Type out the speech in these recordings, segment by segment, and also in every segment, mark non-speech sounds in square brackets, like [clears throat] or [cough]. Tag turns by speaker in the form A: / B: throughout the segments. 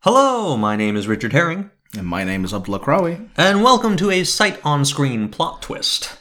A: Hello, my name is Richard Herring,
B: And my name is Abdullah Krawi.
A: and welcome to a sight on screen plot twist.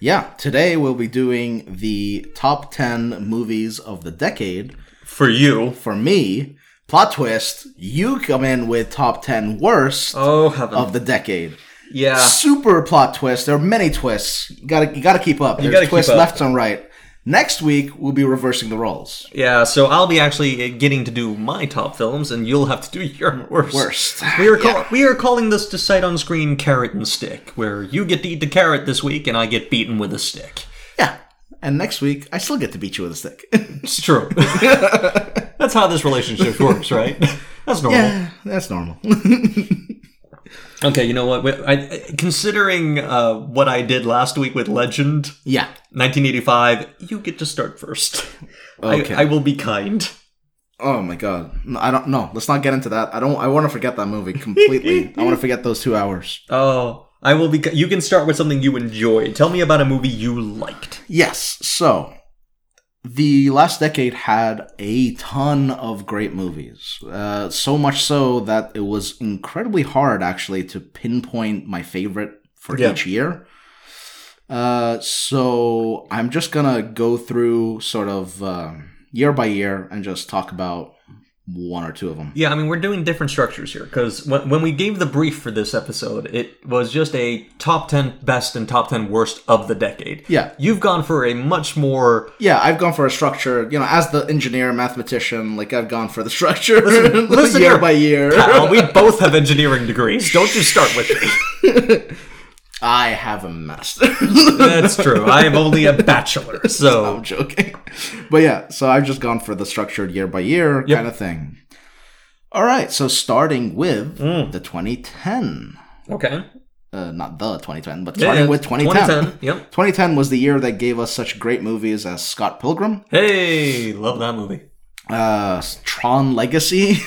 B: Yeah, today we'll be doing the top 10 movies of the decade.
A: For you.
B: For me, plot twist, you come in with top 10 worst
A: Oh, heaven.
B: of the decade.
A: yeah.
B: Super plot twist. There are many twists. You gotta, you gotta keep up. There's
A: gotta keep
B: twists
A: up.
B: left and right. Next week, we'll be reversing the roles.
A: Yeah, so I'll be actually uh, getting to do my top films, and you'll have to do your worst.
B: Worst.
A: We are, call- we are calling this the sight on screen carrot and stick, where you get to eat the carrot this week, and I get beaten with a stick.
B: Yeah. And next week, I still get to beat you with a stick. [laughs]
A: It's [laughs] true. That's how this relationship works, right? That's normal.
B: That's normal. [laughs]
A: Okay, you know what? Wait, I, uh, considering uh, what I did last week with Legend,
B: yeah.
A: 1985, you get to start first. [laughs]
B: Okay.
A: I, I will be kind.
B: Oh my god. No, I don't know. Let's not get into that. I don't I want to forget that movie completely.
A: [laughs]
B: I want to forget those 2 hours.
A: Oh, I will be. ki- You can start with something you enjoy. Tell me about a movie you liked.
B: Yes. So, the last decade had a ton of great movies. Uh, so much so that it was incredibly hard actually to pinpoint my favorite for
A: Yeah.
B: each year. Uh, so I'm just gonna go through sort of um year by year and just talk about one or two of them.
A: Yeah, I mean we're doing different structures here because when, when we gave the brief for this episode, it was just a top ten best and top ten worst of the decade.
B: Yeah.
A: You've gone for a much more
B: Yeah, I've gone for a structure. You know, as the engineer, mathematician, like I've gone for the [laughs] structure
A: listen
B: year
A: here.
B: by year.
A: pal. we both have engineering degrees. Don't you start with
B: [laughs]
A: me.
B: I have a master. [laughs]
A: That's true. I am only a bachelor, so
B: I'm joking, but yeah. So I've just gone for the structured year by year kind of thing. All right. So starting with
A: Mm.
B: the 2010,
A: okay.
B: uh, not the 2010, but
A: Yeah,
B: starting
A: yeah.
B: with 2010.
A: 2010. Yep.
B: 2010 was the year that gave us such great movies as Scott Pilgrim,
A: Hey, love that movie.
B: uh, Tron Legacy. [laughs]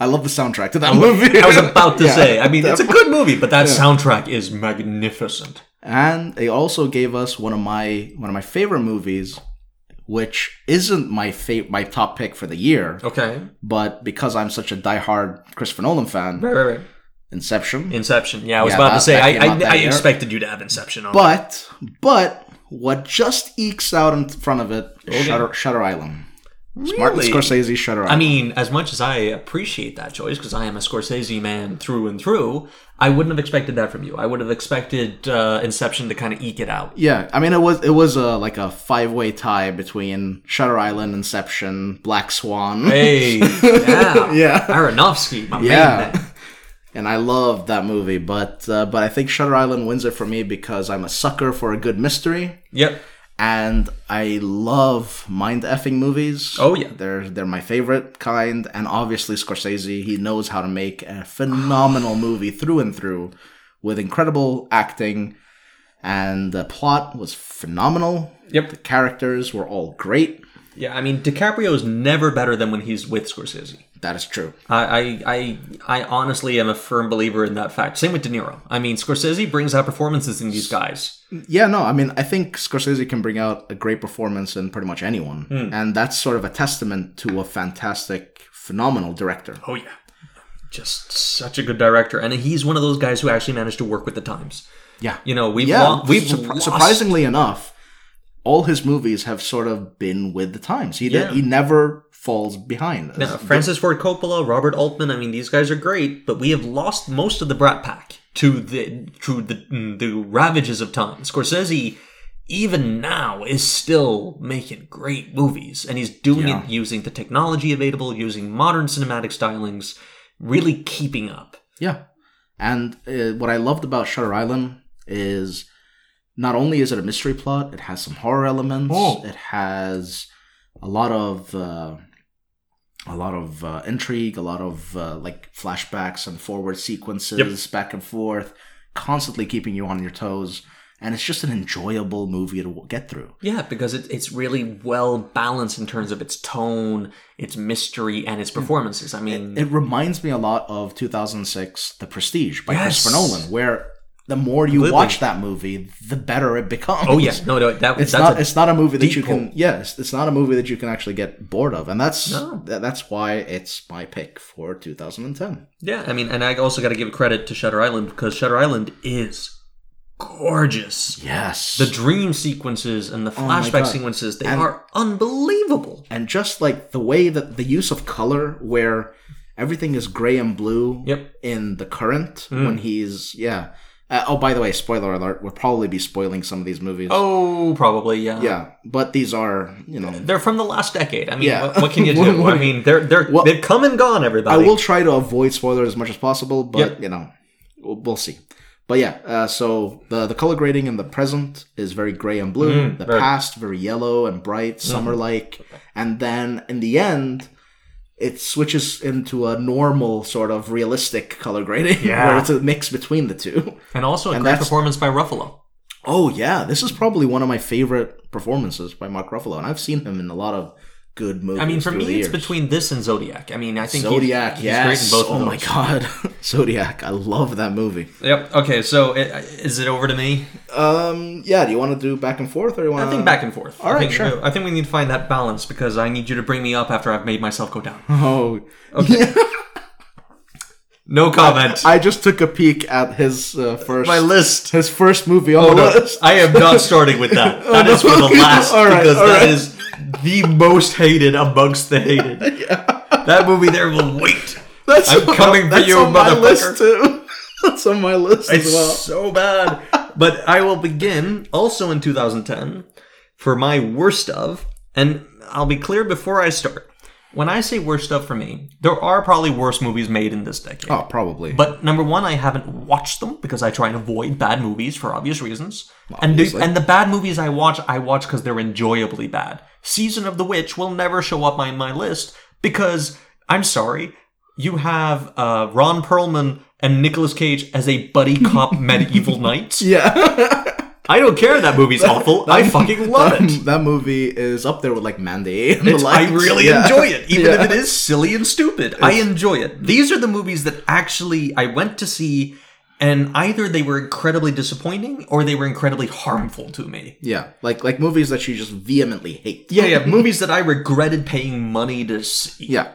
B: I love the soundtrack to that movie.
A: I was about to
B: Yeah.
A: say. I mean, it's a good movie, but that soundtrack is magnificent.
B: [laughs] and they also gave us one of my one of my favorite movies which isn't my fa- my top pick for the year
A: Okay.
B: but because i'm such a diehard christopher nolan fan
A: Right, right, right.
B: inception
A: Inception. Yeah, I was
B: Yeah,
A: about to
B: that-
A: say.
B: that
A: I,
B: came
A: I,
B: out that
A: I
B: year.
A: expected you to have Inception on. there.
B: but but what just ekes out in front of it shutter, shutter island martin
A: Oh, Really?
B: scorsese shutter island
A: I mean, as much as I appreciate that choice, because I am a Scorsese man through and through, I wouldn't have expected that from you. I would have expected uh, Inception to kind of eke it
B: [laughs]
A: out.
B: yeah i mean it was it was a like a five way tie between shutter island inception black swan
A: Hey, yeah,
B: Yeah.
A: Aronofsky, my
B: [laughs] Yeah.
A: main man.
B: [laughs] and I love that movie, but uh, but I think Shutter Island wins it for me because I'm a sucker for a good mystery,
A: Yep.
B: and I love mind effing movies.
A: Oh, yeah.
B: they're they're my favorite kind, and obviously Scorsese, he knows how to make a
A: [sighs]
B: phenomenal movie through and through, with incredible acting, and the plot was phenomenal.
A: Yep.
B: the characters were all great.
A: Yeah, I mean, DiCaprio is never better than when he's with Scorsese.
B: That is true.
A: I, I, I, I honestly am a firm believer in that fact. Same with De Niro. I mean, Scorsese brings out performances in these guys.
B: Yeah, no, I mean, I think Scorsese can bring out a great performance in pretty much anyone.
A: Hmm.
B: And that's sort of a testament to a fantastic, phenomenal director.
A: Oh yeah, just such a good director, and he's one of those guys who actually managed to work with the times.
B: Yeah.
A: You know, we've
B: yeah.
A: lo- we've
B: surpri-
A: lost-
B: surprisingly enough, all his movies have sort of been with the times. He,
A: Yeah.
B: did, he never falls behind.
A: Now, Francis Ford Coppola, Robert Altman. I mean, these guys are great, but we have lost most of the Brat Pack to the to the mm, the ravages of time. Scorsese, even now, is still making great movies, and he's doing it using the technology available, using modern cinematic stylings, really keeping up.
B: Yeah. And uh, what I loved about Shutter Island is not only is it a mystery plot, it has some horror elements.
A: Oh.
B: It has a lot of uh, a lot of uh, intrigue, a lot of uh, like flashbacks and forward sequences, back and forth, constantly keeping you on your toes. and it's just an enjoyable movie to get through.
A: Yeah, because it, it's really well balanced in terms of its tone, its mystery, and its performances. I mean,
B: It reminds me a lot of 2006 The Prestige by
A: Yes.
B: Christopher Nolan, where the more you
A: Completely.
B: watch that movie, the better it becomes.
A: oh yeah, no, no, that
B: It's
A: that's
B: not.
A: a-
B: it's not a movie that
A: deep
B: you can.
A: hole.
B: Yes, it's not a movie that you can actually get bored of, and that's
A: No.
B: tha- that's why it's my pick for 2010.
A: yeah. I mean, and I also got to give credit to Shutter Island because Shutter Island is gorgeous.
B: Yes,
A: The dream sequences and the
B: Oh my
A: flashback
B: God.
A: sequences—they
B: And-
A: are unbelievable.
B: and just like the way that the use of color, where everything is gray and blue.
A: Yep. Mm.
B: In the current, when he's yeah. Uh, oh, by the way, spoiler alert. We'll probably be spoiling some of these movies.
A: Oh, probably yeah.
B: Yeah, but these are, you know,
A: They're from the last decade. I mean,
B: Yeah.
A: what, what
B: [laughs]
A: can you
B: What-
A: do?
B: what-
A: I mean, they're they're
B: Well-
A: they've come and gone. Everybody.
B: I will try to avoid spoilers as much as possible, but
A: Yep.
B: you know, we'll, we'll see. But yeah, uh, so the the color grading in the present is very gray and blue. the
A: very.
B: past very yellow and bright,
A: Mm-hmm.
B: summer like, and then in the end. It switches into a normal sort of realistic color grading, [laughs] where
A: Yeah.
B: it's a mix between the two.
A: and also a
B: and
A: great
B: that's-
A: performance by Ruffalo.
B: Oh yeah, this is probably one of my favorite performances by Mark Ruffalo, and I've seen him in a lot of good movies.
A: I mean, for
B: through the
A: me, it's
B: years.
A: between this and Zodiac. I mean, I think he-
B: Zodiac,
A: he's
B: yes.
A: great in both.
B: oh
A: of
B: my
A: those.
B: god, [laughs] Zodiac! I love that movie.
A: Yep. Okay. So i- i- is it over to me?
B: Um, yeah. Do you want to do back and forth, or you want?
A: I think back and forth.
B: all
A: I
B: right,
A: think,
B: sure.
A: I think we need to find that balance because I need you to bring me up after I've made myself go down.
B: [laughs] Oh,
A: No comment.
B: I just took a peek at his uh, first
A: my list.
B: his first movie on the
A: No,
B: list.
A: [laughs]
B: [laughs]
A: I am not starting with that. That is for the last
B: Oh, All right,
A: because
B: all
A: that
B: right.
A: is the most hated amongst the
B: [laughs]
A: hated. That movie there will wait.
B: That's
A: I'm coming for
B: that's
A: you,
B: on my
A: motherfucker.
B: list too. [laughs] that's on my list
A: It's
B: as well.
A: so
B: [laughs]
A: bad. But I will begin also in 2010 for my worst of, and I'll be clear before I start. When I say worst of for me, there are probably worse movies made in this decade.
B: Oh, probably.
A: But number one, I haven't watched them because I try and avoid bad movies for obvious reasons. And the,
B: Obviously.
A: and the bad movies I watch, I watch because they're enjoyably bad. Season of the Witch will never show up on my list because I'm sorry, you have uh, Ron Perlman and Nicolas Cage as a buddy cop
B: [laughs]
A: medieval knight.
B: yeah,
A: I don't care that movie's awful. [laughs] I fucking love
B: [laughs] that,
A: it.
B: That movie is up there with like Mandy. [laughs] and the
A: It's- I
B: likes.
A: really
B: Yeah.
A: enjoy it, even
B: Yeah.
A: if it is silly and stupid. I enjoy it. These are the movies that actually I went to see, and either they were incredibly disappointing or they were incredibly harmful to me.
B: [laughs] Yeah, like like movies that you just vehemently hate.
A: Yeah, yeah, [laughs] movies that I regretted paying money to see.
B: Yeah.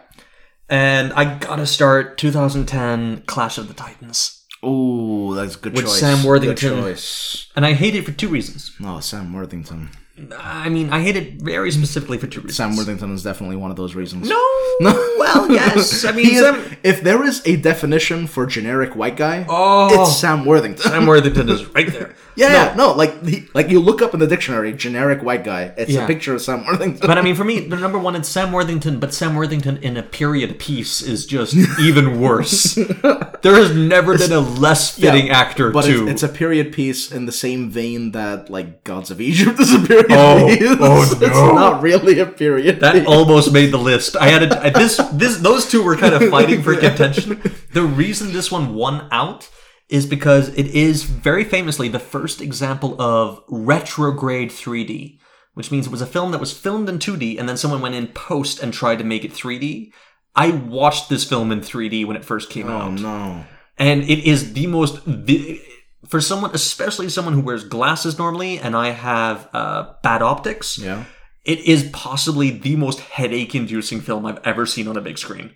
A: And I gotta start 2010 Clash of the Titans.
B: Oh, that's a good
A: With
B: choice.
A: Sam Worthington.
B: Good choice.
A: And I hate it for two reasons.
B: No, Sam Worthington.
A: I mean, I hate it very specifically for two reasons.
B: Sam Worthington is definitely one of those reasons. [laughs]
A: No! Well, yes. I mean,
B: He is-
A: Sam,
B: if there is a definition for generic white guy,
A: Oh.
B: it's Sam
A: [laughs]
B: Worthington. [laughs]
A: Sam Worthington is right there.
B: yeah, no, like he, like you look up in the dictionary, generic white guy. It's
A: Yeah.
B: a picture of Sam Worthington.
A: But I mean, for me, the number one is Sam Worthington, but Sam Worthington in a period piece is
B: [laughs]
A: just even worse. there has never been a less fitting
B: Yeah,
A: actor
B: but
A: to.
B: It's, it's a period piece in the same vein that like Gods of Egypt is a period
A: Oh,
B: piece. [laughs]
A: oh,
B: It's
A: no.
B: not really a period.
A: that
B: piece.
A: almost made the list. I had
B: [laughs]
A: a, this this those two were kind of fighting for contention. The reason this one won out is because it is very famously the first example of retrograde 3D, which means it was a film that was filmed in 2D and then someone went in post and tried to make it 3D. I watched this film in 3D when it first came out.
B: Oh no.
A: and it is the most vi- for someone especially someone who wears glasses normally and i have uh, bad optics
B: Yeah.
A: it is possibly the most headache inducing film i've ever seen on a big screen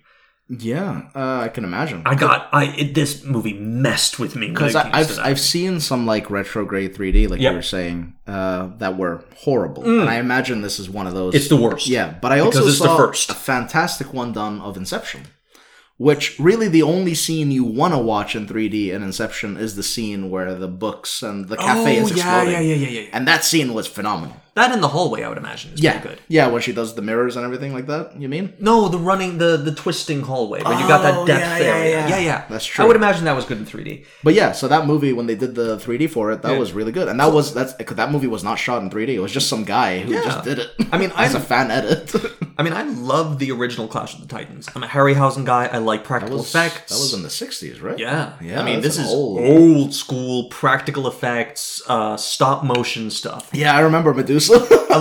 B: Yeah, uh, I can imagine.
A: i got i it, this movie messed with me
B: because I've I've seen some like retrograde 3D, like
A: Yep.
B: you were saying, uh, that were horrible, and I imagine this is one of those.
A: Mm. it's the worst
B: yeah, but I also
A: Because it's the
B: saw
A: first.
B: a fantastic one done of Inception, which really the only scene you want to watch in 3D in Inception is the scene where the books and the cafe is
A: Oh, yeah,
B: exploding,
A: yeah yeah yeah yeah yeah
B: and that scene was phenomenal.
A: That in the hallway, I would imagine, is
B: Yeah,
A: pretty good.
B: yeah, when she does the mirrors and everything like that. You mean?
A: No, the running, the the twisting hallway where you got
B: Oh,
A: that depth
B: yeah, yeah,
A: area.
B: yeah.
A: Yeah, yeah,
B: That's
A: I
B: true.
A: would imagine that was good in 3D.
B: But yeah, so that movie when they did the 3D for it, that
A: Yeah.
B: was really good, and that was that's that movie was not shot in 3D. It was just some guy who
A: Yeah.
B: just did it.
A: I mean,
B: [laughs] as
A: I'm-
B: a
A: [laughs]
B: fan edit,
A: I mean, I love the original Clash of the Titans. I'm a Harryhausen guy. I like
B: that
A: practical
B: was
A: effects.
B: that was in the 60s, right?
A: yeah,
B: Yeah,
A: I mean,
B: that's
A: this
B: an
A: is
B: old-
A: old. school practical effects, uh, stop motion stuff.
B: yeah, I remember Medusa. [laughs]
A: Uh,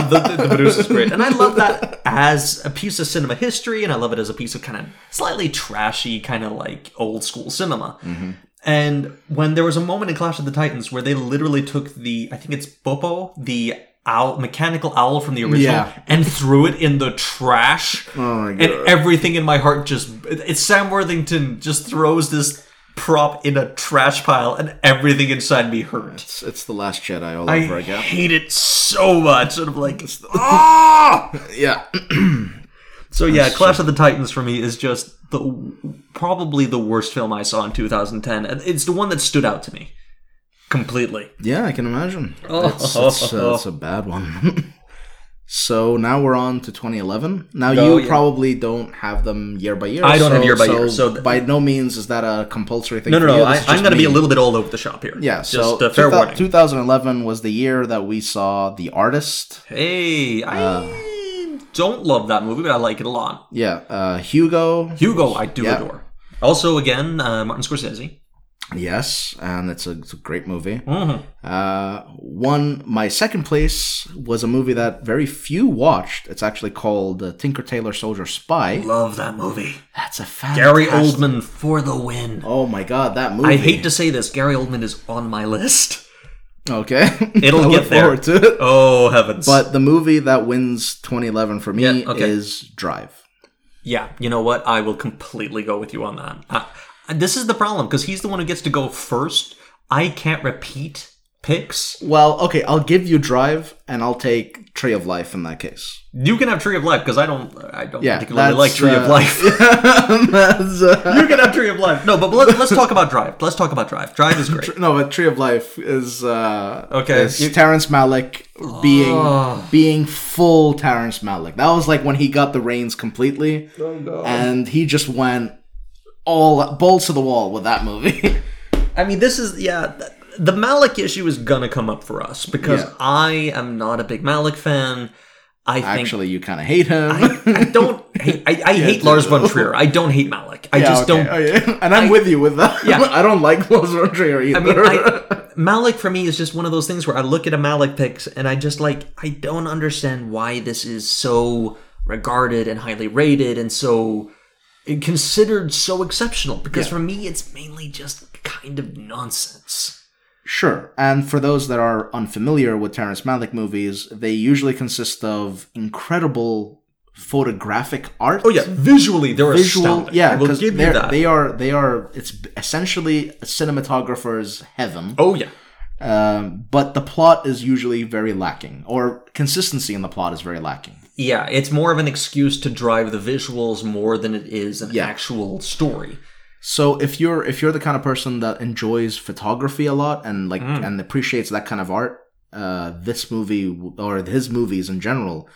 A: the, the, the producer's great, and I love that as a piece of cinema history, and I love it as a piece of kind of slightly trashy, kind of like old school cinema.
B: Mm-hmm.
A: And when there was a moment in Clash of the Titans where they literally took the, I think it's Bopo, the owl, mechanical owl from the original,
B: Yeah. Uh.
A: and threw it in the trash.
B: my
A: and everything in my heart just, it's Sam Worthington just throws this prop in a trash pile, and everything inside me hurt.
B: It's, it's the Last Jedi all
A: I [laughs]
B: over again.
A: hate it so much. And I'm like, [laughs]
B: Ah, [laughs] yeah.
A: So yeah, Clash of the Titans for me is just the probably the worst film I saw in 2010, and it's the one that stood out to me completely.
B: Yeah, I can imagine.
A: Oh.
B: It's, it's, uh, it's a bad one. [laughs] so now we're on to 2011. Now
A: Oh,
B: you
A: yeah.
B: probably don't have them year by year.
A: I don't
B: so,
A: have year by
B: so
A: year, so th-
B: by no means is that a compulsory thing.
A: No, no,
B: for you.
A: no.
B: This
A: I,
B: is just
A: I'm going to be a
B: me.
A: little bit all over the shop here.
B: Yeah. So
A: just a fair
B: 2000
A: warning.
B: 2011 was the year that we saw The Artist.
A: hey, I
B: Uh.
A: don't love that movie, but I like it a lot.
B: Yeah. Uh, Hugo.
A: Hugo, I do
B: Yeah.
A: adore. Also, again, uh, Martin Scorsese.
B: Yes, and it's a, it's a great movie.
A: Mhm.
B: Uh, one, my second place was a movie that very few watched. It's actually called uh, Tinker Tailor Soldier Spy.
A: Love that movie.
B: That's a fantastic.
A: Gary Oldman for the win.
B: Oh my god, that movie.
A: I hate to say this, Gary Oldman is on my
B: [laughs]
A: list.
B: Okay. [laughs]
A: It'll
B: I look
A: get there.
B: forward to it.
A: Oh heavens!
B: But the movie that wins 2011 for me
A: Yeah, okay.
B: is Drive.
A: Yeah, you know what? I will completely go with you on that. Uh, this is the problem because he's the one who gets to go first. I can't repeat picks.
B: Well, okay, I'll give you Drive, and I'll take Tree of Life in that case.
A: You can have Tree of Life because I don't. I don't
B: Yeah,
A: particularly
B: that's,
A: like Tree
B: uh,
A: of Life.
B: [laughs]
A: [laughs]
B: That's, uh,
A: you can have Tree of Life. No, but let, let's talk about Drive. Let's talk about Drive. Drive
B: [laughs]
A: is great.
B: no, but Tree of Life is uh,
A: Okay,
B: Is
A: you- Oh.
B: Terrence Malick being being full Terrence Malick. That was like when he got the reins completely, and he just went all balls to the wall with
A: [laughs]
B: that movie.
A: I mean, this is yeah. th- The Malik issue is gonna come up for us because
B: Yeah.
A: I am not a big Malik fan. I think
B: Actually, you kind of hate him.
A: I, I don't. hate- I, I hate Lars von Trier. I don't hate Malik. I
B: [laughs] Yeah,
A: just
B: okay,
A: don't.
B: okay. And I'm with you with that.
A: Yeah.
B: [laughs] I don't like Los Rodrigo either.
A: I
B: [laughs]
A: mean, I, Malik for me is just one of those things where I look at a Malik picks and I just like I don't understand why this is so regarded and highly rated and so considered so exceptional. Because for me, it's mainly just kind of nonsense.
B: sure. And for those that are unfamiliar with Terrence Malick movies, they usually consist of incredible photographic art.
A: Oh yeah, visually they're
B: Visual,
A: astounding.
B: yeah,
A: I will
B: 'cause
A: give you
B: they're-
A: that.
B: they are they are it's essentially a cinematographer's heaven.
A: oh yeah,
B: Um, but the plot is usually very lacking, or consistency in the plot is very lacking.
A: yeah. It's more of an excuse to drive the visuals more than it is an
B: Yeah.
A: actual story.
B: So if you're if you're the kind of person that enjoys photography a lot and like
A: Mm.
B: and appreciates that kind of art, uh, this movie w- or his movies in general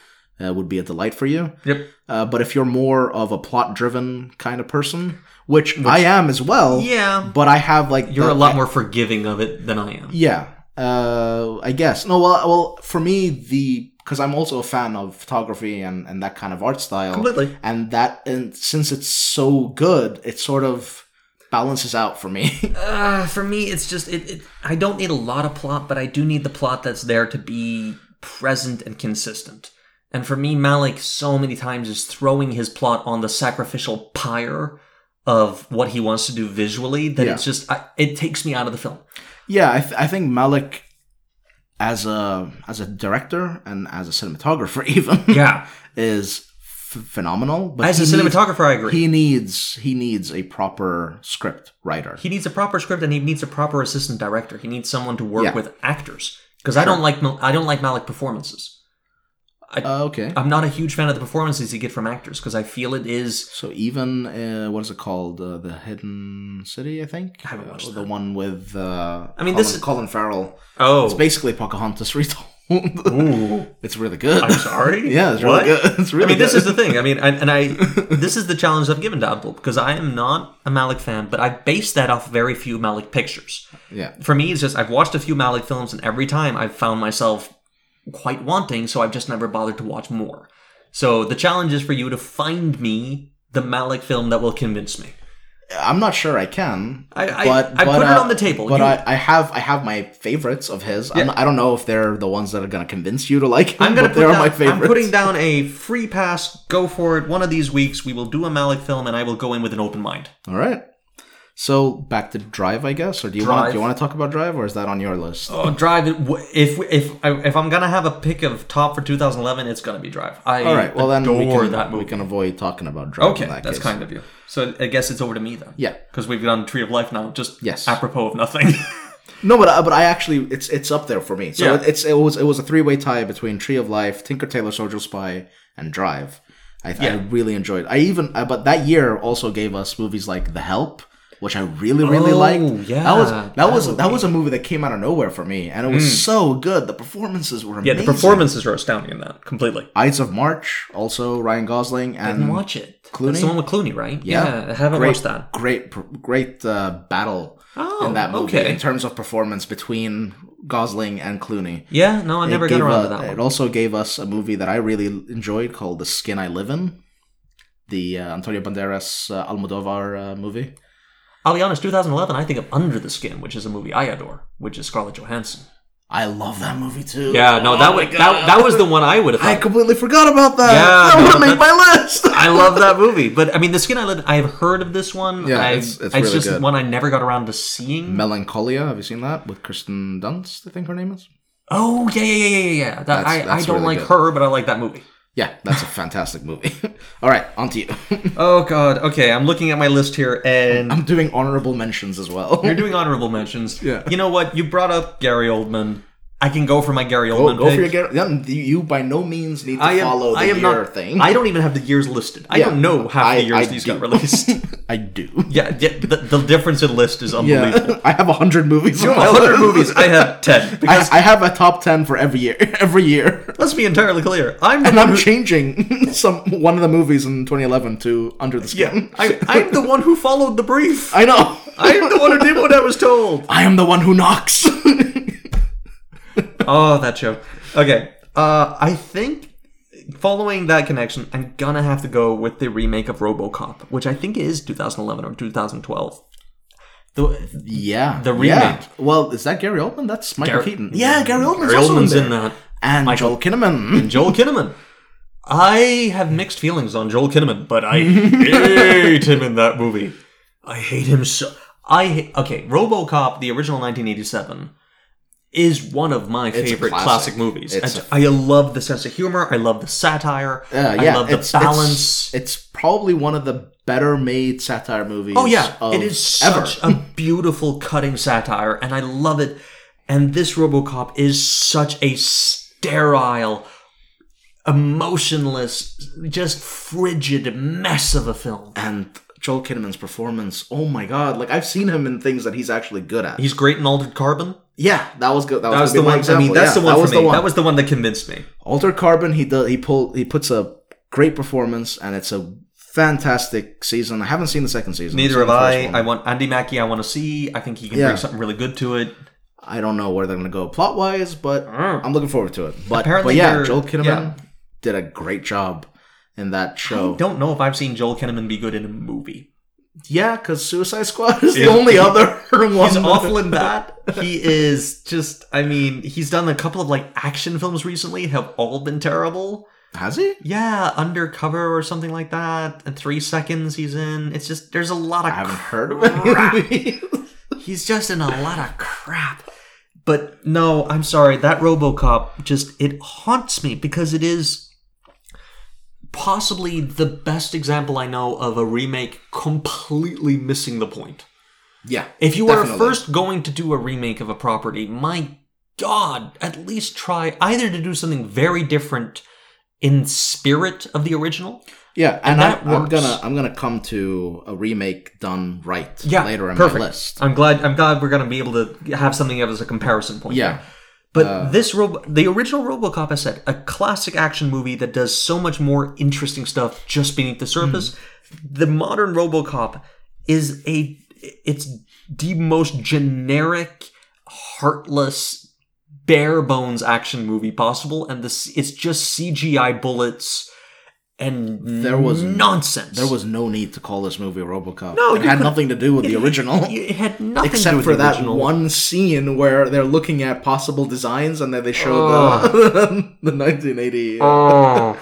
B: uh, would be a delight for you.
A: Yep.
B: Uh, but if you're more of a plot driven kind of person, which, I am as well,
A: Yeah,
B: but I have like
A: you're
B: the-
A: a lot more forgiving of it than I am.
B: Yeah, uh, I guess. No, well, well, for me, the because I'm also a fan of photography and and that kind of art style.
A: Completely.
B: And that and since it's so good, it sort of balances out for me. [laughs]
A: Uh, for me, it's just it, it. I don't need a lot of plot, but I do need the plot that's there to be present and consistent. And for me, Malik so many times is throwing his plot on the sacrificial pyre of what he wants to do visually that
B: Yeah.
A: it's just I, it takes me out of the film.
B: yeah, I, th- I think Malik as a as a director and as a cinematographer [laughs] even
A: [laughs] Yeah,
B: is f- phenomenal. But
A: as a
B: he needs-
A: cinematographer, I agree. He,
B: he needs he needs a proper script writer.
A: needs a proper script and he needs a proper assistant director. He needs someone to work
B: Yeah.
A: with actors because I don't like Mal- I don't like Malik performances.
B: Uh, okay.
A: I'm not a huge fan of the performances you get from actors because I feel it is
B: So even uh, what is it called? Uh, the Hidden City, I think.
A: I haven't watched
B: the one with. Uh,
A: I mean,
B: Colin,
A: this is-
B: Colin Farrell.
A: oh
B: It's basically Pocahontas [laughs] retold.
A: Ooh,
B: it's really good.
A: I'm sorry.
B: [laughs] yeah, it's
A: What?
B: really good. [laughs] It's really
A: I mean,
B: good.
A: this is the thing. I mean, I, and
B: [laughs]
A: I, this is the challenge I've given to Abdul because I am not a Malik fan, but I base that off very few Malik pictures.
B: yeah.
A: For me, it's just I've watched a few Malik films, and every time I've found myself quite wanting, so I've just never bothered to watch more. So the challenge is for you to find me the Malik film that will convince me.
B: I'm not sure I can.
A: I, I,
B: But-
A: I
B: but,
A: put it
B: uh,
A: on the table.
B: But
A: You-
B: I, I have I have my favorites of his. I'm- I don't know if they're the ones that are gonna convince you to like him.
A: I'm gonna
B: but
A: put
B: they are
A: down,
B: my favorites.
A: I'm putting down a free pass. Go for it. One of these weeks, we will do a Malik film, and I will go in with an open mind.
B: All right. So back to Drive, I guess, or do you want
A: Drive.
B: do you want to talk about Drive, or is that on your list?
A: Oh, Drive. it- w- If if I- if I'm gonna have a pick of top for 2011, it's gonna be Drive. I
B: All right. Well, then we
A: adore
B: can,
A: that
B: we
A: movie.
B: can avoid talking about Drive.
A: Okay,
B: in that
A: that's
B: case.
A: kind of you. So I guess it's over to me then.
B: Yeah.
A: because we've done Tree of Life now. Just
B: Yes.
A: apropos of
B: [laughs]
A: nothing.
B: No, but uh, but I actually it's it's up there for me. So
A: Yeah.
B: it, it's it was it was a three way tie between Tree of Life, Tinker Tailor Soldier Spy, and Drive. I, I
A: Yeah.
B: really enjoyed. I even uh, but that year also gave us movies like The Help, which I really really
A: Oh,
B: liked.
A: yeah,
B: that was that,
A: that
B: was
A: movie. Hmm.
B: that was a movie that came out of nowhere for me, and it was so good. The performances were
A: yeah,
B: amazing.
A: the performances are astounding in that completely.
B: Ides of March, also Ryan Gosling
A: And
B: and
A: watch it.
B: Clooney?
A: It's the one with Clooney, right?
B: Yeah.
A: I haven't
B: Great.
A: watched that.
B: great pr- great uh, battle
A: Oh,
B: in that movie
A: okay.
B: in terms of performance between Gosling and Clooney.
A: Yeah, no, I never
B: It
A: got
B: gave
A: around
B: a-
A: to that one.
B: It also gave us a movie that I really enjoyed called The Skin I Live In, the uh, Antonio Banderas uh, Almodovar uh, movie.
A: I'll be honest, 2011, I think of Under the Skin, which is a movie I adore, which is Scarlett Johansson.
B: I love that movie too.
A: Yeah, no,
B: Oh
A: that,
B: my
A: was,
B: God.
A: that, that was the one I would have
B: I
A: thought.
B: completely forgot about that.
A: Yeah,
B: that
A: no,
B: would have made
A: that-
B: my list.
A: [laughs]
B: [laughs]
A: I love that movie. But, I mean, The Skin I Live, I have heard of this one.
B: Yeah,
A: I,
B: it's- it's really
A: just
B: good.
A: one I never got around to seeing.
B: Melancholia. Have you seen that with Kristen Dunst? I think her name is.
A: oh, yeah, yeah, yeah, yeah, yeah, yeah. That,
B: That's-
A: I,
B: that's
A: I don't
B: really
A: like
B: good.
A: her, but I like that movie.
B: Yeah, that's a fantastic movie. [laughs] All right, on to you. [laughs]
A: Oh, God. Okay, I'm looking at my list here, and
B: I'm doing honorable mentions as well.
A: you're doing honorable mentions.
B: Yeah.
A: You know what? You brought up Gary Oldman. I can go for my Gary
B: Go,
A: Oldman
B: go
A: pick.
B: for your Gar- yeah, You you by no means need to
A: I am,
B: follow the
A: I am
B: year
A: not,
B: thing.
A: I don't even have the years listed. I
B: Yeah.
A: don't know half
B: I-
A: the years
B: I
A: these
B: do.
A: got released.
B: [laughs] [laughs] I do.
A: yeah, yeah the, the difference in list is
B: [laughs]
A: unbelievable.
B: Yeah, I have a hundred movies. on my
A: 100
B: list.
A: movies, I have 10.
B: [laughs] I,
A: Because
B: I have a top ten for every year. [laughs] Every year,
A: let's be entirely clear, I'm the
B: and
A: one
B: I'm
A: who,
B: changing [laughs] some one of the movies in 2011 to Under the
A: yeah,
B: Skin.
A: I, I'm the one who followed the brief.
B: [laughs] I know.
A: I'm the one who did what I was told.
B: [laughs] I am the one who knocks. [laughs]
A: Oh, that show. Okay, uh, I think following that connection, I'm gonna have to go with the remake of RoboCop, which I think is 2011 or 2012. The,
B: yeah,
A: The
B: yeah.
A: remake.
B: Well, is that Gary Oldman? That's Michael
A: Gary-
B: Keaton. Yeah, Gary Oldman's,
A: Gary
B: also
A: Oldman's
B: in,
A: in
B: there.
A: that.
B: And Joel Kinnaman.
A: Joel Kinnaman. I have mixed feelings on Joel Kinnaman, but [laughs] I hate him in that movie. I hate him so. I ha- okay. RoboCop, the original 1987, is one of my
B: a
A: favorite
B: classic.
A: classic. movies.
B: It's
A: And I love the sense of humor. I love the satire.
B: Uh,
A: I
B: yeah,
A: love the
B: it's, it's-
A: balance.
B: It's, probably one of the better made satire movies.
A: oh yeah,
B: of
A: it is
B: ever.
A: such a beautiful cutting satire, and I love it. And this RoboCop is such a sterile, emotionless, just frigid mess of a film.
B: and Joel Kinnaman's performance. Oh my god! Like I've seen him in things that he's actually good at.
A: He's great in Altered Carbon.
B: yeah, that was good. That,
A: That was
B: gonna
A: the
B: be my
A: one. I mean,
B: example.
A: that's
B: Yeah,
A: the one
B: That
A: for
B: was
A: me.
B: the one.
A: That was the one that convinced me.
B: Alter Carbon. He does. He pull. He puts a great performance, and it's a fantastic season. I haven't seen the second season. I've
A: Neither
B: seen
A: have
B: the first
A: I.
B: one.
A: I want Andy Mackie. I want to see. I think he can
B: Yeah.
A: bring something really good to it.
B: I don't know where they're gonna go plot wise, but
A: Mm.
B: I'm looking forward to it. But
A: Apparently
B: but yeah,
A: they're-
B: Joel Kinnaman
A: yeah.
B: did a great job in that show.
A: I don't know if I've seen Joel Kinnaman be good in a movie.
B: Yeah, because Suicide Squad [laughs] is the
A: Yeah.
B: only other one.
A: He's awful in that. He is just. I mean, he's done a couple of like action films recently. Have all been terrible.
B: Has he?
A: Yeah, Undercover or something like that. And Three Seconds he's in. It's just there's a lot of
B: I haven't
A: crap.
B: heard of it.
A: He's just in a lot of crap. But no, I'm sorry. That RoboCop just it haunts me because it is possibly the best example I know of a remake completely missing the point.
B: [laughs] yeah.
A: If you are
B: Definitely.
A: first going to do a remake of a property, my god, at least try either to do something very different in spirit of the original.
B: Yeah, and, I,
A: that
B: I'm
A: works.
B: gonna I'm gonna come to a remake done right
A: Yeah,
B: later in
A: perfect.
B: my list.
A: I'm glad I'm glad we're going to be able to have something of as a comparison point.
B: Yeah.
A: But
B: Uh,
A: this Robo- the original RoboCop, I said, a classic action movie that does so much more interesting stuff just beneath the
B: Hmm.
A: surface. The modern RoboCop is a it's the most generic, heartless, bare bones action movie possible, and this it's just CGI bullets and
B: There was-
A: nonsense.
B: There was no need to call this movie RoboCop.
A: No,
B: it
A: you
B: had
A: could-
B: nothing to do
A: [laughs]
B: with the original.
A: it had nothing to do
B: Except
A: with
B: for
A: the
B: that
A: original.
B: one scene where they're looking at possible designs and then they show the, [laughs] the 1980.
A: Oh.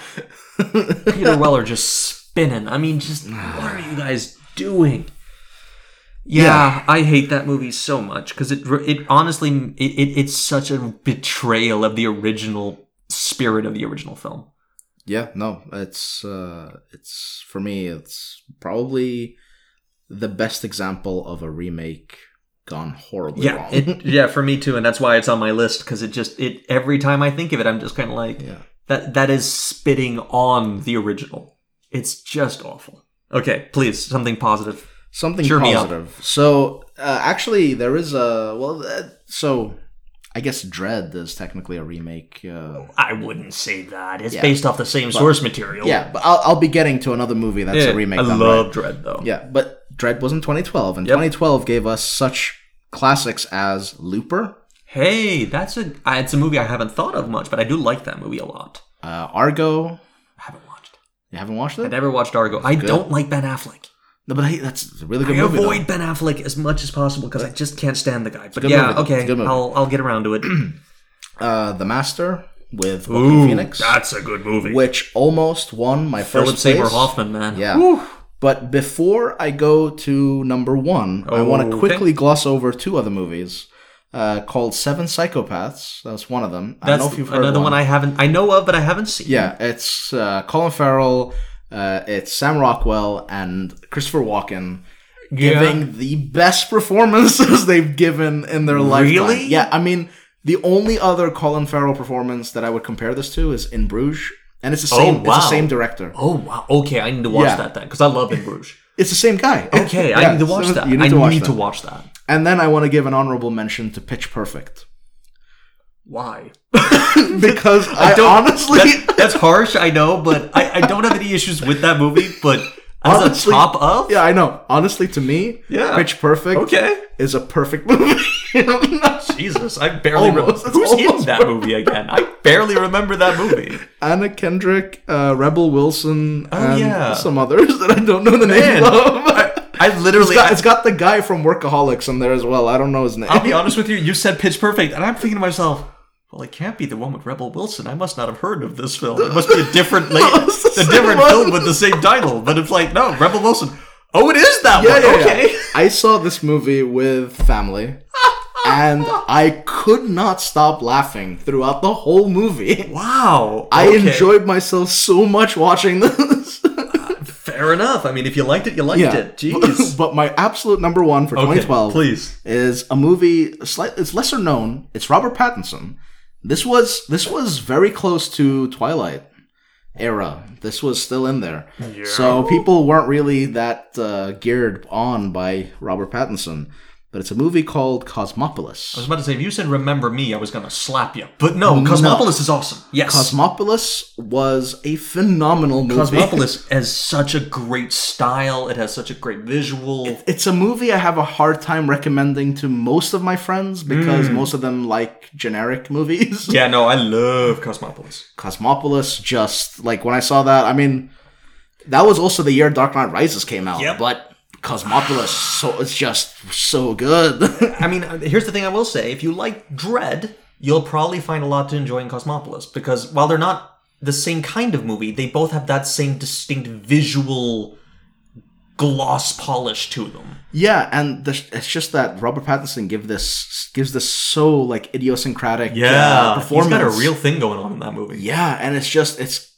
A: Peter Weller just spinning. I mean, just [sighs] what are you guys doing? Yeah, I hate that movie so much because it it honestly it, it it's such a betrayal of the original spirit of the original film.
B: Yeah, no, it's uh, it's for me, it's probably the best example of a remake gone horribly
A: Yeah,
B: wrong.
A: it, yeah, for me too, and that's why it's on my list because it just it every time I think of it, I'm just kind of like
B: [laughs] yeah.
A: that that is spitting on the original. It's just awful. Okay, please something positive.
B: something
A: Cheer me up.
B: positive. So uh, actually, there is a well. Uh, so I guess Dread is technically a remake. Uh,
A: I wouldn't say that. It's
B: Yeah.
A: based off the same source material.
B: yeah, but I'll, I'll be getting to another movie that's a remake.
A: I
B: then,
A: love
B: right?
A: Dread though.
B: Yeah, but Dread was in 2012, and
A: Yep.
B: 2012 gave us such classics as Looper,
A: Hey, that's a I- it's a movie I haven't thought of much, but I do like that movie a lot.
B: uh, Argo.
A: I haven't watched. it.
B: You haven't watched
A: I
B: it?
A: never watched Argo. I don't like Ben Affleck.
B: No, but hey, that's a really
A: I
B: good movie.
A: avoid Ben Affleck as much as possible because I just can't stand the guy. But
B: good
A: yeah,
B: movie, though. It's a
A: okay,
B: good movie.
A: I'll I'll get around
B: [clears throat]
A: to it.
B: though. Uh, the Master with Joaquin
A: Ooh,
B: Phoenix,
A: that's a good movie.
B: which almost won my
A: Philip
B: first place.
A: Seymour Hoffman, man.
B: Yeah.
A: Woo.
B: But before I go to number one, I want to
A: Okay.
B: quickly gloss over two other movies uh, called Seven Psychopaths. That's one of them. I don't
A: that's
B: know if you've heard
A: another one. I haven't I know of, but I haven't seen.
B: yeah, it's uh, Colin Farrell, uh, it's Sam Rockwell, and Christopher Walken giving the best performances [laughs] they've given in their life.
A: Really?
B: Yeah, I mean, the only other Colin Farrell performance that I would compare this to is In Bruges, and it's the same. It's
A: Oh, wow.
B: the same director.
A: Oh wow. Okay, I need to watch
B: Yeah.
A: that then because I love In Bruges.
B: [laughs] It's the same guy.
A: [laughs] Okay,
B: Yeah,
A: I need to
B: so
A: watch that.
B: You need
A: I
B: to watch
A: need
B: that.
A: to watch that.
B: And then I want to give an honorable mention to Pitch
A: [laughs]
B: Perfect [laughs]
A: Why?
B: because I, honestly,
A: That- that's harsh, I know, but I, I don't have any issues with that movie. But as
B: Honestly-
A: a top of,
B: [laughs] yeah, I know. Honestly, to me,
A: Yeah.
B: Pitch Perfect
A: okay,
B: is a perfect [laughs] movie.
A: Jesus, I barely remember
B: Almost, it's
A: who's in
B: almost
A: that movie again. I barely remember that movie.
B: Anna Kendrick, uh, Rebel Wilson, and
A: Oh, yeah.
B: some others [laughs] that I don't know the name
A: Man,
B: of.
A: I, I literally,
B: [laughs] It's got,
A: I,
B: it's got the guy from Workaholics in there as well. I don't know his name.
A: will
B: [laughs]
A: be honest with you. You said Pitch Perfect, and I'm thinking to myself. Well, it can't be the one with Rebel Wilson. I must not have heard of this film. It must be a
B: [laughs]
A: different, la-
B: it's the
A: a
B: same
A: different
B: one.
A: film with the same title. But it's like, no, Rebel Wilson. Oh, it is that
B: Yeah,
A: one.
B: yeah, yeah.
A: okay.
B: I saw this movie with family, and I could not stop laughing throughout the whole movie. [laughs]
A: Wow.
B: I
A: okay.
B: enjoyed myself so much watching this.
A: Fair enough. [laughs] I mean, if you liked it, you liked
B: [laughs]
A: it. Jeez.
B: but my absolute number one for
A: Okay,
B: 2012
A: please.
B: is a movie. Slight, it's lesser known. It's Robert Pattinson. This was this was very close to Twilight era. This was still in there, so people weren't really that uh, geared on by Robert Pattinson. But it's a movie called Cosmopolis.
A: I was about to say, if you said "Remember Me," I was gonna slap you. But no, Cosmopolis is awesome. Yes,
B: Cosmopolis was a phenomenal movie.
A: Cosmopolis has such a great style. It has such a great visual.
B: it's a movie I have a hard time recommending to most of my friends because
A: Mm.
B: most of them like generic movies. [laughs]
A: yeah, no, I love Cosmopolis.
B: Cosmopolis, just like when I saw that, I mean, that was also the year Dark Knight Rises came out.
A: Yep.
B: But Cosmopolis, so it's just so good. [laughs]
A: I mean, uh, here's the thing: I will say, if you like Dread, you'll probably find a lot to enjoy in Cosmopolis because while they're not the same kind of movie, they both have that same distinct visual gloss polish to them.
B: yeah, and the, it's just that Robert Pattinson give this gives this so like idiosyncratic uh, performance.
A: he's got a real thing going on in that movie.
B: yeah, and it's just it's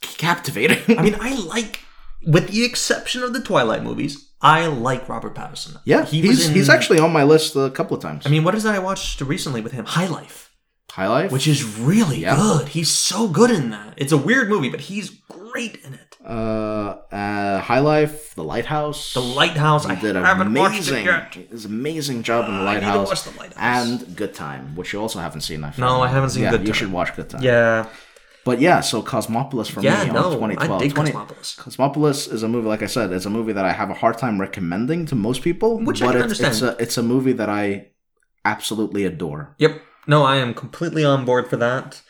A: [laughs]
B: captivating.
A: I mean, I like, with the exception of the Twilight movies, I like Robert Pattinson.
B: yeah,
A: he
B: he's
A: was in,
B: he's actually on my list a couple of times.
A: I mean, what is that I watched recently with him? High Life.
B: High Life,
A: which is really
B: Yeah.
A: good. He's so good in that. It's a weird movie, but he's great in it.
B: uh, uh, High Life, The Lighthouse,
A: The Lighthouse. I
B: He did
A: haven't watched it
B: amazing,
A: yet. Uh,
B: his amazing job in The
A: I need to
B: Lighthouse,
A: watch The Lighthouse.
B: and Good Time, which you also haven't seen. I think.
A: No, I haven't seen
B: yeah,
A: Good
B: you
A: Time.
B: should watch Good Time.
A: Yeah,
B: But yeah, so Cosmopolis for
A: yeah,
B: me on
A: no,
B: 2012.
A: I dig
B: 20
A: Cosmopolis.
B: Cosmopolis is a movie, like I said, it's a movie that I have a hard time recommending to most people.
A: Which I
B: but
A: can
B: it's,
A: understand.
B: It's a, it's a movie that I absolutely adore.
A: Yep. No, I am completely on board for that.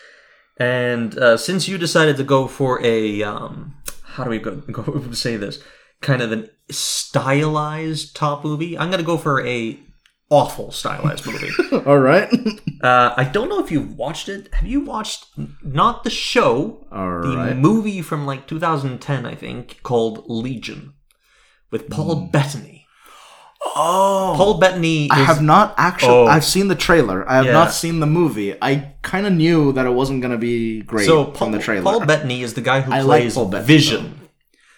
A: And uh, since you decided to go for a um, how do we go, [laughs] go say this kind of an stylized top movie, I'm gonna go for a awful
B: [laughs]
A: stylized movie.
B: [laughs] All right.
A: uh, I don't know if you've watched it. Have you watched n- not the show,
B: All
A: the
B: right.
A: movie from like 2010, I think, called Legion, with Paul Bettany.
B: Hmm. Oh.
A: Paul Bettany. Is,
B: I have not actually.
A: Oh.
B: I've seen the trailer. I have
A: Yeah.
B: not seen the movie. I kind of knew that it wasn't going to be great
A: so Paul,
B: from the trailer.
A: Paul Bettany is the guy who
B: I like
A: plays
B: Paul Bettany,
A: Vision.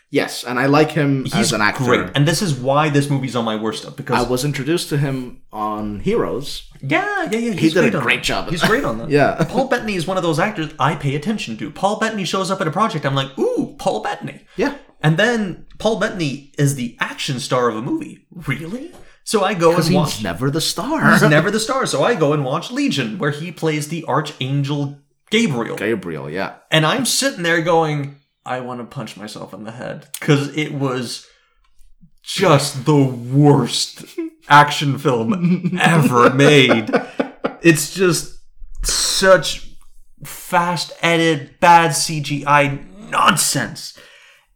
B: yes, and I like him
A: He's
B: as an actor.
A: great, and this is why this movie's on my worst of
B: I
A: because
B: was introduced to him on Heroes.
A: yeah, yeah, yeah, he's
B: did a
A: on
B: great
A: that.
B: job in
A: He's
B: that.
A: great on that.
B: [laughs] Yeah.
A: Paul Bettany is one of those actors I pay attention to. Paul Bettany shows up at a project, I'm like, ooh, Paul Bettany,
B: Yeah.
A: and then Paul Bettany is the action star of a movie. Really? So I go and
B: Because
A: watch.
B: he's never the star. [laughs]
A: He's never the star, so I go and watch Legion, where he plays the archangel Gabriel,
B: Gabriel, yeah.
A: and I'm sitting there going, I want to punch myself in the head because it was just the worst action film ever made. It's just such fast edit, bad CGI nonsense.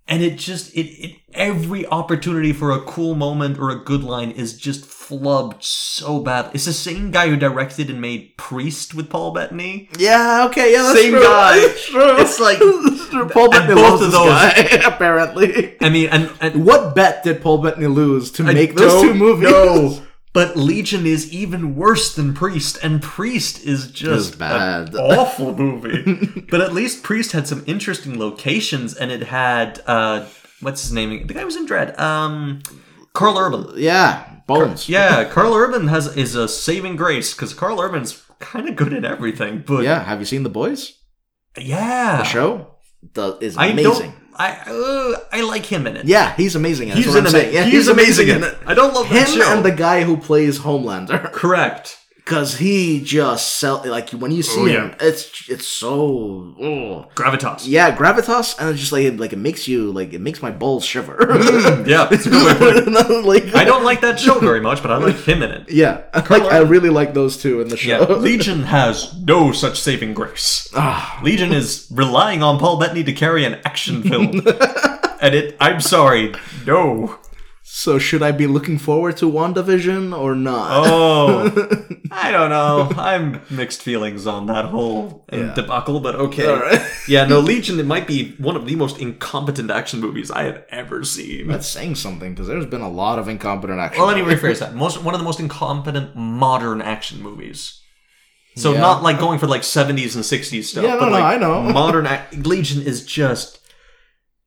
A: And it just it, it every opportunity for a cool moment or a good line is just flubbed so bad. It's the same guy who directed and made Priest with Paul Bettany.
B: Yeah, okay, yeah, that's
A: Same [laughs]
B: true.
A: guy.
B: That's true.
A: It's like-
B: That's true. Paul
A: and
B: Bettany
A: both
B: loves
A: of
B: this guy, [laughs] apparently.
A: I mean, and, and
B: What bet did Paul Bettany lose to make those two movies?
A: No, [laughs] but Legion is even worse than Priest, and Priest is just
B: It's bad. [laughs]
A: an awful movie. but at least Priest had some interesting locations, and it had uh, what's his name? The guy who was in Dread. Um, Carl Urban.
B: [laughs] Yeah, Bones. [laughs]
A: Yeah, Carl Urban has is a saving grace because Carl Urban's kind of good at everything. But yeah,
B: Yeah, have you seen The Boys?
A: yeah,
B: The show the, is
A: I
B: amazing.
A: don't. I uh, I like him in it.
B: Yeah, he's amazing. In it,
A: He's,
B: is what
A: in
B: I'm
A: amazing.
B: saying. Yeah,
A: he's, amazing in it. I don't love that
B: Him
A: show.
B: and the guy who plays Homelander, [laughs]
A: Correct.
B: because he just sell like when you see
A: Oh,
B: him, it's it's so. oh.
A: Gravitas.
B: Yeah, gravitas, and it's just like it, like it makes you like it makes my balls shiver.
A: Yeah,
B: [laughs]
A: it's a good way to put it.
B: like,
A: I don't Mm, like that show very much, but I like him in it.
B: Yeah, [laughs] like, I really like those two in the
A: Yeah,
B: show. [laughs]
A: Legion has no such saving grace.
B: Ah,
A: Legion is relying on Paul Bettany to carry an action [laughs] film, and it. I'm sorry, no.
B: so should I be looking forward to WandaVision or not?
A: Oh, [laughs] I don't know. I'm mixed feelings on that whole um, debacle, but okay.
B: All right.
A: Yeah, no, Legion. It might be one of the most incompetent action movies I have ever seen.
B: That's saying something because there's been a lot of incompetent action.
A: Well, let me rephrase that. Most one of the most incompetent modern action movies. So
B: Yeah.
A: not like going for like seventies and sixties stuff.
B: Yeah, no,
A: but
B: no,
A: like
B: I know. [laughs]
A: modern ac- Legion is just.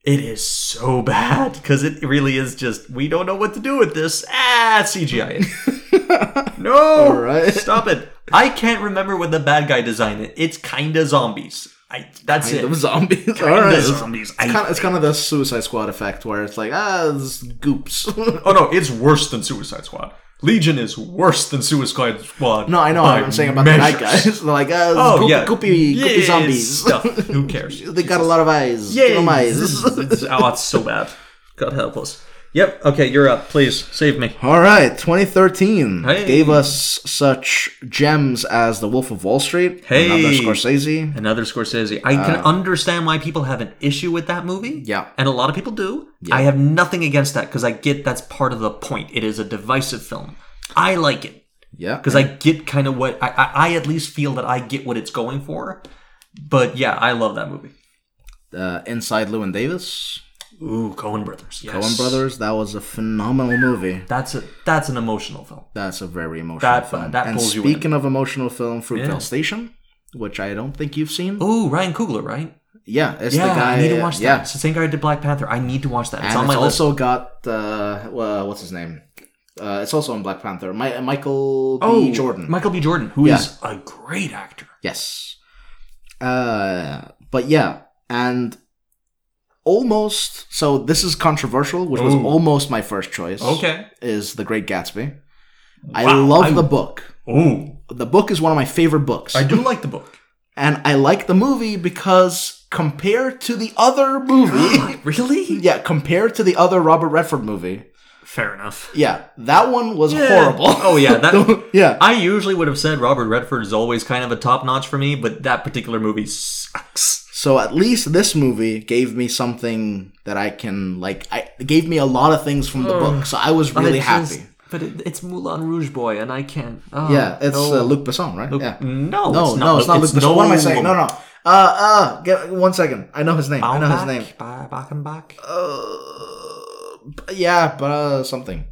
A: It is so bad because it really is just we don't know what to do with this. Ah,
B: [laughs]
A: CGI. it. no,
B: Alright.
A: stop it. I can't remember when the bad guy designed it. It's kinda zombies. I that's
B: Kind
A: it.
B: of
A: [laughs]
B: zombies.
A: Kinda
B: All right. It's
A: zombies. I
B: kind of, it's
A: think.
B: kind of the Suicide Squad effect where it's like ah, this goops. [laughs]
A: Oh no, it's worse than Suicide Squad. Legion is worse than Suicide Squad.
B: no, I know.
A: by
B: I'm saying about the
A: measures.
B: bad guys. [laughs] They're like ah,
A: Oh
B: goopy,
A: yeah,
B: goopy,
A: Yeah,
B: goopy zombies. [laughs]
A: Stuff. Who cares?
B: they got a lot of eyes.
A: Yeah,
B: Give 'em eyes.
A: oh, it's so bad. God help us. Yep. Okay, you're up. Please save me.
B: All right, 2013
A: Hey.
B: gave us such gems as The Wolf of Wall Street,
A: Hey.
B: another Scorsese.
A: Another Scorsese. I can understand why people have an issue with that movie.
B: Uh, Yeah.
A: And a lot of people do. I have nothing against that because I get that's part of the point. It is a divisive film. I like it.
B: Yeah,
A: because I get kind of what I, I, I at least feel that I get what it's going for. But yeah, I love that movie.
B: uh, Inside Lewin Davis,
A: Ooh, Cohen Brothers. Yes.
B: Coen Brothers. That was a phenomenal movie.
A: That's a that's an emotional film.
B: That's a very emotional
A: That- uh,
B: film.
A: that
B: and
A: pulls you in.
B: speaking of emotional film, Fruitvale
A: Yeah.
B: Station, which I don't think you've seen.
A: Ooh, Ryan Coogler, right?
B: Yeah, it's
A: yeah,
B: the guy.
A: I need to watch that.
B: yeah.
A: It's the same guy who did Black Panther. I need to watch that. It's
B: and
A: on
B: it's
A: my list.
B: also got uh, well, uh, what's his name? Uh, it's also on Black Panther. My, Michael B.
A: Oh,
B: Jordan.
A: Michael B. Jordan, who is
B: Yeah.
A: a great actor.
B: Yes. Uh, but yeah, and almost. So this is controversial, which was
A: Ooh.
B: almost my first choice.
A: Oh. Okay.
B: is The Great Gatsby. I
A: Wow,
B: love
A: I-
B: the book.
A: Oh,
B: The book is one of my favorite books,
A: I do like the book. [laughs]
B: and I like the movie because compared to the
A: [gasps]
B: other movie, [gasps]
A: really?
B: yeah, compared to the other Robert Redford movie,
A: Fair enough.
B: yeah, that one was
A: Yeah. [laughs]
B: horrible. [laughs]
A: Oh, [laughs] yeah, that-
B: yeah,
A: I usually would have said Robert Redford is always kind of a top notch for me, but that particular movie sucks.
B: So at least this movie gave me something that I can like. I it gave me a lot of things from the book, so I was really happy.
A: but it, it's Moulin Rouge boy, and I can't. Oh,
B: Yeah, it's
A: no.
B: uh, Luc Besson, right? yeah.
A: No,
B: No,
A: it's not,
B: no, it's not Luc Besson.
A: no-
B: what am I saying? No, no. Uh, uh, get one second. I know his name. I know his
A: Baumbach?
B: name.
A: Ba- Bachenbach?
B: Uh, yeah, but uh, something.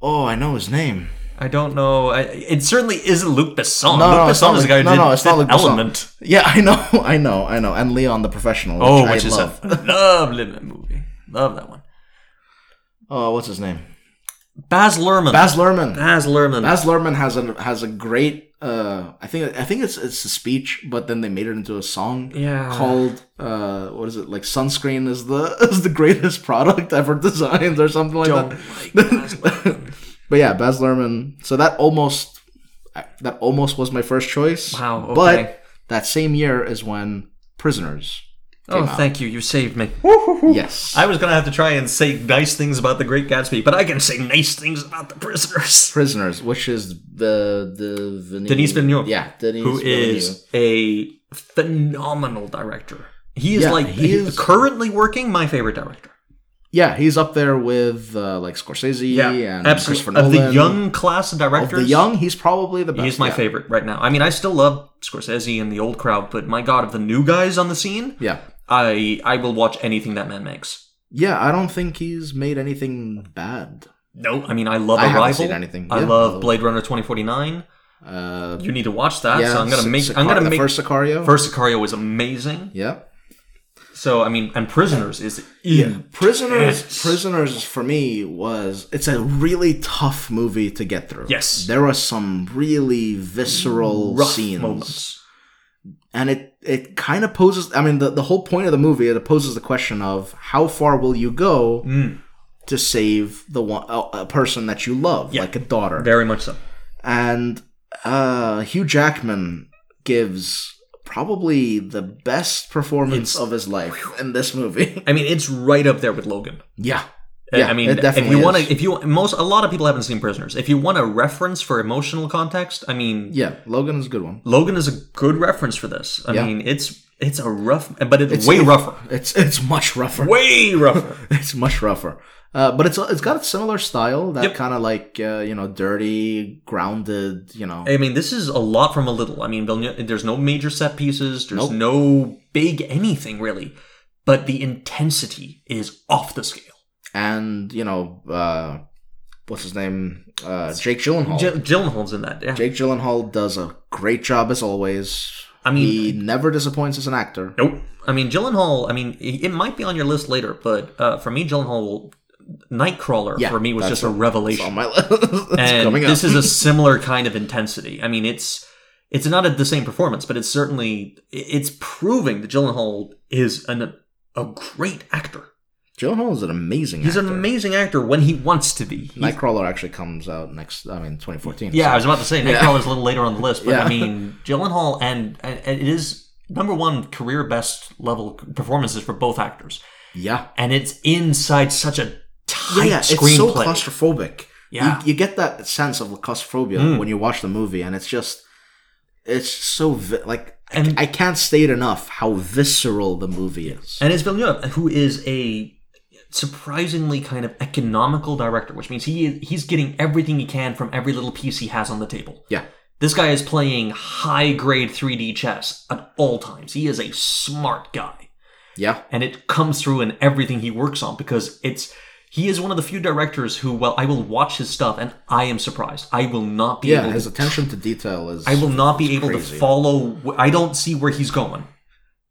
B: Oh, I know his name.
A: I don't know. I, it certainly isn't Luke Besson.
B: No,
A: Luke
B: no, it's
A: Besson
B: not
A: is a
B: Luc-
A: guy who
B: no,
A: did
B: no, it's not
A: Fifth
B: Luc Besson.
A: Element.
B: Yeah, [laughs] I know, I know, I know. And Leon the Professional. Which
A: Oh,
B: I
A: which is
B: love.
A: a [laughs] lovely movie. Love that one.
B: oh, what's his name?
A: Baz Luhrmann.
B: Baz Luhrmann.
A: Baz Luhrmann.
B: Baz Luhrmann has a has a great uh I think I think it's it's a speech, but then they made it into a song
A: Yeah.
B: called uh what is it like sunscreen is the [laughs] is the greatest product ever designed or something like
A: Don't
B: that.
A: like
B: [laughs]
A: Baz Luhrmann.
B: but yeah, Baz Luhrmann. So that almost that almost was my first choice.
A: Wow, okay.
B: But that same year is when Prisoners.
A: oh,
B: came out.
A: thank you. You saved me.
B: Yes.
A: I was going to have to try and say nice things about The Great Gatsby, but I can say nice things about The
B: [laughs]
A: Prisoners.
B: Prisoners, which is the the Villeneuve-
A: Denis Villeneuve.
B: Yeah, Denise
A: Who is a phenomenal director. He is
B: Yeah,
A: like,
B: he
A: he
B: is-
A: is currently working my favorite director.
B: Yeah, he's up there with uh, like Scorsese and Christopher
A: Of
B: Nolan.
A: the young class of
B: of
A: directors.
B: the young, he's probably the best.
A: He's my
B: yeah.
A: favorite right now. I mean, I still love Scorsese and the old crowd, but my god, of the new guys on the scene,
B: Yeah,
A: I I will watch anything that man makes.
B: yeah. I don't think he's made anything bad.
A: No, I mean, I love
B: I haven't
A: Arrival.
B: seen anything.
A: I
B: Yeah.
A: love Blade Runner 2049.
B: Uh,
A: You need to watch that.
B: yeah,
A: so I'm gonna
B: Si-
A: make.
B: Sicario-
A: I'm gonna
B: the
A: make. First,
B: first Sicario.
A: Sicario is amazing.
B: yeah.
A: So I mean, and Prisoners is
B: Yeah, prisoners.
A: Yes.
B: Prisoners for me was it's a really tough movie to get through.
A: Yes.
B: there were some really visceral
A: rough
B: scenes,
A: moments.
B: and it it kind of poses. I mean, the the whole point of the movie it poses the question of how far will you go
A: Mm,
B: to save the one a, a person that you love,
A: Yeah.
B: like a daughter.
A: very much so.
B: And uh, Hugh Jackman gives probably the best performance
A: It's-
B: of his life in this movie. [laughs]
A: I mean, it's right up there with Logan.
B: yeah,
A: Yeah,
B: Yeah,
A: I mean,
B: it
A: if
B: definitely
A: you want
B: is.
A: to, if you most, a lot of people haven't seen Prisoners. If you want a reference for emotional context, I mean,
B: yeah. Logan is a good one.
A: Logan is a good reference for this. I
B: Yeah.
A: mean, it's it's a rough, but it's, way
B: [laughs]
A: rougher,
B: It's it's much rougher.
A: way rougher.
B: It's much rougher. Uh, but it's it's got a similar style that
A: Yep.
B: kind of like uh, you know dirty, grounded. You know,
A: I mean, this is a lot from a little. I mean, Villeneuve- there's no major set pieces. There's
B: Nope.
A: no big anything really, but the intensity is off the scale.
B: and you know uh, what's his name? Uh, Jake Gyllenhaal.
A: Gy- Gyllenhaal's in that. Yeah.
B: Jake Gyllenhaal does a great job as always.
A: I mean-
B: he never disappoints as an actor.
A: Nope. I mean, Gyllenhaal. I mean, it it might be on your list later, but uh, for me, Gyllenhaal, will- Nightcrawler
B: Yeah,
A: for me was
B: that's
A: just a
B: it. It's
A: revelation.
B: on my list. [laughs] It's
A: and
B: coming up.
A: this is
B: [laughs]
A: a similar kind of intensity. I mean, it's it's not at the same performance, but it's certainly it's proving that Gyllenhaal is an a great actor.
B: Gyllenhaal is an amazing.
A: He's
B: actor.
A: an amazing actor when he wants to be. He's-
B: Nightcrawler actually comes out next. I mean,
A: yeah,
B: 2014.
A: I
B: so-
A: was about to say Nightcrawler's a little later on the list, but
B: Yeah.
A: I
B: [laughs]
A: mean Gyllenhaal and, and and it is number one career best level performances for both actors,
B: yeah,
A: and it's inside such a
B: yeah.
A: tight
B: yeah, It's so
A: screenplay.
B: claustrophobic.
A: Yeah. Mm.
B: you, you get that sense of claustrophobia when you watch the movie, and it's just, it's so vi- like
A: And-
B: I can't state enough how visceral the movie is.
A: And it's Villeneuve, who is a surprisingly kind of economical director, which means he he's getting everything he can from every little piece he has on the table.
B: yeah,
A: This guy is playing high grade 3D chess at all times. He is a smart guy,
B: yeah,
A: and it comes through in everything he works on because it's he is one of the few directors who well I will watch his stuff and I am surprised. I will not be
B: yeah.
A: able
B: His
A: to
B: attention to detail is.
A: I will not be able
B: crazy.
A: to follow. wh- I don't see where he's going.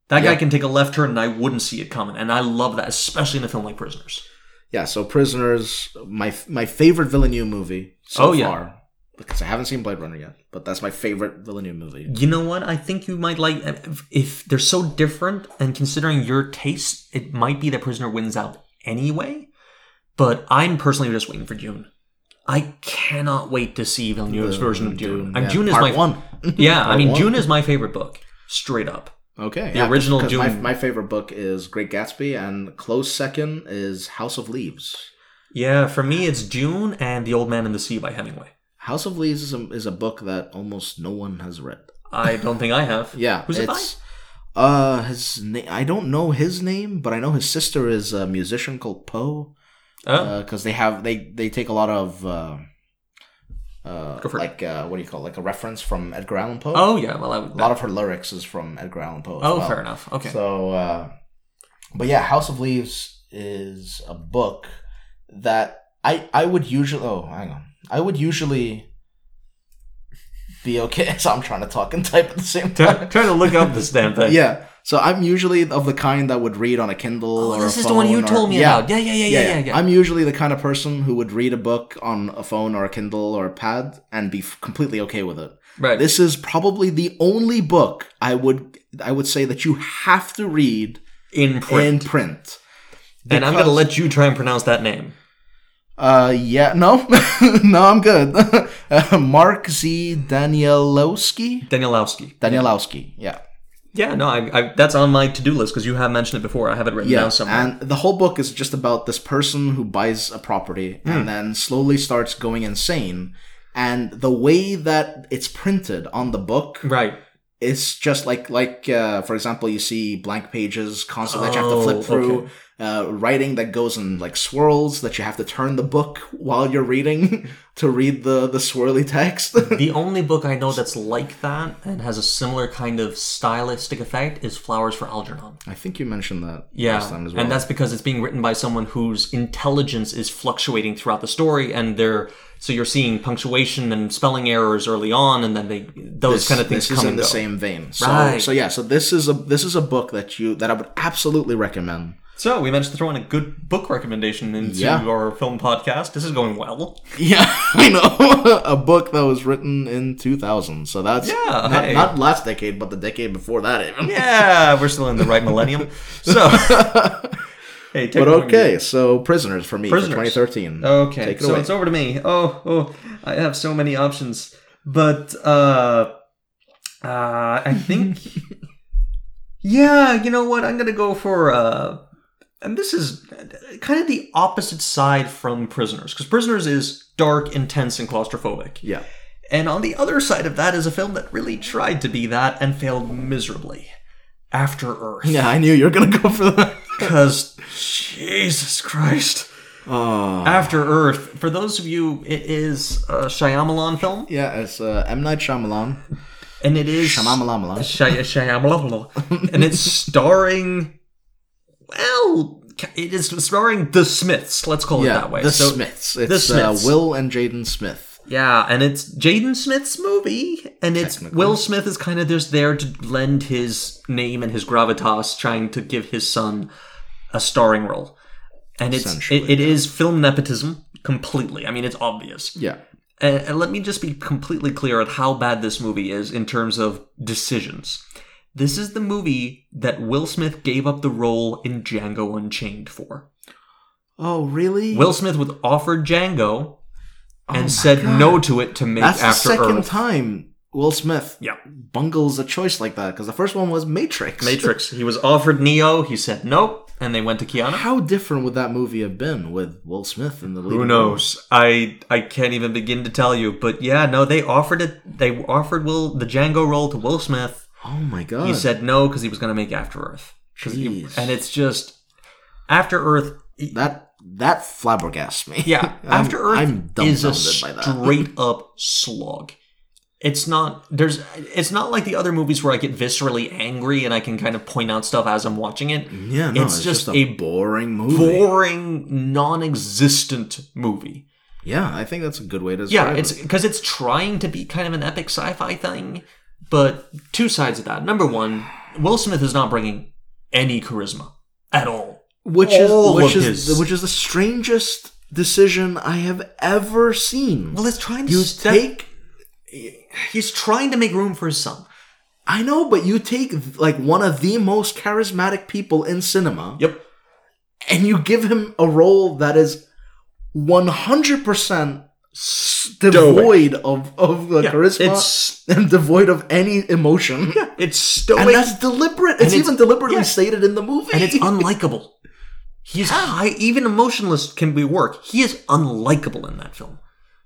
A: That guy
B: Yeah.
A: can take a left turn and I wouldn't see it coming. And I love that, especially in a film like Prisoners.
B: yeah, so Prisoners, my my favorite Villeneuve movie so
A: Oh, yeah.
B: far because I haven't seen Blade Runner yet, but that's my favorite Villeneuve movie.
A: You know what? I think you might like if- if they're so different, and considering your taste, it might be that Prisoner wins out anyway. But I'm personally just waiting for June. I cannot wait to see Villeneuve's version of June. and
B: yeah,
A: June is
B: part
A: my [laughs]
B: one.
A: yeah. I
B: Part
A: mean,
B: one.
A: June is my favorite book, straight up.
B: Okay,
A: The original
B: 'cause My,
A: Dune.
B: my favorite book is Great Gatsby, and close second is House of Leaves.
A: Yeah, for me, it's June and The Old Man and the Sea by Hemingway.
B: House of Leaves is a, is a book that almost no one has read.
A: I don't think I have.
B: [laughs] Yeah,
A: who's it by?
B: it's, Uh, his name. I don't know his name, but I know his sister is a musician called Poe.
A: Oh,
B: because Uh, they have they they take a lot of uh, uh,
A: Go for it.
B: like uh, what do you call it? like a reference from Edgar Allan Poe.
A: oh yeah. Well, I would.
B: a lot of her lyrics is from Edgar Allan Poe. As
A: oh,
B: well.
A: fair enough. Okay.
B: So, uh, but yeah, House of Leaves is a book that I I would usually oh hang on I would usually be okay. [laughs] So I'm trying to talk and type at the same
A: [laughs] Try
B: time.
A: trying to look up this damn thing.
B: [laughs] yeah. So I'm usually of the kind that would read on a Kindle.
A: Oh,
B: or
A: this
B: a
A: is the one you
B: phone or-
A: told me
B: yeah,
A: about. Yeah, yeah, yeah,
B: yeah,
A: yeah, yeah. yeah.
B: I'm usually the kind of person who would read a book on a phone or a Kindle or a pad and be f- completely okay with it.
A: right.
B: This is probably the only book I would I would say that you have to read
A: in print.
B: in print.
A: and I'm going to let you try and pronounce that name.
B: Uh, yeah, no, [laughs] no, I'm good. [laughs] uh, Mark Z. Danielowski,
A: Danielowski.
B: Danielowski, yeah,
A: Yeah, no, I, I, that's on my to do list because you have mentioned it before. I have it written
B: yeah.
A: down somewhere.
B: And the whole book is just about this person who buys a property
A: Hmm.
B: and then slowly starts going insane. And the way that it's printed on the book [laughs]
A: right.
B: it's just like like uh, for example you see blank pages constantly that you have to
A: Oh,
B: flip through
A: okay.
B: uh, writing that goes in like swirls that you have to turn the book while you're reading [laughs] to read the the swirly text [laughs]
A: The only book I know that's like that and has a similar kind of stylistic effect is Flowers for Algernon.
B: i think you mentioned that
A: Yeah,
B: last time as well
A: and that's because it's being written by someone whose intelligence is fluctuating throughout the story, and they're so you're seeing punctuation and spelling errors early on, and then they those kind of things
B: this
A: come
B: is
A: and
B: in the
A: go.
B: same vein so
A: Right.
B: so yeah so this is a this is a book that you that i would absolutely recommend [laughs]
A: So we managed to throw in a good book recommendation into
B: Yeah.
A: our film podcast. This is going
B: [laughs]
A: well.
B: yeah i know [laughs] a book that was written in 2000 so that's
A: Yeah,
B: not,
A: hey.
B: not last decade but the decade before that even
A: Yeah, we're still in the right millennium.
B: [laughs]
A: So, hey, take
B: But
A: it away.
B: okay, so prisoners for me
A: Prisoners.
B: for 2013.
A: Okay,
B: take it
A: so
B: away.
A: it's over to me. Oh, oh, I have so many options, but uh, uh, I
B: [laughs]
A: think, yeah, you know what? I'm gonna go for uh, and this is kind of the opposite side from Prisoners, because Prisoners is dark, intense, and claustrophobic.
B: yeah,
A: And on the other side of that is a film that really tried to be that and failed miserably. After Earth, [laughs]
B: [laughs] yeah, I knew you were gonna go for that.
A: because Jesus Christ.
B: Oh,
A: After Earth, for those of you, it is a Shyamalan film,
B: yeah, it's uh, M Night Shyamalan.
A: and it is
B: Shyamalan.
A: Shy- Shyamalan, and it's starring. Well, it is starring the Smiths. Let's call
B: Yeah,
A: it that way.
B: the
A: So-
B: Smiths. It's
A: Smiths.
B: Uh, Will and Jaden Smith.
A: Yeah, and it's Jaden Smith's movie, and it's
B: Technically.
A: Will Smith is kind of just there to lend his name and his gravitas, trying to give his son a starring role. And it's
B: Essentially,
A: it, it is film nepotism completely. I mean, it's obvious.
B: Yeah,
A: And, and let me just be completely clear on how bad this movie is in terms of decisions. This is the movie that Will Smith gave up the role in Django Unchained for.
B: Oh, really?
A: Will Smith was offered Django
B: Oh my
A: and said
B: God.
A: no to it to make
B: That's the
A: After
B: second
A: Earth.
B: time Will Smith
A: Yeah.
B: bungles a choice like that because the first one was Matrix.
A: Matrix. He was offered Neo. He said nope, and they went to Keanu.
B: How different would that movie have been with Will Smith in the lead?
A: Who knows? I I can't even begin to tell you. But yeah, no, they offered it. They offered Will the Django role to Will Smith.
B: Oh my god!
A: He said no because he was going to make After Earth. 'Cause he-
B: Jeez.
A: and it's just After Earth.
B: that that flabbergasts me.
A: Yeah,
B: [laughs] I'm-
A: After Earth
B: I'm
A: is a
B: dumbfounded by that.
A: straight up slog. It's not there's it's not like the other movies where I get viscerally angry and I can kind of point out stuff as I'm watching it.
B: [laughs] Yeah, no,
A: It's
B: it's,
A: just
B: just,
A: a
B: a boring movie.
A: Boring, non-existent movie.
B: yeah, I think that's a good way to
A: Yeah,
B: describe
A: it's
B: it.
A: because it's trying to be kind of an epic sci-fi thing, but two sides of that. Number one, Will Smith is not bringing any charisma at all
B: which is
A: All
B: which
A: of
B: is
A: his-
B: the- which is the strangest decision I have ever seen.
A: Well, it's trying to
B: you
A: step-
B: take
A: He's trying to make room for his son.
B: I know, but you take like one of the most charismatic people in cinema
A: Yep.
B: and you give him a role that is 100% s- devoid of, of the
A: Yeah,
B: charisma
A: it's
B: [laughs] and devoid of any emotion.
A: it's stoic
B: [laughs] And
A: and,
B: that's deliberate. It's,
A: it's-
B: even deliberately
A: yeah.
B: stated in the movie.
A: it's unlikable. He's high. Even emotionless can be work. He is unlikable in that film.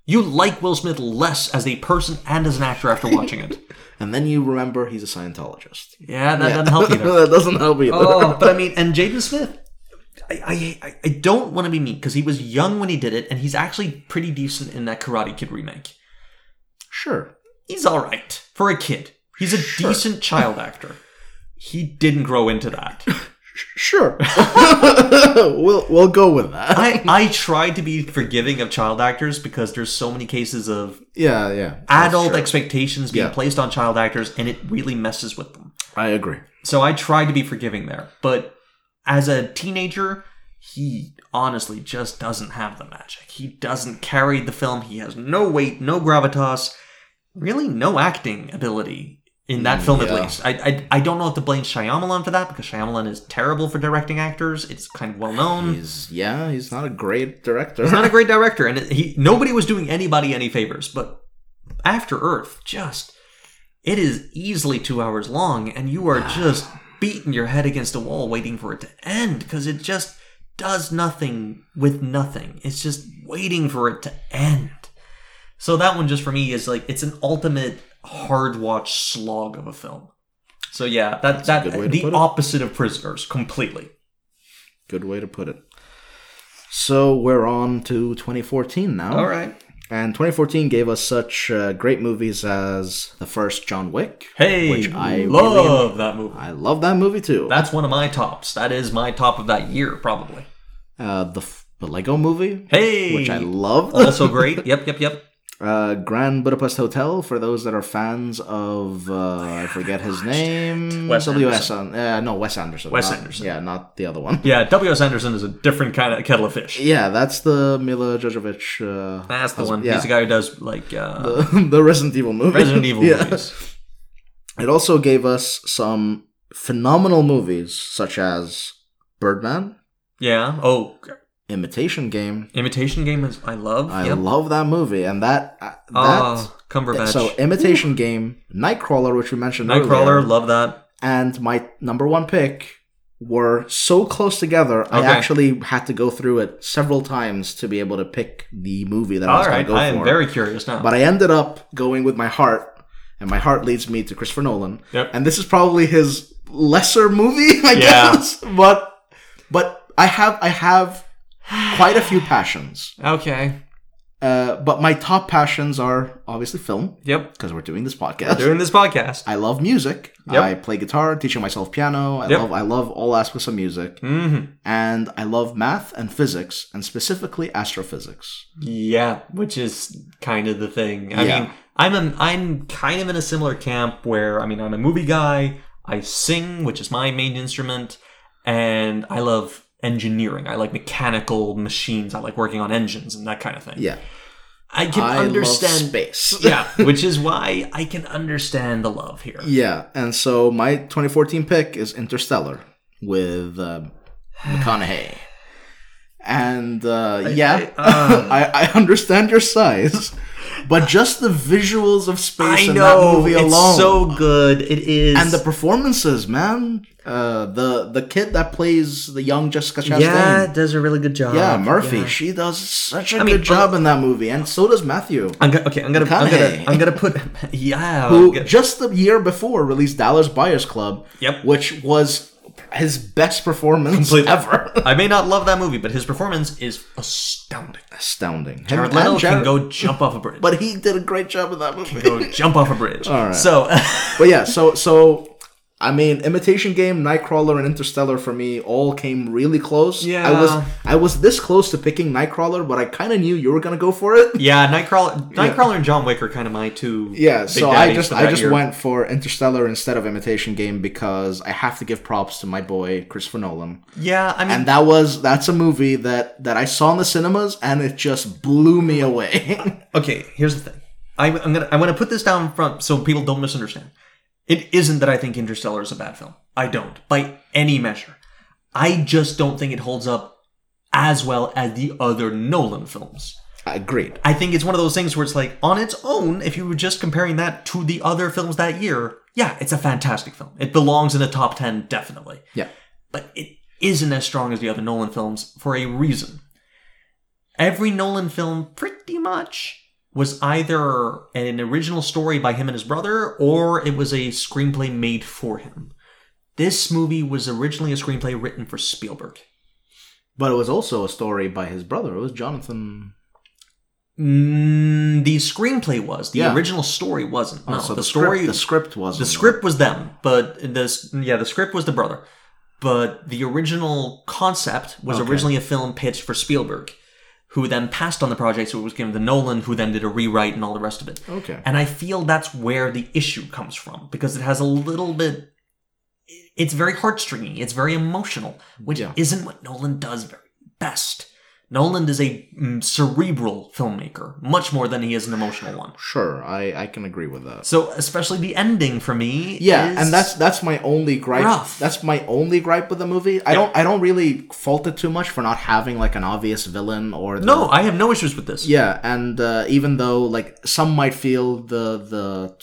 A: You like Will Smith less as a person and as an actor after watching it.
B: [laughs] and then you remember he's a Scientologist.
A: Yeah, that
B: Yeah.
A: doesn't
B: [laughs]
A: help either.
B: that doesn't help either.
A: oh, but I mean, and Jaden Smith. I, I, I don't want to be mean because he was young when he did it, and he's actually pretty decent in that Karate Kid remake.
B: [laughs] Sure.
A: He's all right for a kid. He's a
B: Sure.
A: decent child actor. [laughs] He didn't grow into that. [laughs]
B: Sure. [laughs] we'll we'll go with that.
A: I, I try to be forgiving of child actors because there's so many cases of
B: yeah, yeah. that's
A: adult
B: true.
A: expectations being
B: Yeah.
A: placed on child actors, and it really messes with them.
B: I agree.
A: So I tried to be forgiving there, but as a teenager, he honestly just doesn't have the magic. He doesn't carry the film. He has no weight, no gravitas, really no acting ability in that
B: Mm,
A: film
B: yeah.
A: at least. I, I I don't know if to blame Shyamalan for that because Shyamalan is terrible for directing actors. It's kind of well known.
B: He's yeah, he's not a great director.
A: Um, He's not a great director, and he nobody was doing anybody any favors. But After Earth, just it is easily two hours long, and you
B: [sighs]
A: are just beating your head against a wall waiting for it to end because it just does nothing with nothing. It's just waiting for it to end. So that one just for me is like it's an ultimate hard watch slog of a film. So yeah, that
B: a good way
A: that
B: to
A: the
B: put it.
A: opposite of Prisoners completely.
B: [laughs] Good way to put it. So we're on to 2014 now.
A: All right.
B: And 2014 gave us such uh, great movies as the first John Wick.
A: Hey,
B: Which I
A: love that movie.
B: I love that movie too.
A: That's one of my tops. That is my top of that year, probably.
B: uh, the, f- the Lego movie,
A: Hey, Oh.
B: which I loved.
A: also great. [laughs] Yep, yep, yep.
B: uh, Grand Budapest Hotel for those that are fans of uh, I forget his name.
A: Wes
B: W.S. An- uh, no, Wes Anderson.
A: Wes
B: not-
A: Anderson.
B: Yeah, not the other one. [laughs]
A: Yeah, W.S. Anderson is a different kind of kettle of fish.
B: Yeah, that's the Mila Jovovich. Uh,
A: That's the one.
B: yeah.
A: He's the guy who does like uh,
B: the, [laughs] the Resident Evil movie.
A: Resident Evil
B: [laughs] Yeah.
A: movies.
B: It also gave us some phenomenal movies such as Birdman,
A: Yeah. Oh,
B: Imitation Game.
A: Imitation Game is I love.
B: I
A: yep.
B: love that movie, and that uh, that.
A: Oh, Cumberbatch.
B: so, um, Imitation Game, Nightcrawler, which we mentioned earlier,
A: Nightcrawler, love that.
B: and my number one pick were so close together. I
A: Okay.
B: actually had to go through it several times to be able to pick the movie that I
A: All
B: was
A: right,
B: going to go
A: I am
B: for.
A: very curious now.
B: but I ended up going with my heart, and my heart leads me to Christopher Nolan.
A: Yep.
B: And this is probably his lesser movie, I
A: Yeah.
B: guess. But but I have I have quite a few passions.
A: okay.
B: Uh, but my top passions are obviously film
A: Yep.
B: because we're doing this podcast.
A: Doing this podcast.
B: I love music.
A: Yep.
B: I play guitar, teaching myself piano. I
A: Yep.
B: love I love all aspects of music,
A: Mm-hmm.
B: and I love math and physics, and specifically astrophysics.
A: Yeah, which is kind of the thing. I
B: Yeah.
A: mean, I'm a, I'm kind of in a similar camp where I mean, I'm a movie guy. I sing, which is my main instrument, and I love engineering. I like mechanical machines. I like working on engines and that kind of thing.
B: Yeah,
A: I can
B: I love
A: understand.
B: space.
A: [laughs] yeah, which is why I can understand the love here.
B: Yeah, and so my 2014 pick is Interstellar with um McConaughey. And uh, yeah,
A: I- um.
B: [laughs] I, I understand your size, but just the visuals of space
A: I
B: in
A: know
B: that movie
A: it's
B: alone,
A: so good. It is,
B: and the performances, man. Uh, the the kid that plays the young Jessica Chastain,
A: yeah, it does a really good job.
B: yeah, Murphy,
A: Yeah.
B: she does such a
A: I
B: good
A: mean,
B: job in that movie, and so does Matthew.
A: I'm gonna, okay, I'm gonna, I'm gonna,
B: McConaughey.
A: I'm gonna put, [laughs] yeah, I'm
B: who
A: gonna-
B: just the year before released Dallas Buyers Club,
A: Yep.
B: which was his best performance
A: Completely.
B: ever. [laughs]
A: [laughs] I may not love that movie, but his performance is astounding.
B: Astounding. Him
A: Jared
B: and
A: Leto can
B: Jared-
A: go jump off a bridge.
B: but [laughs] he did a great job in that movie.
A: go jump off a bridge.
B: All right.
A: So,
B: but yeah, so so I mean, Imitation Game, Nightcrawler, and Interstellar for me all came really close. I was
A: Yeah.
B: I was this close to picking Nightcrawler, but I kind of knew you were gonna go for it.
A: [laughs] Yeah, Nightcrawler, Nightcrawler, and John Wick are kind of my two.
B: [laughs] Yeah,
A: big
B: so I
A: daddies
B: just
A: for
B: I
A: that
B: just
A: year.
B: went for Interstellar instead of Imitation Game because I have to give props to my boy Christopher Nolan.
A: Yeah, I mean,
B: And that was that's a movie that that I saw in the cinemas and it just blew me away. [laughs]
A: okay. Here's the thing. I, I'm gonna I want to put this down front so people don't misunderstand. It isn't that I think Interstellar is a bad film. I don't by any measure. I just don't think it holds up as well as the other Nolan films.
B: Agreed.
A: I think it's one of those things where it's like on its own. If you were just comparing that to the other films that year, yeah, it's a fantastic film. It belongs in the top ten definitely.
B: Yeah.
A: but it isn't as strong as the other Nolan films for a reason. Every Nolan film, pretty much, was either an original story by him and his brother, or it was a screenplay made for him. This movie was originally a screenplay written for Spielberg.
B: But it was also a story by his brother. It was Jonathan.
A: Mm, the screenplay was. The
B: Yeah.
A: original story wasn't. No,
B: Oh, so
A: the, story,
B: script, the script was
A: The script was them, but this yeah, the script was the brother. But the original concept was
B: Okay.
A: originally a film pitched for Spielberg, who then passed on the project, so it was given to Nolan, who then did a rewrite and all the rest of it.
B: Okay.
A: And I feel that's where the issue comes from because it has a little bit. It's very heartstringy. It's very emotional, which
B: Yeah.
A: isn't what Nolan does very best. Nolan is a mm, cerebral filmmaker, much more than he is an emotional one.
B: Sure, I, I can agree with that.
A: So, especially the ending for me.
B: Yeah,
A: is-
B: and that's that's my only gripe.
A: rough.
B: That's my only gripe with the movie. I
A: Yeah.
B: don't I don't really fault it too much for not having like an obvious villain or the-
A: No, I have no issues with this.
B: Yeah, and uh, even though like some might feel the the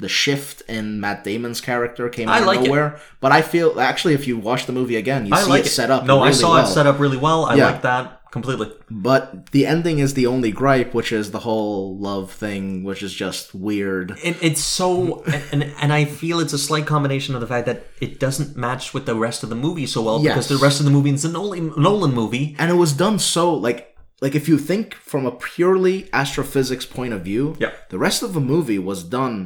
B: the shift in Matt Damon's character came
A: I
B: out
A: like
B: of
A: it.
B: nowhere, but I feel actually if you watch the movie again, you
A: I
B: see
A: like
B: it, set up.
A: No, I
B: really
A: saw
B: well.
A: it set up really well. I
B: Yeah.
A: like that completely.
B: But the ending is the only gripe, which is the whole love thing, which is just weird.
A: It, it's so, and, and and I feel it's a slight combination of the fact that it doesn't match with the rest of the movie so well
B: Yes.
A: because the rest of the movie is a Nolan, Nolan movie.
B: and it was done so like like if you think from a purely astrophysics point of view
A: Yeah.
B: the rest of the movie was done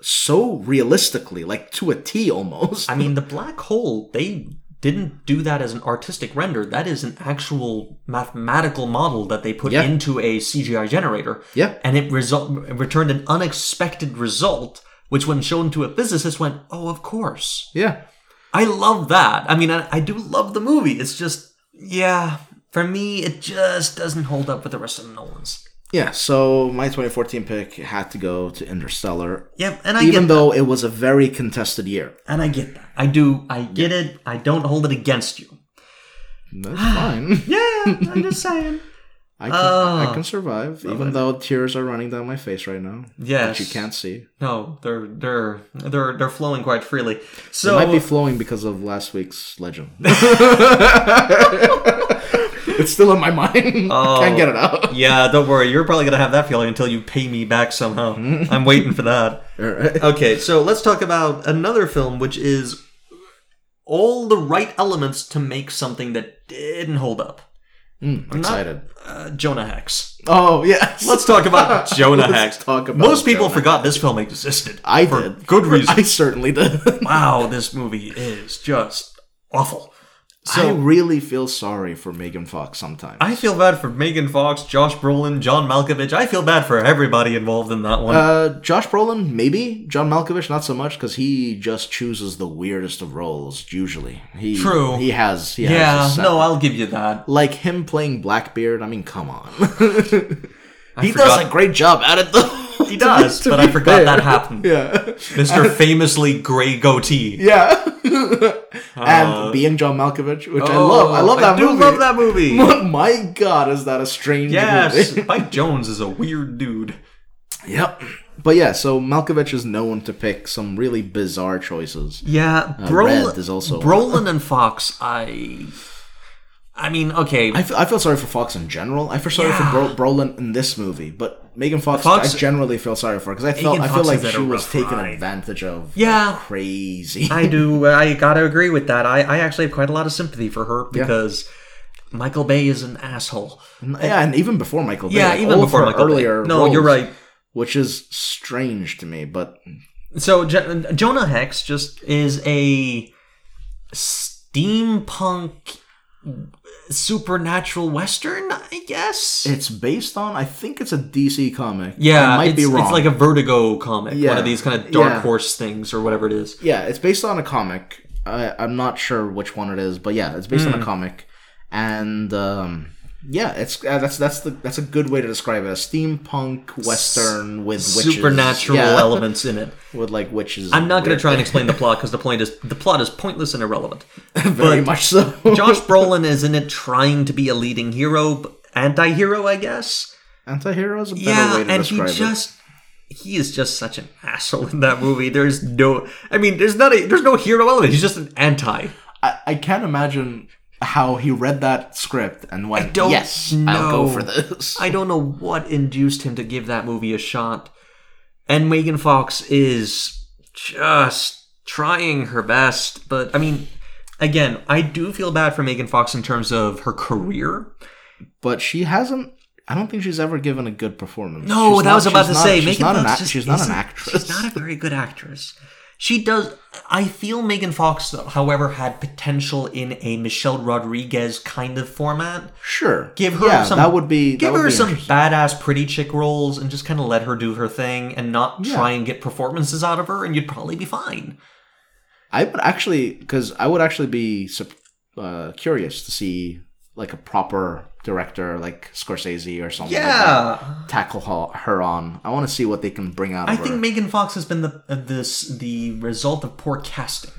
B: so realistically like to a t almost
A: I mean, the black hole they didn't do that as an artistic render. That is an actual mathematical model that they put
B: Yeah.
A: into a CGI generator.
B: yeah
A: and it result returned an unexpected result, which when shown to a physicist went, "Oh, of course."
B: yeah
A: I love that. I mean, I, I do love the movie. It's just, yeah, for me, it just doesn't hold up with the rest of the Nolans.
B: yeah so my 2014 pick had to go to interstellar
A: Yeah, and I
B: even
A: get,
B: though it was a very contested year
A: and I get that. I do, I get it. I don't hold it against you.
B: that's
A: Ah.
B: fine
A: Yeah, [laughs] I'm just saying.
B: I, can, I
A: Oh.
B: can survive even though tears are running down my face right now
A: Yes,
B: that you can't see
A: No, they're they're they're they're flowing quite freely.
B: it
A: So
B: might be flowing because of last week's
A: [laughs]
B: legend. [laughs] it's still in my mind. [laughs]
A: Oh.
B: Can't get it out.
A: yeah, don't worry. You're probably gonna have that feeling until you pay me back [laughs] somehow. I'm waiting for that.
B: All right.
A: Okay, so let's talk about another film, which is all the right elements to make something that didn't hold up.
B: Mm, excited.
A: Uh, Jonah Hex.
B: Oh yes.
A: Let's talk about Jonah
B: [laughs] Let's
A: Hex.
B: talk about
A: Most people
B: Jonah
A: forgot this film existed.
B: I
A: for
B: did.
A: good reason.
B: [laughs] I certainly did.
A: wow, this movie is just awful.
B: I
A: [laughs] So
B: really feel sorry for Megan Fox sometimes.
A: I, feel bad for Megan Fox, Josh Brolin, John Malkovich. I feel bad for everybody involved in that one.
B: uh, Josh Brolin, maybe John Malkovich, not so much because he just chooses the weirdest of roles. Usually, he
A: True.
B: He has. He
A: yeah,
B: has a set-
A: no, I'll give you that.
B: Like him playing Blackbeard. I mean, come on. [laughs] he
A: forgot-
B: does a great job at it though.
A: He does, but I forgot that happened.
B: [laughs] Yeah.
A: Mr. Famously Grey Goatee.
B: Yeah. [laughs] and being John Malkovich, which I love. I love that
A: Uh, oh, do
B: movie. [laughs]
A: love that [laughs] movie.
B: My God, is that a strange
A: yes,
B: movie? [laughs]
A: Mike Jones is a weird dude.
B: yep. But yeah, so Malkovich is known to pick some really bizarre choices.
A: Yeah,
B: Uh, Red is also-
A: Brolin and Fox. I, I mean, okay,
B: I feel, I feel sorry for Fox in general. I feel sorry for Bro- Brolin in this movie, but Megan Fox,
A: Fox-
B: I generally feel sorry for because I
A: Megan
B: felt I feel
A: Fox
B: like
A: is at
B: she
A: a
B: was
A: rough
B: taken
A: ride.
B: advantage of.
A: Yeah. [laughs]
B: crazy.
A: I do. I gotta agree with that. I, I actually have quite a lot of sympathy for her because Michael Bay is an asshole.
B: yeah, and even before Michael Bay,
A: Yeah,
B: like,
A: even
B: all of
A: before
B: her
A: Michael Bay.
B: earlier.
A: No, you're
B: roles,
A: right.
B: Which is strange to me, but
A: So Jo- Jonah Hex just is a steampunk supernatural western, I guess.
B: It's based on, I think it's a DC comic.
A: yeah,
B: I might
A: it's,
B: be wrong.
A: it's like a Vertigo comic, one
B: Yeah.
A: of these kind of dark
B: Yeah.
A: horse things or whatever it is.
B: yeah, it's based on a comic. I, I'm not sure which one it is, but yeah, it's based
A: Hmm.
B: on a comic, and um, yeah, it's uh, that's that's the that's a good way to describe it: a steampunk western with witches,
A: Supernatural
B: Yeah, [laughs]
A: elements in it.
B: with like witches.
A: I'm not going to try and explain the plot because the point is the plot is pointless and irrelevant.
B: [laughs] very
A: But
B: much so.
A: Josh Brolin is in it trying to be a leading hero, anti hero, I guess.
B: [laughs] Antihero is a better
A: Yeah,
B: way to
A: and he
B: describe it.
A: just. He is just such an asshole in that movie. There's no, I mean, there's not a, there's no hero element. He's just an anti.
B: I, I can't imagine how he read that script and went,
A: don't
B: "Yes, I'll go
A: know.
B: for this."
A: I don't know what induced him to give that movie a shot. And Megan Fox is just trying her best, but I mean, again, I do feel bad for Megan Fox in terms of her career.
B: but she hasn't. I don't think she's ever given a good performance.
A: No,
B: She's
A: Oh, that
B: not-
A: I was about
B: she's
A: to
B: not-
A: say.
B: she's
A: Megan
B: not an
A: Fox
B: act-
A: just
B: she's not an
A: isn't-
B: actress.
A: She's not a very good actress. She does. I feel Megan Fox, however, had potential in a Michelle Rodriguez kind of format.
B: Sure.
A: Give her
B: yeah,
A: some.
B: That would be. that
A: Give
B: would
A: her
B: be
A: some
B: interesting.
A: badass pretty chick roles and just kind of let her do her thing and not try and get performances out of her, and you'd probably be fine.
B: I would actually, because I would actually be sup- uh, curious to see like a proper director like Scorsese or something. like that
A: Yeah,
B: tackle ho- her on. I want to see what they can bring out
A: I
B: of her.
A: think Megan Fox has been the uh, this the result of poor casting.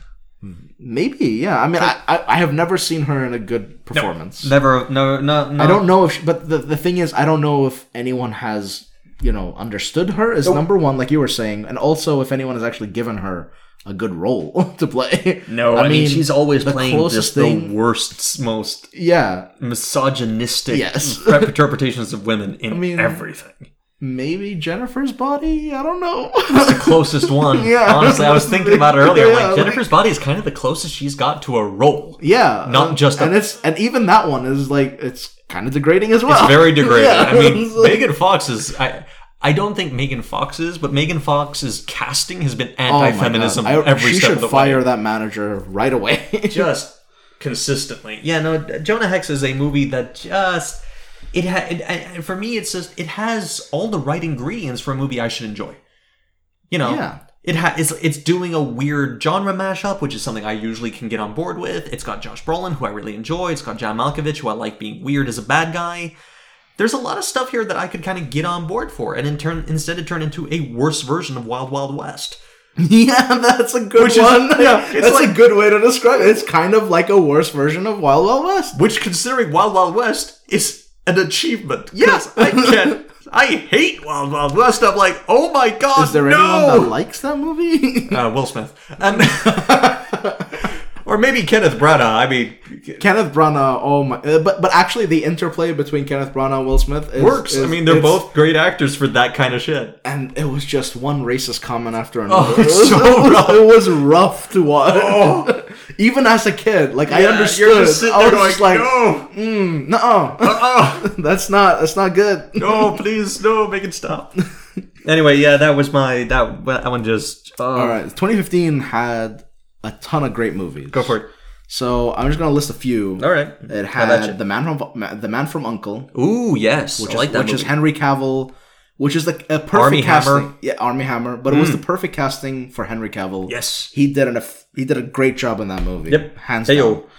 B: Maybe. Yeah. I mean, I, I I have never seen her in a good performance.
A: Never, no, no, no.
B: I don't know if, she, but the the thing is, I don't know if anyone has you know understood her as number one, like you were saying, and also if anyone has actually given her a good role [laughs] to play.
A: No, I, mean, she's always
B: the
A: playing
B: closest
A: just
B: thing-
A: the worst, most
B: yeah.
A: misogynistic
B: Yes.
A: [laughs] rep- interpretations of women in
B: mean-
A: everything.
B: Maybe Jennifer's body. I don't know. [laughs]
A: Closest one.
B: Yeah.
A: Honestly, I was thinking about it earlier. I'm
B: [laughs] Yeah,
A: like
B: like-
A: Jennifer's body is kind of the closest she's got to a role.
B: yeah,
A: Not
B: and-
A: just a-
B: and it's and even that one is like it's kind of degrading as well.
A: It's
B: [laughs]
A: very degrading.
B: Yeah,
A: I mean,
B: it's like-
A: Megan Fox is. I, I don't think Megan Fox is, but Megan Fox's casting has been
B: Oh my God.
A: anti-feminism
B: I-
A: every
B: she
A: step
B: should
A: of the way.
B: fire that manager
A: [laughs]
B: right away.
A: just consistently. Yeah, no, Jonah Hex is a movie that just it, ha- it and for me it's just it has all the right ingredients for a movie I should enjoy. You know.
B: Yeah.
A: It ha- it's, it's doing a weird genre mashup, which is something I usually can get on board with. It's got Josh Brolin, who I really enjoy. It's got John Malkovich, who I like being weird as a bad guy. There's a lot of stuff here that I could kind of get on board for, and in turn, instead it turned into a worse version of Wild Wild West. [laughs]
B: Yeah, that's a good
A: Which is-
B: one. yeah,
A: [laughs] it's
B: that's a good way to describe it. It's kind of like a worse version of Wild Wild West.
A: which considering Wild Wild West is an achievement.
B: Yeah. [laughs]
A: 'Cause I can I hate Wild Wild West. I'm like, oh my god,
B: Is there
A: no!
B: anyone that likes that movie? [laughs]
A: uh, Will Smith, and [laughs] or maybe Kenneth Branagh. I mean,
B: Kenneth Branagh. Oh my! uh, but but actually, the interplay between Kenneth Branagh and Will Smith is,
A: works. I
B: is-
A: mean, they're
B: it's-
A: both great actors for that kind of shit.
B: And it was just one racist comment after another.
A: Oh, it's
B: it, was,
A: so
B: [laughs] it, was,
A: rough. Oh.
B: it was rough to watch. [laughs] Even as a kid, like I
A: Yeah,
B: understood.
A: You're just sitting
B: I
A: there
B: was
A: going,
B: just like,
A: no,
B: no,
A: uh-uh,
B: [laughs] that's not that's not good.
A: no, please, no, make it
B: [laughs]
A: stop. Anyway, yeah, that was my that that one just uh,
B: All right, 2015 had a ton of great movies.
A: go for it.
B: So I'm just gonna list a few.
A: All right,
B: It
A: How about
B: had the man from Ma- the man from Uncle,
A: you? Ooh, yes,
B: which,
A: I like
B: is,
A: that
B: which is
A: movie.
B: Henry Cavill, which is like a perfect
A: Army
B: casting.
A: Hammer. Hmm.
B: Yeah, Army Hammer, but it was the perfect casting for Henry Cavill.
A: yes.
B: he did an eff- he did a great job in that movie.
A: Yep.
B: hands
A: Hey
B: down.
A: yo.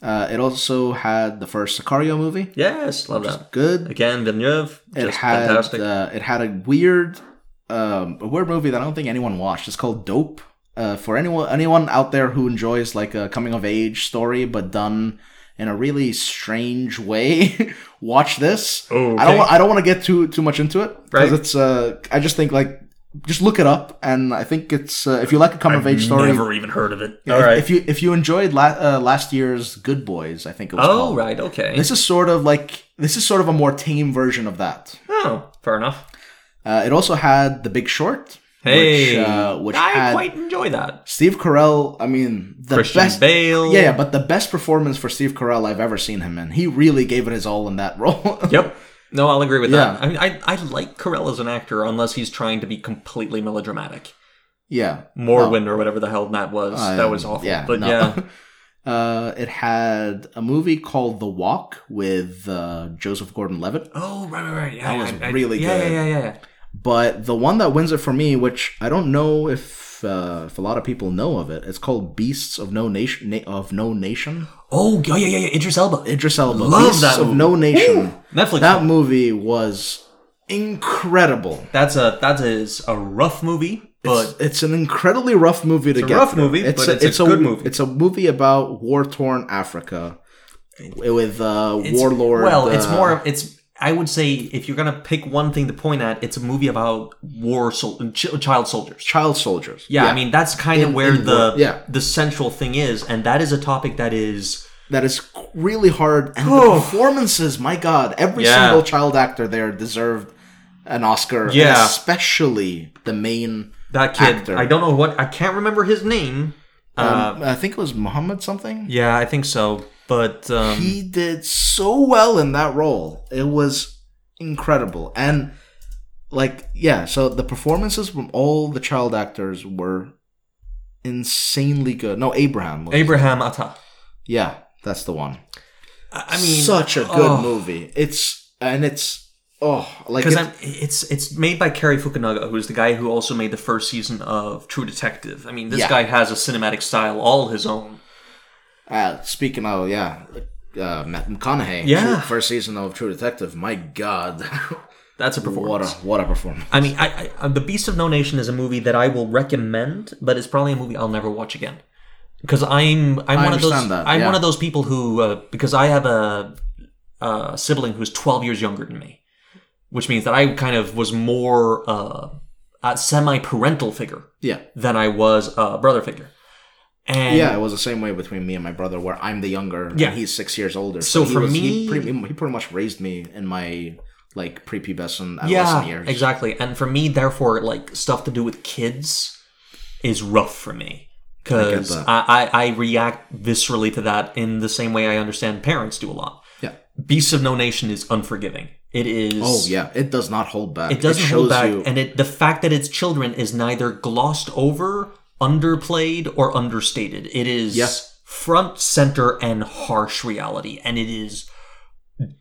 B: Uh, it also had the first Sicario movie.
A: Yes, love that.
B: Good.
A: Again, Villeneuve,
B: It
A: just
B: had
A: fantastic.
B: Uh, it had a weird um, a weird movie that I don't think anyone watched. It's called Dope. Uh, for anyone anyone out there who enjoys like a coming of age story but done in a really strange way, [laughs] watch this.
A: Oh,
B: I don't wa- I don't want to get too too much into it because
A: Right.
B: it's uh I just think like just look it up and I think it's uh, if you like a coming of age story.
A: Never even heard of it.
B: if,
A: All right.
B: if you if you enjoyed la- uh, last year's Good Boys, I think it was
A: oh,
B: called.
A: right. Okay.
B: This is sort of like this is sort of a more tame version of that.
A: Oh, fair enough.
B: Uh, it also had The Big Short,
A: Hey,
B: which, uh, which
A: I
B: had
A: quite enjoy that.
B: Steve Carell. I mean, the
A: Christian
B: best.
A: Bale.
B: Yeah, yeah, but the best performance for Steve Carell I've ever seen him in. He really gave it his all in that [laughs] role.
A: Yep. No, I'll agree with
B: Yeah.
A: that. I mean, I, I like Carell as an actor unless he's trying to be completely melodramatic.
B: Yeah.
A: Morrowind or whatever the hell that was.
B: I-
A: that was awful.
B: Uh, yeah,
A: but
B: no. [laughs]
A: yeah,
B: Uh, it had a movie called The Walk with uh, Joseph Gordon-Levitt,
A: oh right, right, right. Yeah,
B: That was
A: I- I-
B: really
A: yeah,
B: good.
A: Yeah, yeah, yeah, yeah.
B: but the one that wins it for me, which I don't know if uh, if a lot of people know of it, it's called Beasts of No Nation Na- of No Nation.
A: Oh, yeah, yeah, yeah, yeah. Idris Elba.
B: Idris Elba,
A: Love
B: Beasts
A: that
B: of
A: movie.
B: No Nation.
A: Netflix.
B: That movie was incredible.
A: that's a that is a rough movie, but
B: it's, it's an incredibly rough movie to
A: a
B: get.
A: rough
B: through.
A: movie, but it's a good movie.
B: It's a movie about war torn Africa with uh,
A: it's-
B: warlord.
A: Well, it's
B: uh,
A: more. It's I would say if you're gonna pick one thing to point at, it's a movie about war sol- ch- child soldiers.
B: child soldiers.
A: Yeah, I mean that's kind of where
B: in
A: the
B: war- yeah.
A: the central thing is, and that is a topic that is
B: that is really hard. And the performances, my god, every
A: Yeah.
B: single child actor there deserved an Oscar. and
A: Yeah.
B: especially the main.
A: that kid.
B: Actor.
A: I don't know what I can't remember his name. uh,
B: um, I think it was Muhammad something.
A: yeah, I think so, but um,
B: he did so well in that role. It was incredible. And like yeah, so the performances from all the child actors were insanely good. No, Abraham. Was,
A: Abraham Atta.
B: yeah, that's the one.
A: I I mean,
B: such a good
A: oh.
B: movie. It's and it's oh, like
A: because
B: it-
A: I'm it's it's made by Kerry Fukunaga, who's the guy who also made the first season of True Detective. I mean, this
B: Yeah.
A: guy has a cinematic style all his own.
B: uh, speaking of yeah, uh, Matt McConaughey.
A: Yeah.
B: True- first season of True Detective. My god. [laughs]
A: That's a
B: what a
A: performance.
B: what a performance.
A: I mean, I, I, The Beast of No Nation is a movie that I will recommend, but it's probably a movie I'll never watch again. Because I'm I'm one of those
B: understand that,
A: I'm
B: yeah.
A: one of those people who uh, because I have a, a sibling who's 12 years younger than me, which means that I kind of was more uh, a semi-parental figure
B: Yeah.
A: than I was a brother figure. And
B: Yeah, it was the same way between me and my brother, where I'm the younger.
A: Yeah.
B: and he's six years older.
A: So
B: he
A: for
B: was-
A: me-
B: he pretty, he pretty much raised me in my like prepubescent adolescent
A: yeah,
B: years.
A: exactly. And for me, therefore, like stuff to do with kids is rough for me because
B: I get that.
A: I, I, I react viscerally to that in the same way I understand parents do a lot.
B: Yeah.
A: Beasts of No Nation is unforgiving. It is.
B: Oh yeah, it does not hold back.
A: It doesn't
B: shows
A: hold back,
B: you.
A: and it the fact that it's children is neither glossed over, underplayed, or understated. It is
B: Yeah.
A: front center and harsh reality, and it is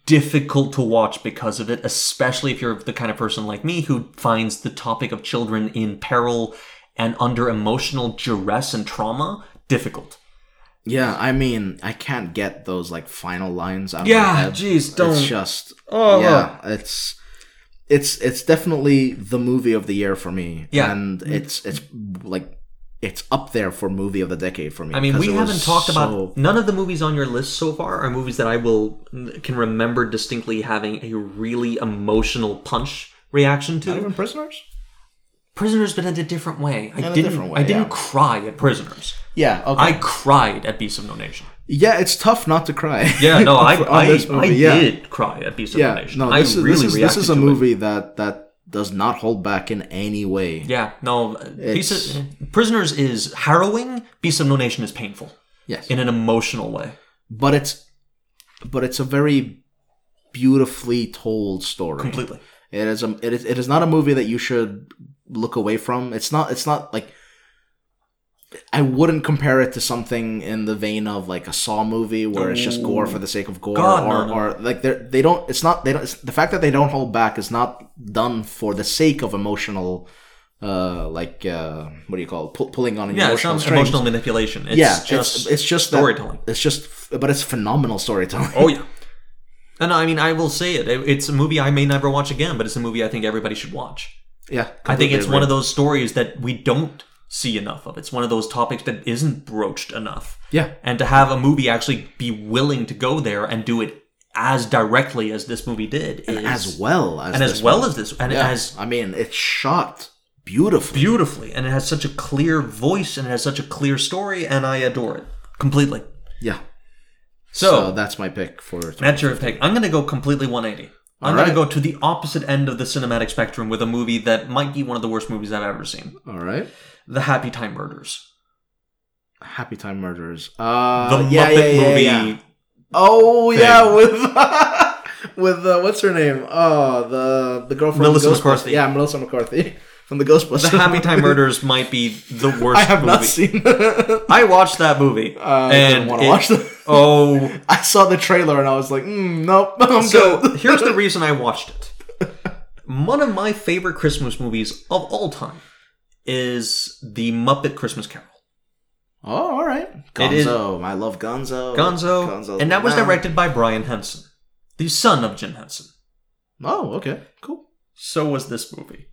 A: difficult to watch because of it, especially if you're the kind of person like me who finds the topic of children in peril and under emotional duress and trauma difficult.
B: yeah, I mean, I can't get those like final lines out. of my
A: Yeah,
B: head.
A: jeez, don't.
B: It's just
A: oh,
B: yeah, it's. It's it's definitely the movie of the year for me.
A: Yeah.
B: and it's it's like it's up there for movie of the decade for me.
A: I mean,
B: 'cause
A: we
B: it was
A: haven't talked
B: so-
A: about none of the movies on your list so far are movies that I will can remember distinctly having a really emotional punch reaction
B: Not
A: to.
B: even prisoners.
A: Prisoners, but in a different way. I
B: In a
A: didn't.
B: different
A: I
B: way,
A: didn't
B: yeah.
A: cry at Prisoners.
B: Yeah, okay.
A: I cried at Beast of No Nation.
B: Yeah, it's tough not to cry.
A: [laughs] Yeah, no, [laughs] I
B: On
A: I,
B: this
A: I
B: movie, yeah.
A: did cry at Beast of
B: [laughs] Yeah,
A: No Nation.
B: no,
A: I
B: this is
A: really
B: this is, this
A: reacted
B: is a
A: to it.
B: movie that that does not hold back in any way.
A: Yeah, no, Beast of, Prisoners is harrowing. Beast of No Nation is painful
B: Yes,
A: in an emotional way.
B: but it's but it's a very beautifully told story.
A: Completely.
B: It is a it is it is not a movie that you should look away from. It's not it's not like I wouldn't compare it to something in the vein of like a Saw movie where it's just gore for the sake of gore,
A: God, no,
B: or,
A: no.
B: or like they they don't. It's not they don't. It's, the fact that they don't hold back is not done for the sake of emotional, uh, like uh, what do you call it? Pull, pulling on an
A: Yeah, it's
B: emotional
A: not
B: strings.
A: emotional manipulation. It's
B: yeah,
A: just
B: it's, it's just that-
A: storytelling.
B: it's just, but it's phenomenal storytelling.
A: Oh yeah. And I mean, I will say it. It- It's a movie I may never watch again, but it's a movie I think everybody should watch.
B: [laughs] yeah,
A: I think it's
B: completely
A: one
B: agree.
A: of those stories that we don't see enough of. It's one of those topics that isn't broached enough.
B: yeah.
A: And to have a movie actually be willing to go there and do it as directly as this movie did is
B: As well as
A: and as
B: this
A: well
B: one.
A: as this and
B: Yeah.
A: as
B: I mean, it's shot beautifully.
A: beautifully and it has such a clear voice and it has such a clear story and I adore it completely.
B: Yeah. So
A: So,
B: that's my pick for.
A: That's your pick. I'm going to go completely 180. I'm
B: All
A: going
B: right.
A: to go to the opposite end of the cinematic spectrum with a movie that might be one of the worst movies I've ever seen
B: All right.
A: The Happy Time Murders.
B: Happy Time Murders.
A: The
B: Uh, yeah, yeah,
A: Muppet
B: yeah,
A: movie.
B: yeah. Oh yeah, with [laughs] with uh, what's her name? Oh, the the girl from
A: Melissa
B: the Ghostbusters.
A: McCarthy.
B: Yeah, Melissa McCarthy [laughs] from the Ghostbusters.
A: The Happy
B: [laughs]
A: Time Murders might be the worst
B: I have
A: movie.
B: not seen. [laughs] that.
A: I watched that movie.
B: I
A: and
B: don't wanna
A: it-
B: watch that.
A: [laughs] Oh,
B: [laughs] I saw the trailer and I was like, mm, nope, [laughs] I'm
A: so
B: good.
A: here's the reason I watched
B: [laughs]
A: it. One of my favorite Christmas movies of all time is The Muppet Christmas Carol.
B: Oh, all right.
A: It is-
B: Gonzo, I love Gonzo.
A: Gonzo,
B: Oh, Gonzo's
A: and that
B: the
A: was
B: man.
A: directed by Brian Henson, the son of Jim Henson.
B: Oh, okay, cool.
A: So was this movie.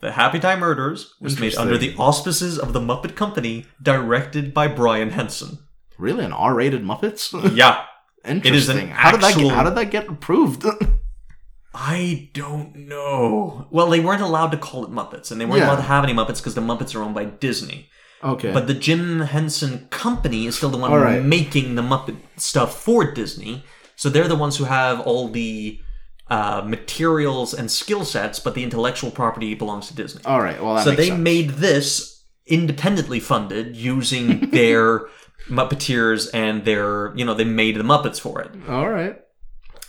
A: The Happy Time Murders was made under the
B: Interesting.
A: auspices of the Muppet Company, directed by Brian Henson.
B: Really, an R-rated Muppets? [laughs]
A: Yeah,
B: Interesting.
A: is an
B: how did that
A: actual-
B: get, how did that get approved? [laughs]
A: I don't know. Well, they weren't allowed to call it Muppets, and they weren't
B: Yeah.
A: allowed to have any Muppets because the Muppets are owned by Disney.
B: okay,
A: But the Jim Henson Company is still the one
B: All right.
A: making the Muppet stuff for Disney. So they're the ones who have all the uh, materials and skill sets, but the intellectual property belongs to Disney.
B: all right. Well, that
A: so
B: makes
A: they
B: sense.
A: made this independently funded using
B: [laughs]
A: their Muppeteers and their, you know, they made the Muppets for it.
B: all right.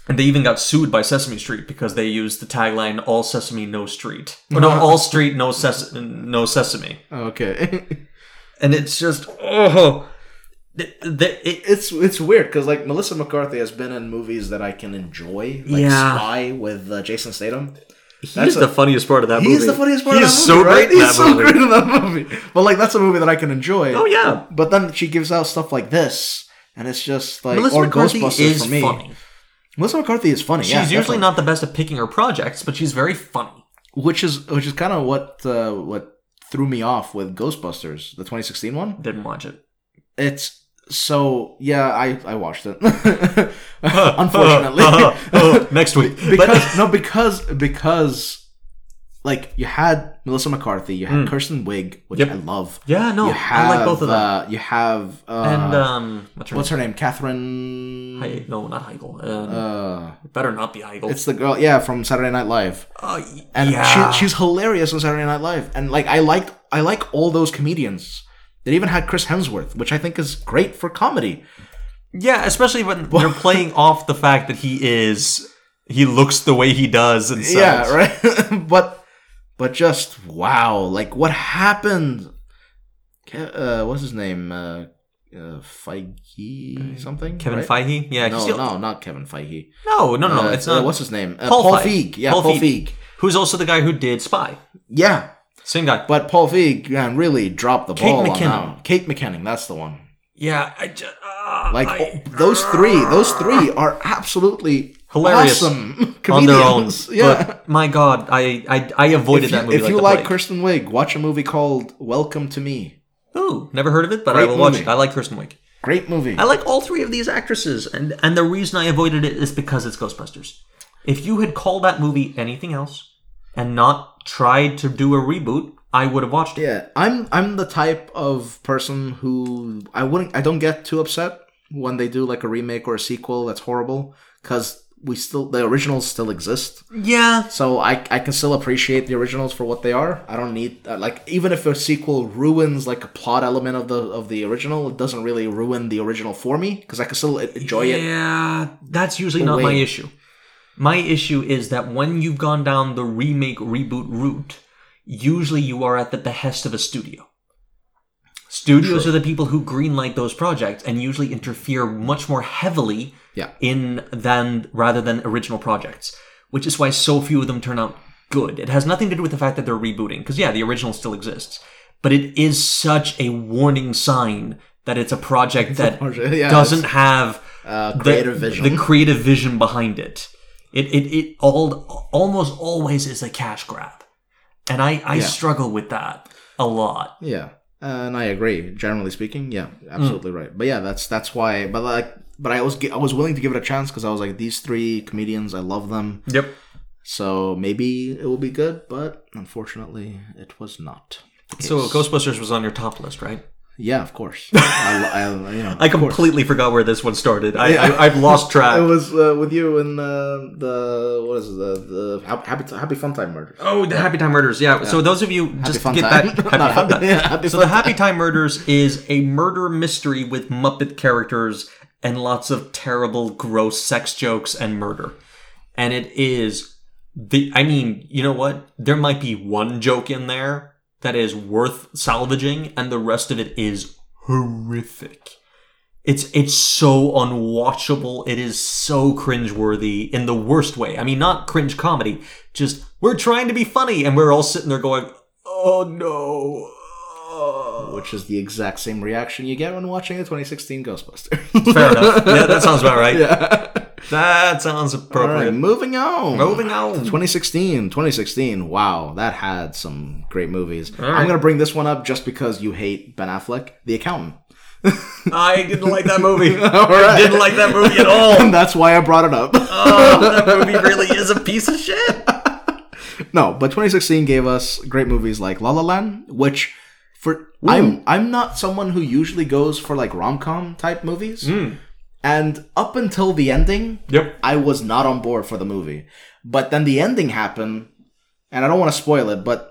A: And they even got sued by Sesame Street because they used the tagline "All Sesame, No Street," or no, "All Street, No Ses- No Sesame." [laughs]
B: Okay,
A: And it's just oh, th- th- it-
B: it's it's weird because like Melissa McCarthy has been in movies that I can enjoy, like
A: Yeah.
B: Spy with uh, Jason Statham.
A: he
B: That's
A: is the funniest part of that movie.
B: He's the funniest part.
A: He
B: of
A: is
B: that
A: so
B: movie,
A: great.
B: right?
A: in
B: He's
A: that
B: so
A: movie.
B: great in that movie. But like, that's a movie that I can enjoy.
A: Oh yeah,
B: But then she gives out stuff like this, and it's just like
A: Melissa
B: or
A: McCarthy
B: Ghostbusters
A: is
B: for me.
A: funny.
B: Melissa McCarthy is funny.
A: She's
B: yeah,
A: usually
B: definitely.
A: not the best at picking her projects, but she's very funny.
B: which is which is kind of what uh, what threw me off with Ghostbusters, the 2016 one.
A: Didn't watch it.
B: It's so yeah, I I watched it. [laughs] Unfortunately,
A: Uh-huh. Oh,
B: [laughs]
A: next week. [laughs]
B: because no because because like you had Melissa McCarthy, you had
A: Mm.
B: Kirsten Wig, which
A: Yep.
B: I love.
A: yeah, no,
B: you have,
A: I like both of them.
B: Uh, you have uh,
A: and um, what's her
B: what's her name? Catherine.
A: name? Hei- no, not Heigl. Um,
B: uh,
A: it better not be Heigl.
B: it's the girl, yeah, from Saturday Night Live,
A: Uh, y-
B: and
A: yeah.
B: she, she's hilarious on Saturday Night Live, and like I like I like all those comedians. They even had Chris Hemsworth, which I think is great for comedy.
A: yeah, especially when they're
B: [laughs]
A: playing off the fact that he is he looks the way he does and sounds.
B: Yeah, right. [laughs] but but just wow, like what happened? Ke- Uh, what's his name? Uh, uh, Feige something?
A: Kevin
B: right?
A: Feige. Yeah,
B: No,
A: he's still-
B: no, not Kevin Feige.
A: no, no, no, no,
B: Uh,
A: It's not.
B: uh, what's his name? Uh,
A: Paul
B: Paul,
A: Feig.
B: Feig. Yeah,
A: Paul
B: Paul,
A: Feig.
B: Feig.
A: who's also the guy who did Spy?
B: Yeah,
A: Same guy.
B: but Paul Feig man, really dropped the
A: Kate
B: ball on
A: McKinnon.
B: that one. Kate McKinnon, that's the one.
A: Yeah, I just uh,
B: Like
A: I-
B: oh, those three, those three are absolutely
A: Hilarious.
B: awesome [laughs]
A: on their own.
B: comedians. Yeah.
A: But my God, I I, I avoided
B: if you,
A: that movie.
B: if
A: like,
B: you
A: the
B: like
A: plague.
B: Kirsten Wig, watch a movie called Welcome to Me.
A: Ooh, never heard of it, but I
B: Great
A: will watch
B: movie.
A: it. I like Kirsten Wiig.
B: Great movie.
A: I like all three of these actresses, and and the reason I avoided it is because it's Ghostbusters. If you had called that movie anything else, and not tried to do a reboot, I would have watched it.
B: yeah, I'm I'm the type of person who I wouldn't I don't get too upset when they do like a remake or a sequel that's horrible cuz we still the originals still exist.
A: Yeah,
B: So I I can still appreciate the originals for what they are. I don't need uh, like even if a sequel ruins like a plot element of the of the original, it doesn't really ruin the original for me cuz I can still e-, enjoy it.
A: yeah, that's usually not my
B: Wait.
A: issue. My issue is that when you've gone down the remake reboot route, usually you are at the behest of a studio. Studios
B: True.
A: are the people who greenlight those projects and usually interfere much more heavily
B: Yeah.
A: in than rather than original projects, which is why so few of them turn out good. It has nothing to do with the fact that they're rebooting, because yeah, the original still exists, but it is such a warning sign that it's a project that
B: project, yeah, [laughs]
A: doesn't have
B: Uh, creative
A: the,
B: vision.
A: the creative vision behind it. It it it all almost always is a cash grab, and I I
B: Yeah.
A: struggle with that a lot.
B: Yeah, and I agree. Generally speaking, yeah, absolutely
A: Hmm.
B: right. But yeah, that's that's why. But like, but I was gi- I was willing to give it a chance because I was like, these three comedians, I love them,
A: Yep.
B: so maybe it will be good. But unfortunately, it was not. the
A: So
B: case.
A: Ghostbusters was on your top list, right?
B: yeah, of
A: [laughs]
B: course. I, I, you
A: I
B: know, of course.
A: completely forgot where this one started. I,
B: Yeah.
A: I I've [laughs] lost track.
B: It was uh, with you in uh, the what is it, the the Hap- happy happy fun time murder.
A: Oh, the Happy Time Murders. Yeah. So those of you just
B: Fun
A: get
B: Time. [laughs]
A: back.
B: Not
A: Happy Fun Time.
B: Yeah, Happy
A: so the Happy Time Murders is a murder mystery with Muppet characters and lots of terrible, gross sex jokes and murder. and it is the I mean, you know what? There might be one joke in there that is worth salvaging and the rest of it is horrific. It's it's so unwatchable. It is so cringeworthy in the worst way. I mean, not cringe comedy. Just we're trying to be funny and we're all sitting there going, "Oh
B: [laughs]
A: no." Oh."
B: Which is the exact same reaction you get when watching the 2016 Ghostbusters. [laughs]
A: Fair enough. Yeah, that sounds about right.
B: Yeah.
A: That sounds
B: All right,
A: appropriate.
B: moving on.
A: Moving on.
B: 2016, 2016. Wow, that had some great movies.
A: right.
B: I'm gonna bring this one up just because you hate Ben Affleck, The Accountant.
A: I didn't like that movie.
B: [laughs] Oh, All
A: I
B: right.
A: didn't like that movie at all.
B: And that's why I brought it up. [laughs]
A: Oh, that [laughs] movie really is a piece of shit.
B: no, but 2016 gave us great movies like La La Land, which for I'm I'm not someone who usually goes for like rom com type movies, and up until the ending,
A: Yep.
B: I was not on board for the movie. But then the ending happened, and I don't want to spoil it, but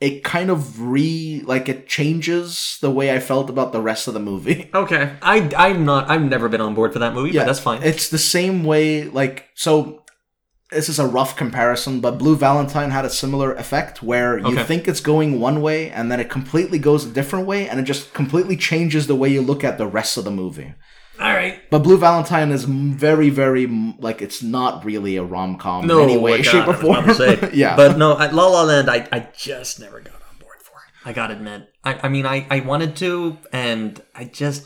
B: it kind of re like it changes the way I felt about the rest of the movie. [laughs]
A: Okay. I I'm not. I've never been on board for that movie. Yeah,
B: Yeah.
A: but that's fine.
B: It's the same way like so this is a rough comparison, but Blue Valentine had a similar effect where you
A: Okay.
B: think it's going one way and then it completely goes a different way and it just completely changes the way you look at the rest of the movie.
A: all right.
B: But Blue Valentine is m- very, very m- like it's not really a rom com
A: No
B: in any way,
A: God, I
B: shape, or
A: was about
B: form.
A: to say.
B: [laughs] yeah,
A: But no, I, La La Land. I I just never got on board for it. I gotta admit. I I mean I I wanted to, and I just.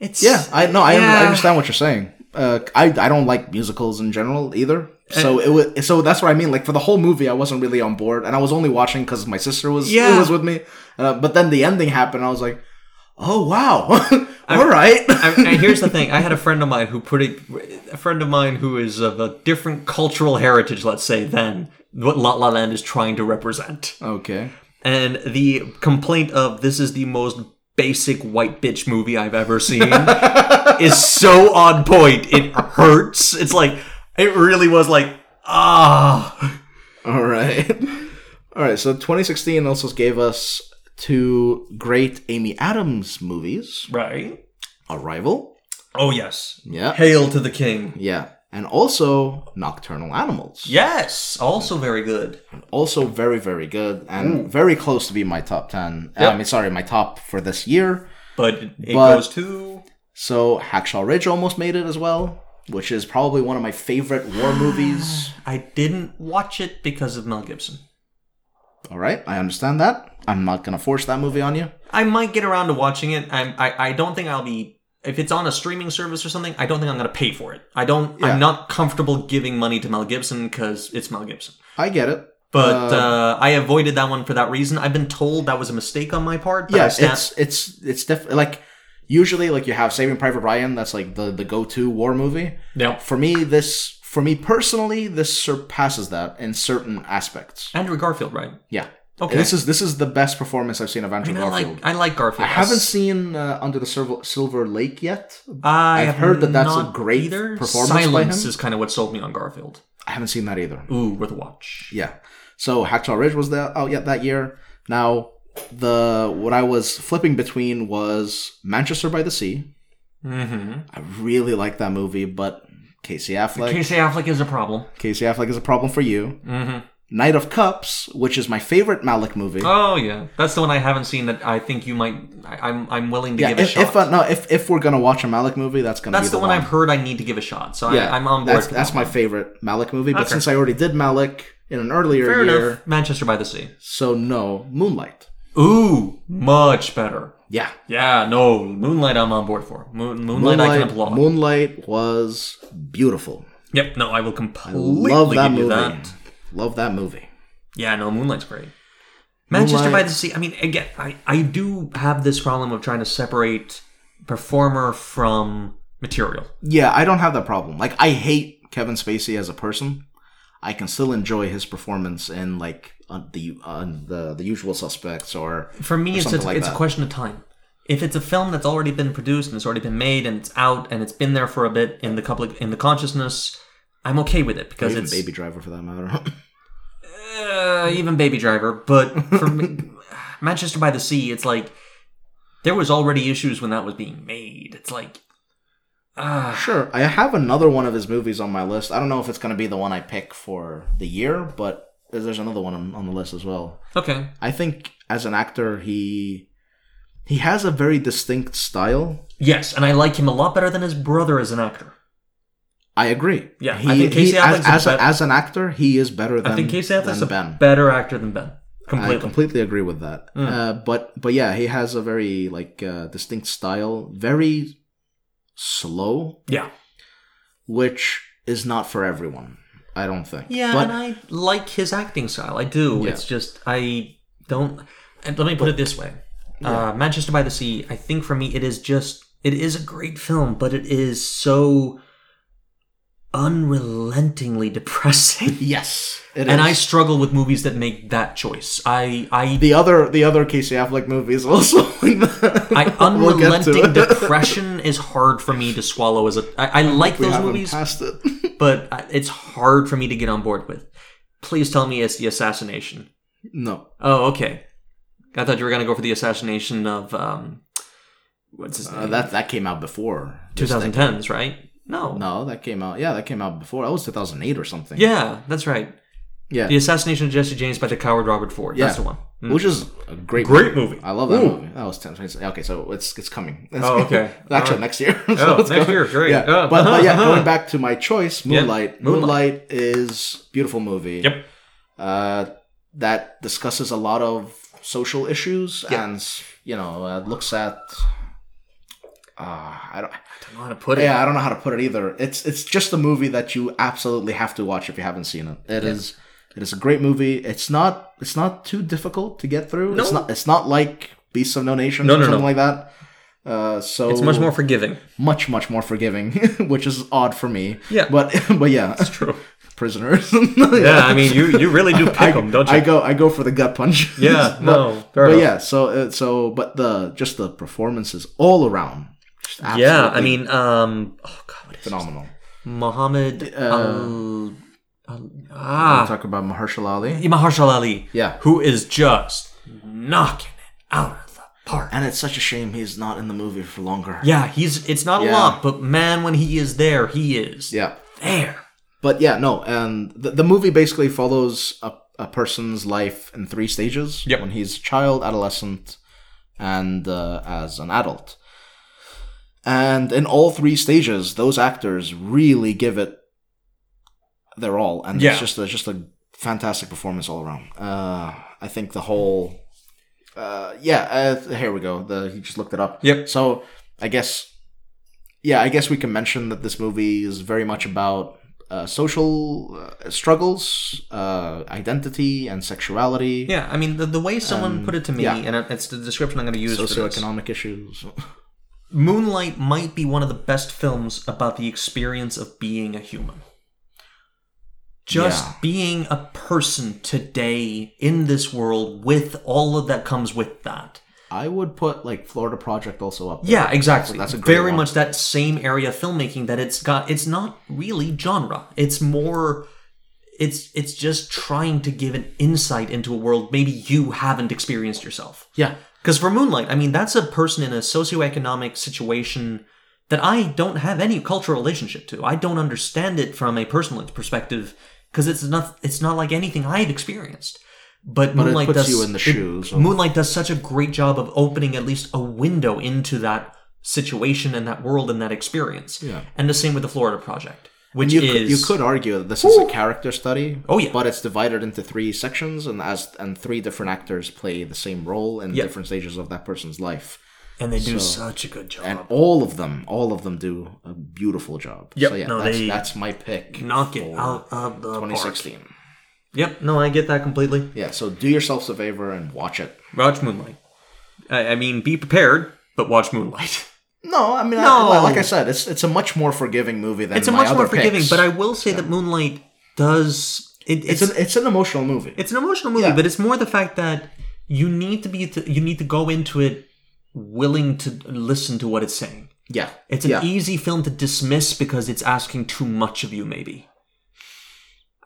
A: It's
B: yeah, I no, I,
A: Yeah.
B: I understand what you're saying. Uh, I I don't like musicals in general either.
A: Eh.
B: So it was so that's what I mean. Like for the whole movie, I wasn't really on board, and I was only watching because my sister was
A: Yeah.
B: was with me. Uh, but then the ending happened. I was like, oh wow, [laughs] all right.
A: I, and here's the thing: I had a friend of mine who put it, a friend of mine who is of a different cultural heritage, let's say, than what La La Land is trying to represent.
B: [laughs] okay.
A: And the complaint of this is the most basic white bitch movie I've ever seen [laughs] is so on point. It hurts. It's like it really was like ah.
B: All right. [laughs] All right. So 2016 also gave us two great Amy Adams movies:
A: Right.
B: Arrival.
A: Oh yes.
B: Yeah.
A: Hail to the king.
B: Yeah. And also Nocturnal Animals.
A: Yes. Also very good.
B: also very very good and very close to be my top 10
A: Mm. Yep.
B: i mean sorry my top for this year
A: But it
B: But-
A: goes to
B: so hacksaw ridge almost made it as well which is probably one of my favorite
A: [gasps]
B: war movies
A: I didn't watch it because of Mel Gibson.
B: all right i understand that i'm not gonna force that movie on you
A: I might get around to watching it. I'm, I I don't think I'll be if it's on a streaming service or something. I don't think I'm going to pay for it. I don't.
B: Yeah.
A: I'm not comfortable giving money to Mel Gibson because it's Mel Gibson.
B: i get it
A: But uh,
B: Uh,
A: I avoided that one for that reason. I've been told that was a mistake on my part. But I
B: yeah
A: stand-
B: it's it's it's definitely like usually like you have saving private ryan that's like the the go-to war movie
A: Yep.
B: for me this for me personally this surpasses that in certain aspects
A: Andrew Garfield, right?
B: yeah
A: Okay.
B: this is this is the best performance i've seen of
A: I,
B: andrew
A: mean, I
B: garfield
A: like I like Garfield.
B: I haven't seen uh, Under the Silver, Silver Lake yet.
A: I
B: I've
A: have
B: heard that that's a
A: not
B: great
A: either.
B: performance by
A: Silence
B: him.
A: is kind of what sold me on Garfield.
B: I haven't seen that either.
A: Ooh, worth a watch.
B: Yeah. So Hacksaw Ridge was there out yet that year. Now the what I was flipping between was Manchester by the Sea.
A: Mm-hmm.
B: I really like that movie, but Casey Affleck,
A: Casey Affleck is a problem.
B: Casey Affleck is a problem for you.
A: Mm-hmm.
B: Knight of Cups, which is my favorite Malik movie.
A: Oh yeah, that's the one I haven't seen. That I think you might. I, I'm I'm willing to
B: yeah,
A: give a
B: if,
A: shot.
B: if uh, no, if if we're gonna watch a Malik movie, that's gonna
A: that's
B: be
A: the
B: the
A: one I've heard. I need to give a shot. So
B: Yeah,
A: I, I'm on board.
B: That's
A: for
B: that's
A: that
B: my
A: one.
B: favorite Malik movie. But
A: Okay.
B: since I already did Malik in an earlier
A: Fair
B: year,
A: enough. Manchester by the Sea.
B: so no Moonlight.
A: Ooh, much better.
B: Yeah.
A: Yeah, no, Moonlight. I'm on board for. Moon, Moonlight, I can applaud.
B: Moonlight was beautiful.
A: yep. No, I will completely
B: Love that
A: give
B: movie.
A: you that.
B: Love that movie.
A: Yeah, no, Moonlight's great. Manchester by
B: Moonlight-
A: the Sea. I mean, again, I I do have this problem of trying to separate performer from material.
B: Yeah, I don't have that problem. Like I hate Kevin Spacey as a person. I can still enjoy his performance in like on the on the the usual suspects or
A: For me, it's a,
B: something like
A: it's a
B: that.
A: question of time. If it's a film that's already been produced and it's already been made and it's out and it's been there for a bit in the public in the consciousness, I'm okay with it
B: or
A: because
B: even
A: it's
B: Baby Driver for that matter.
A: uh, even Baby Driver. But for me, [sighs] Manchester by the Sea, it's like there was already issues when that was being made. It's like Ah,
B: Sure. I have another one of his movies on my list. I don't know if it's going to be the one I pick for the year, but there's another one on, on the list as well.
A: okay.
B: I think as an actor, he he has a very distinct style.
A: Yes, and I like him a lot better than his brother as an actor.
B: I agree.
A: Yeah, I
B: he,
A: think Casey
B: he- as,
A: Affleck's a
B: as,
A: bet-
B: a, as an actor, he is better than
A: I think Casey Affleck's a
B: than Ben.
A: better actor than Ben. Completely.
B: I completely agree with that.
A: Mm.
B: Uh, but but yeah, he has a very like uh, distinct style, very slow,
A: yeah.
B: which is not for everyone. I don't think.
A: Yeah,
B: but
A: and I like his acting style. I do.
B: Yeah.
A: It's just I don't. And let me put it this way: uh, Manchester by the Sea. I think for me, it is just it is a great film, but it is so unrelentingly [laughs] depressing.
B: yes, it
A: and
B: is.
A: I struggle with movies that make that choice. I I
B: the other the other Casey Affleck movie is [laughs] also like that.
A: I
B: [laughs] [laughs] We'll get to
A: unrelenting
B: it.
A: depression is hard for me to swallow as a. I, I like
B: [laughs] we
A: those
B: haven't
A: movies,
B: passed it. [laughs]
A: but I- it's hard for me to get on board with. Please tell me it's the assassination.
B: no,
A: Oh, okay. I thought you were gonna go for the assassination of um, what's his
B: uh,
A: name?
B: that that came out before. this thing.
A: 2010s, right? No.
B: No, that came out. Yeah, that came out before. That was 2008 or something.
A: Yeah, that's right.
B: yeah,
A: The assassination of Jesse James by the coward Robert Ford. That's
B: Yeah.
A: the one.
B: [laughs]
A: Mm.
B: which is a great,
A: Great movie.
B: I love that
A: Ooh.
B: movie. That was 10, 20, okay, so it's it's coming. [laughs] It's
A: Oh, okay.
B: coming. Actually,
A: Alright.
B: next year. [laughs]
A: Oh,
B: it's
A: next
B: coming.
A: year, great.
B: Yeah,
A: Oh,
B: but,
A: [laughs]
B: but yeah,
A: uh-huh.
B: going back to my
A: Yeah,
B: choice, Moonlight.
A: Moonlight.
B: Moonlight is beautiful movie.
A: Yep.
B: Uh, that discusses a lot of social issues
A: Yeah.
B: and you know uh, looks at. Uh, I don't.
A: I don't know how to put it.
B: Yeah, I don't know how to put it either. It's it's just a movie that you absolutely have to watch if you haven't seen it. It is it is a great movie. It's not it's not too difficult to get through. It's
A: No.
B: not it's not like Beasts of No Nation
A: No,
B: or
A: no,
B: something
A: no.
B: like that. Uh, so
A: It's much more
B: [laughs]
A: forgiving.
B: much much more forgiving, [laughs] which is odd for me.
A: Yeah.
B: but [laughs] but yeah,
A: It's true.
B: prisoners. [laughs]
A: Yeah, I mean, you you really do pick them, don't you?
B: I go I go for the gut punch. [laughs]
A: yeah.
B: But-
A: No. Fair
B: but
A: enough.
B: yeah, so uh, so but the just the performances all around. just
A: Yeah, I
B: absolutely
A: mean, um, oh god, what is his
B: phenomenal.
A: Muhammad
B: Uh,
A: Al, Al-
B: We'll
A: ah
B: talk about Mahershala Ali.
A: Mahershala Ali,
B: Yeah.
A: who is just knocking it out of the park.
B: And it's such a shame he's not in the movie for longer.
A: Yeah, he's it's not a
B: Yeah.
A: lot, but man, when he is there, he is
B: Yeah.
A: there.
B: But yeah, no, and the, the movie basically follows a, a person's life in three stages
A: Yep.
B: when he's a child, adolescent, and uh, as an adult. And in all three stages, those actors really give it their all. And
A: Yeah.
B: it's just a, just a fantastic performance all around. Uh, I think the whole. Uh, yeah, uh, here we go. The, he just looked it up.
A: Yep.
B: So I guess yeah, I guess we can mention that this movie is very much about uh, social uh, struggles, uh, identity, and sexuality,
A: Yeah, I mean the, the way someone
B: Um,
A: put it to me,
B: yeah.
A: and it's the description I'm going to use. for this.
B: socioeconomic issues. [laughs]
A: Moonlight might be one of the best films about the experience of being a human. Just
B: Yeah.
A: being a person today in this world with all of that comes with that.
B: I would put like Florida Project also up. there.
A: Yeah, exactly.
B: That's a great
A: very
B: one.
A: much that same area of filmmaking that it's got it's not really genre. It's more it's it's just trying to give an insight into a world maybe you haven't experienced yourself.
B: yeah,
A: Because for Moonlight, I mean, that's a person in a socioeconomic situation that I don't have any cultural relationship to. I don't understand it from a personal perspective because it's not it's not like anything I've experienced. But,
B: but
A: Moonlight
B: it puts
A: does
B: you in the shoes. of-
A: Moonlight does such a great job of opening at least a window into that situation and that world and that experience.
B: Yeah.
A: And the same with the Florida Project, which
B: you, could,
A: is
B: you could argue that this is a character study.
A: Oh, yeah.
B: but it's divided into three sections, and as and three different actors play the same role in
A: Yeah.
B: different stages of that person's life.
A: and they do
B: so-
A: such a good job.
B: and all of them, all of them do a beautiful job.
A: Yep,
B: So yeah,
A: no,
B: that's,
A: they
B: that's my pick.
A: Knock it
B: for
A: out of the park.
B: 2016.
A: Yep, no, I get that completely.
B: Yeah, so do yourselves a favor and watch it.
A: Watch Moonlight. I, I mean, be prepared, but watch Moonlight.
B: No, I mean, I-
A: No.
B: well, like I said, it's it's a much more forgiving movie than
A: It's a
B: my
A: much more
B: other
A: forgiving,
B: picks.
A: but I will say that Moonlight does. It,
B: it's, an it's an emotional movie.
A: it's an emotional movie,
B: Yeah.
A: but it's more the fact that you need to be you need to go into it willing to listen to what it's saying.
B: yeah,
A: It's an
B: yeah.
A: easy film to dismiss because it's asking too much of you. Maybe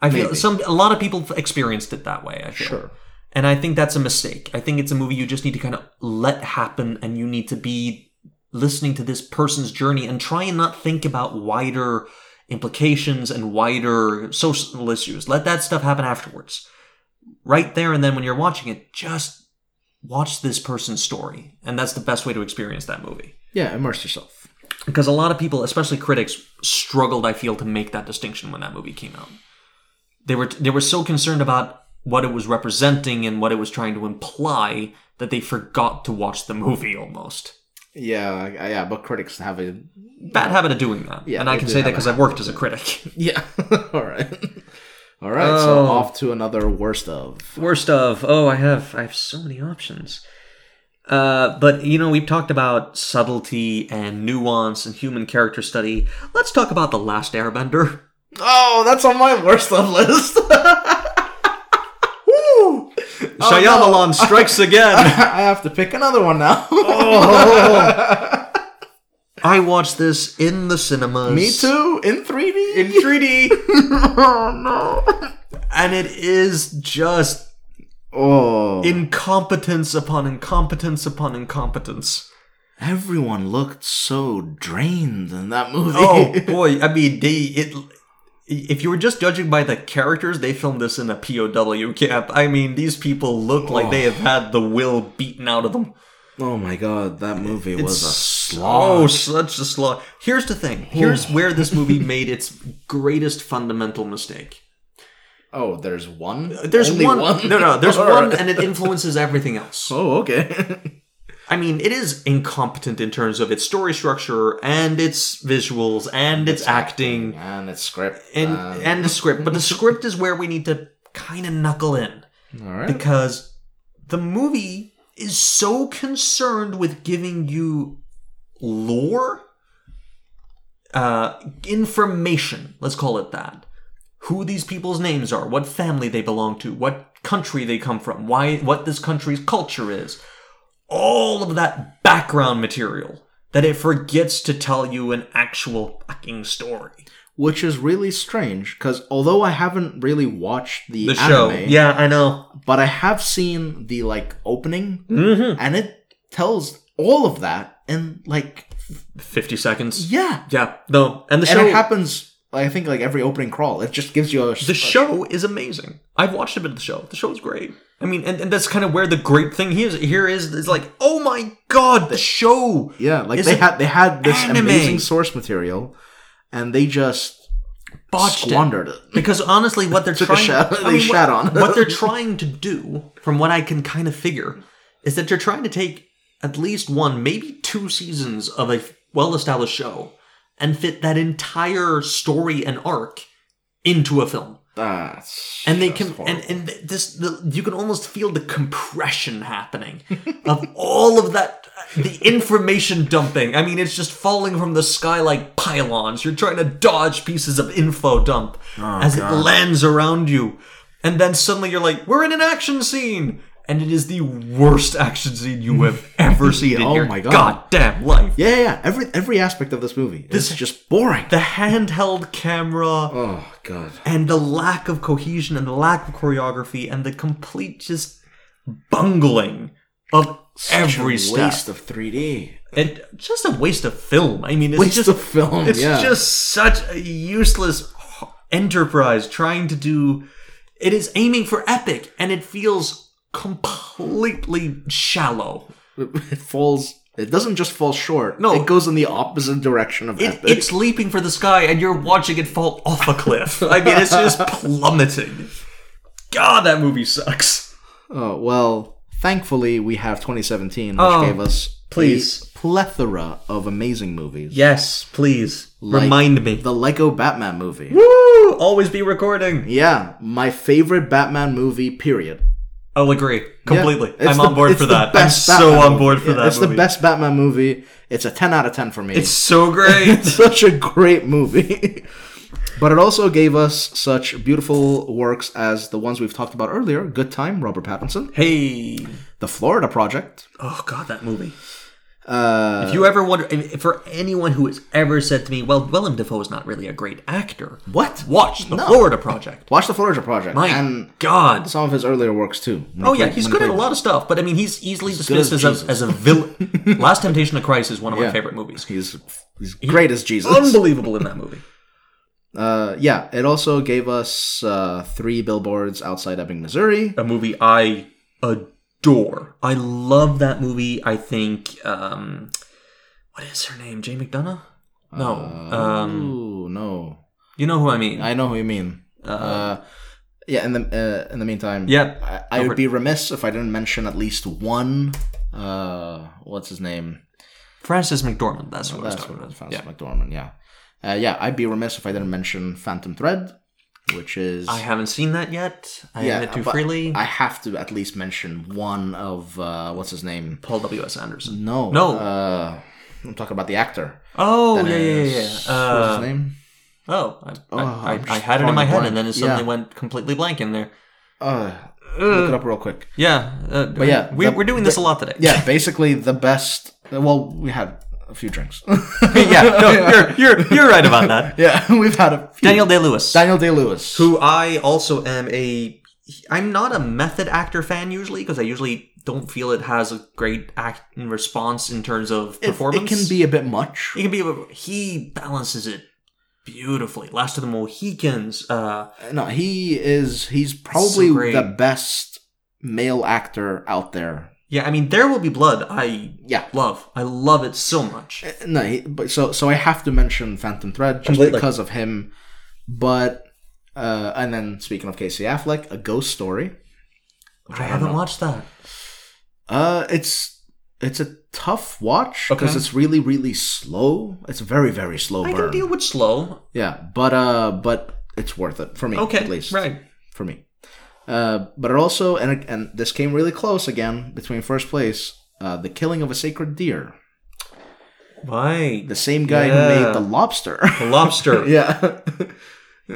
A: I feel
B: Maybe.
A: some a lot of people have experienced it that way. I feel.
B: sure.
A: And I think that's a mistake. I think it's a movie you just need to kind of let happen and you need to be listening to this person's journey and try and not think about wider implications and wider social issues. Let that stuff happen afterwards. Right there and then when you're watching it, just watch this person's story. And that's the best way to experience that movie.
B: Yeah, immerse yourself.
A: Because a lot of people, especially critics, struggled, I feel, to make that distinction when that movie came out. They were they were so concerned about what it was representing and what it was trying to imply that they forgot to watch the movie almost.
B: Yeah, yeah, but critics have a
A: Bad habit of doing that.
B: Yeah,
A: and I
B: they
A: can
B: do
A: say that
B: have
A: because
B: a
A: I've worked as a critic.
B: yeah. [laughs] All right, all right. So
A: Oh.
B: off to another worst
A: [laughs]
B: of.
A: Worst of. Oh, I have I have so many options. Uh, but you know, we've talked about subtlety and nuance and human character study. Let's talk about the last Airbender.
B: Oh, that's on my worst of list. [laughs] Woo! [coughs]
A: Oh, Shyamalan strikes [laughs] again.
B: I have to pick another one now.
A: Oh. I watched this in the cinemas.
B: [laughs] Me too. In 3D.
A: in 3D,
B: [laughs] oh no.
A: [laughs] and it is just
B: Oh.
A: incompetence upon incompetence upon
B: [laughs]
A: incompetence.
B: Everyone looked so drained in that movie. [laughs]
A: Oh boy, I mean, they it. If you were just judging by the characters, they filmed this in a POW camp. I mean, these people look like they have had the will beaten out of them.
B: Oh my god, that movie was a
A: Oh,
B: slog. Oh.
A: such a slog. Here's the thing. Here's where this movie made its greatest fundamental
B: [laughs]
A: mistake.
B: Oh, there's one.
A: There's
B: Only
A: one, No, no. There's
B: [laughs] All
A: one, [laughs]
B: right.
A: and it influences everything else.
B: Oh, okay.
A: I mean, it is incompetent in terms of its story structure and its visuals and its acting.
B: and it's script.
A: and
B: um,
A: and the script but the script is where we need to kind of knuckle in
B: all right.
A: because the movie is so concerned with giving you lore uh information let's call it that who these people's names are what family they belong to what country they come from why what this country's culture is all of that background material that it forgets to tell you an actual fucking story
B: Which is really strange because although I haven't really watched the,
A: the
B: anime,
A: show. Yeah, I know.
B: but I have seen the like opening,
A: Mm-hmm.
B: and it tells all of that in like
A: Fifty seconds.
B: yeah,
A: Yeah, no, and the
B: and
A: show.
B: it happens. I think like every opening crawl, it just gives you a
A: the show is amazing. I've watched a bit of the show. The show is great. I mean, and, and that's kind of where the great thing here is. Here is is like, oh my god, the show.
B: Yeah, like
A: It's
B: they
A: an
B: had they had this
A: anime.
B: amazing source material, and they just
A: Botched it.
B: squandered it.
A: Because honestly, what they're
B: [laughs] Took a
A: trying,
B: shot-
A: I
B: they
A: mean,
B: shot
A: what,
B: on.
A: [laughs] what
B: [laughs]
A: they're trying to do, from what I can kind of figure, is that they're trying to take at least one, maybe two seasons of a well-established show and fit that entire story and arc into a film.
B: That's
A: and they
B: just
A: can
B: horrible.
A: and, and this the, you can almost feel the compression happening [laughs] of all of that the information dumping i mean it's just falling from the sky like pylons you're trying to dodge pieces of info dump
B: Oh,
A: as it lands around you and then suddenly you're like we're in an action scene and it is the worst action scene you have
B: [laughs]
A: ever seen in
B: Oh
A: your
B: my God.
A: goddamn life
B: yeah, yeah, yeah, every every aspect of this movie this is just boring.
A: the handheld camera
B: oh god,
A: and the lack of cohesion and the lack of choreography and the complete just bungling of every
B: Such a
A: step.
B: waste of 3D,
A: And just a waste of film. I mean, it's
B: waste
A: just
B: of film.
A: it's
B: yeah.
A: just such a useless h- enterprise trying to do. It is aiming for epic, and it feels completely shallow.
B: [laughs] it falls. It doesn't just fall short.
A: No.
B: it goes in the opposite direction of
A: It,
B: epic.
A: it's leaping for the sky, and you're watching it fall off a cliff. I mean, it's
B: [laughs]
A: just plummeting. God, that movie sucks.
B: Oh well, thankfully we have 2017, which
A: Oh,
B: gave us
A: please.
B: a plethora of amazing movies.
A: Yes, please remind me.
B: The Lego Batman movie.
A: Woo! Always be recording.
B: Yeah, my favorite Batman movie. Period.
A: I'll agree
B: Yeah,
A: completely.
B: it's
A: I'm
B: the-
A: on board
B: it's
A: for
B: the
A: that. I'm
B: best
A: so
B: Batman
A: on
B: movie.
A: board for
B: Yeah,
A: that
B: It's
A: movie.
B: the best Batman movie. It's a 10 out of 10 for me.
A: It's [laughs] so great.
B: [laughs] such a great movie. but it also gave us such beautiful works as the ones we've talked about earlier Good Time, Robert Pattinson,
A: hey.
B: The Florida Project,
A: Oh god, that movie.
B: Uh,
A: If you ever wonder, if, for anyone who has ever said to me, "Well, Willem Dafoe is not really a great actor,"
B: what?
A: watch the
B: No.
A: Florida Project.
B: Watch the Florida Project
A: My
B: and
A: God.
B: some of his earlier works too.
A: Oh yeah, he's good at a lot of stuff, but I mean, he's easily
B: good as
A: dismissed as, a, as a
B: [laughs]
A: villain. Last Temptation of Christ is one of my
B: Yeah.
A: favorite movies.
B: He's he's great as Jesus.
A: Unbelievable in that movie.
B: uh, yeah, it also gave us uh, three billboards outside Ebbing, Missouri.
A: a movie I adore. I love that movie. I think um what is her name? Jay McDonough? No. um
B: Ooh, no.
A: you know who I mean.
B: Uh, I know who you mean. Uh, yeah. In the uh, in the meantime,
A: Yep.
B: I, I would be remiss if I didn't mention at least one. Uh, what's his name? Uh,
A: Francis McDormand, that's what I was
B: That's
A: talking
B: what it was,
A: about.
B: Francis
A: Yeah.
B: McDormand. Yeah, uh, yeah. I'd be remiss if I didn't mention Phantom Thread, which is
A: I haven't seen that yet. I
B: Yeah,
A: admit too
B: but
A: freely.
B: I have to at least mention one of uh, what's his name?
A: Paul W. S. Anderson.
B: No,
A: No.
B: Uh, I'm talking about the actor.
A: Oh
B: Mm-hmm. That
A: yeah, yeah, yeah,
B: is-
A: yeah. Uh,
B: what's his name?
A: Oh, I,
B: Oh,
A: I, I,
B: I'm
A: I
B: just
A: had it in
B: drawing
A: my
B: a
A: head,
B: blank.
A: and then it suddenly
B: Yeah.
A: went completely blank in there.
B: Uh, look it up real
A: [laughs]
B: quick.
A: Yeah, uh,
B: yeah,
A: we,
B: the-
A: we're doing this a lot today.
B: Yeah, basically the best. Well, we had a few
A: [laughs]
B: drinks.
A: [laughs]
B: [laughs]
A: yeah. No, you're you're you're right about that.
B: yeah, [laughs] we've had a few.
A: Daniel Day Lewis.
B: Daniel Day Lewis.
A: who I also am a I'm not a method actor fan usually because I usually don't feel it has a great act and response in terms of
B: it,
A: performance.
B: it can be a bit much.
A: it can be a- he balances it beautifully. Last of the Mohicans, uh,
B: No, he is. He's probably
A: great.
B: the best male actor out there.
A: yeah, I mean There Will Be Blood. I
B: Yeah.
A: love, I love it so much.
B: Uh, No, he, but so so I have to mention Phantom Thread just
A: Completely.
B: because of him. But uh, and then speaking of Casey Affleck, A Ghost Story.
A: I haven't watched that.
B: Uh, it's it's a tough watch because
A: Okay.
B: it's really really slow. It's a very very slow
A: I
B: burn.
A: can deal with slow.
B: yeah, but uh, but it's worth it for me.
A: Okay,
B: at least
A: right.
B: for me. Uh, but it also and it, and this came really close again between first place. Uh, the killing of a sacred deer.
A: Right.
B: The same guy who
A: Yeah.
B: made the lobster. [laughs]
A: The lobster.
B: yeah. [laughs]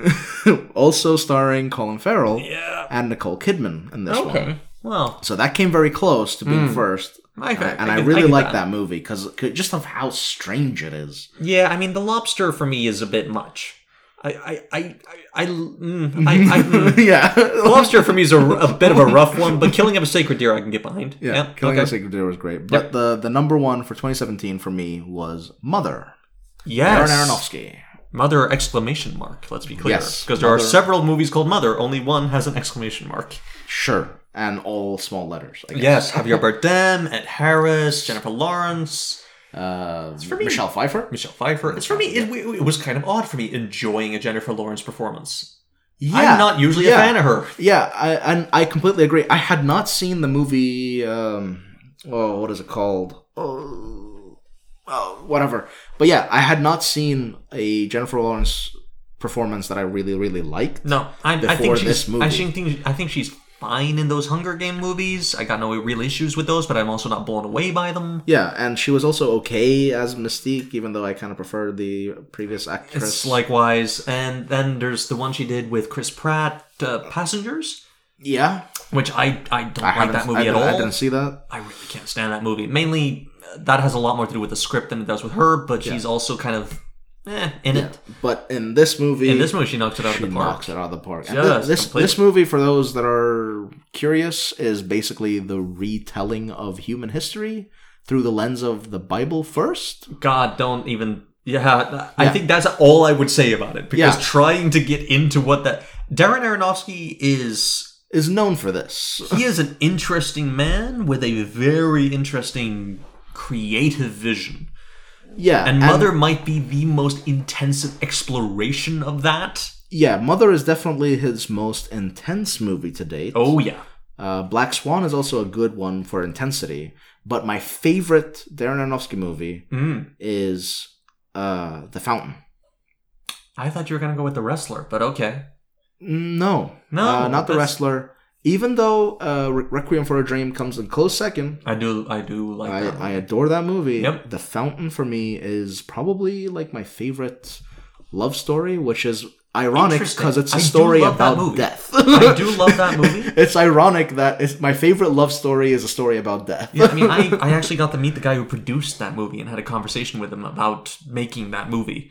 B: also starring Colin Farrell
A: yeah.
B: and Nicole Kidman in this one.
A: Well,
B: So that came very close to being first.
A: Hmm. I,
B: And I- and
A: I
B: I,
A: can-
B: really
A: can
B: like that movie because just of how strange it is.
A: Yeah, I mean the lobster for me is a bit much. I I I I I, mm, I,
B: [laughs]
A: I mm.
B: yeah.
A: lobster for me is a, a bit of a rough one, but killing of a sacred deer I can get behind.
B: yeah,
A: yeah
B: Killing
A: okay.
B: of a Sacred Deer was great. But the, the number one for 2017 for me was Mother.
A: yes.
B: Aaron Aronofsky.
A: Mother exclamation mark. Let's be clear,
B: Yes,
A: because there are
B: Mother.
A: several movies called Mother. Only one has an exclamation mark.
B: Sure. And all small letters, I guess.
A: Yes, Javier Bardem, Ed Harris, Jennifer Lawrence,
B: Uh,
A: for me.
B: Michelle Pfeiffer?
A: Michelle Pfeiffer. It's for me. It, it was kind of odd for me enjoying a Jennifer Lawrence performance.
B: Yeah.
A: I'm not usually a
B: yeah.
A: fan of her.
B: Yeah, I, and I completely agree. I had not seen the movie. Um, oh, what is it called? Oh, oh, whatever. But yeah, I had not seen a Jennifer Lawrence performance that I really, really liked.
A: No, I, I think
B: before
A: she's,
B: this movie.
A: I think, think- I think she's fine in those Hunger Game movies. I got no real issues with those, but I'm also not blown away by them.
B: Yeah, and she was also okay as Mystique, even though I kind of preferred the previous actress.
A: It's likewise, and then there's the one she did with Chris Pratt, uh, Passengers,
B: yeah,
A: which I I don't
B: I
A: like
B: haven't-
A: that
B: I
A: movie at
B: didn't- I
A: all.
B: didn't see that.
A: I really can't stand that movie. Mainly, uh, that has a lot more to do with the script than it does with her, but she's also kind of eh, in it.
B: But in this movie,
A: In this movie, she knocks it out
B: she
A: of the park.
B: knocks it out of the park. And
A: Yes,
B: thi- this
A: completely.
B: this movie, for those that are curious, is basically the retelling of human history through the lens of the Bible first.
A: God, don't even. Yeah, I think that's all I would say about it because
B: Yeah.
A: trying to get into what that Darren Aronofsky is.
B: Is known for this.
A: He is an interesting man with a very interesting creative vision.
B: Yeah,
A: And Mother might be the most intensive exploration of that.
B: Yeah, Mother is definitely his most intense movie to date.
A: Oh, yeah.
B: Uh, Black Swan is also a good one for intensity, but my favorite Darren Aronofsky movie
A: Mm.
B: is uh, The Fountain.
A: I thought you were going to go with The Wrestler, but okay.
B: No,
A: No,
B: uh, not the
A: that's-
B: wrestler. Even though uh, Re- Requiem for a Dream comes in close second,
A: I do I do like
B: I,
A: that.
B: I adore that movie.
A: Yep.
B: The Fountain for me is probably like my favorite love story, which is ironic
A: Interesting.
B: because it's
A: I
B: a
A: do
B: story
A: love that
B: about
A: movie.
B: death. death. [laughs]
A: I do love that movie.
B: it's ironic that it's, my favorite love story is a story about death.
A: Yeah, I mean, I, I actually got to meet the guy who produced that movie and had a conversation with him about making that movie.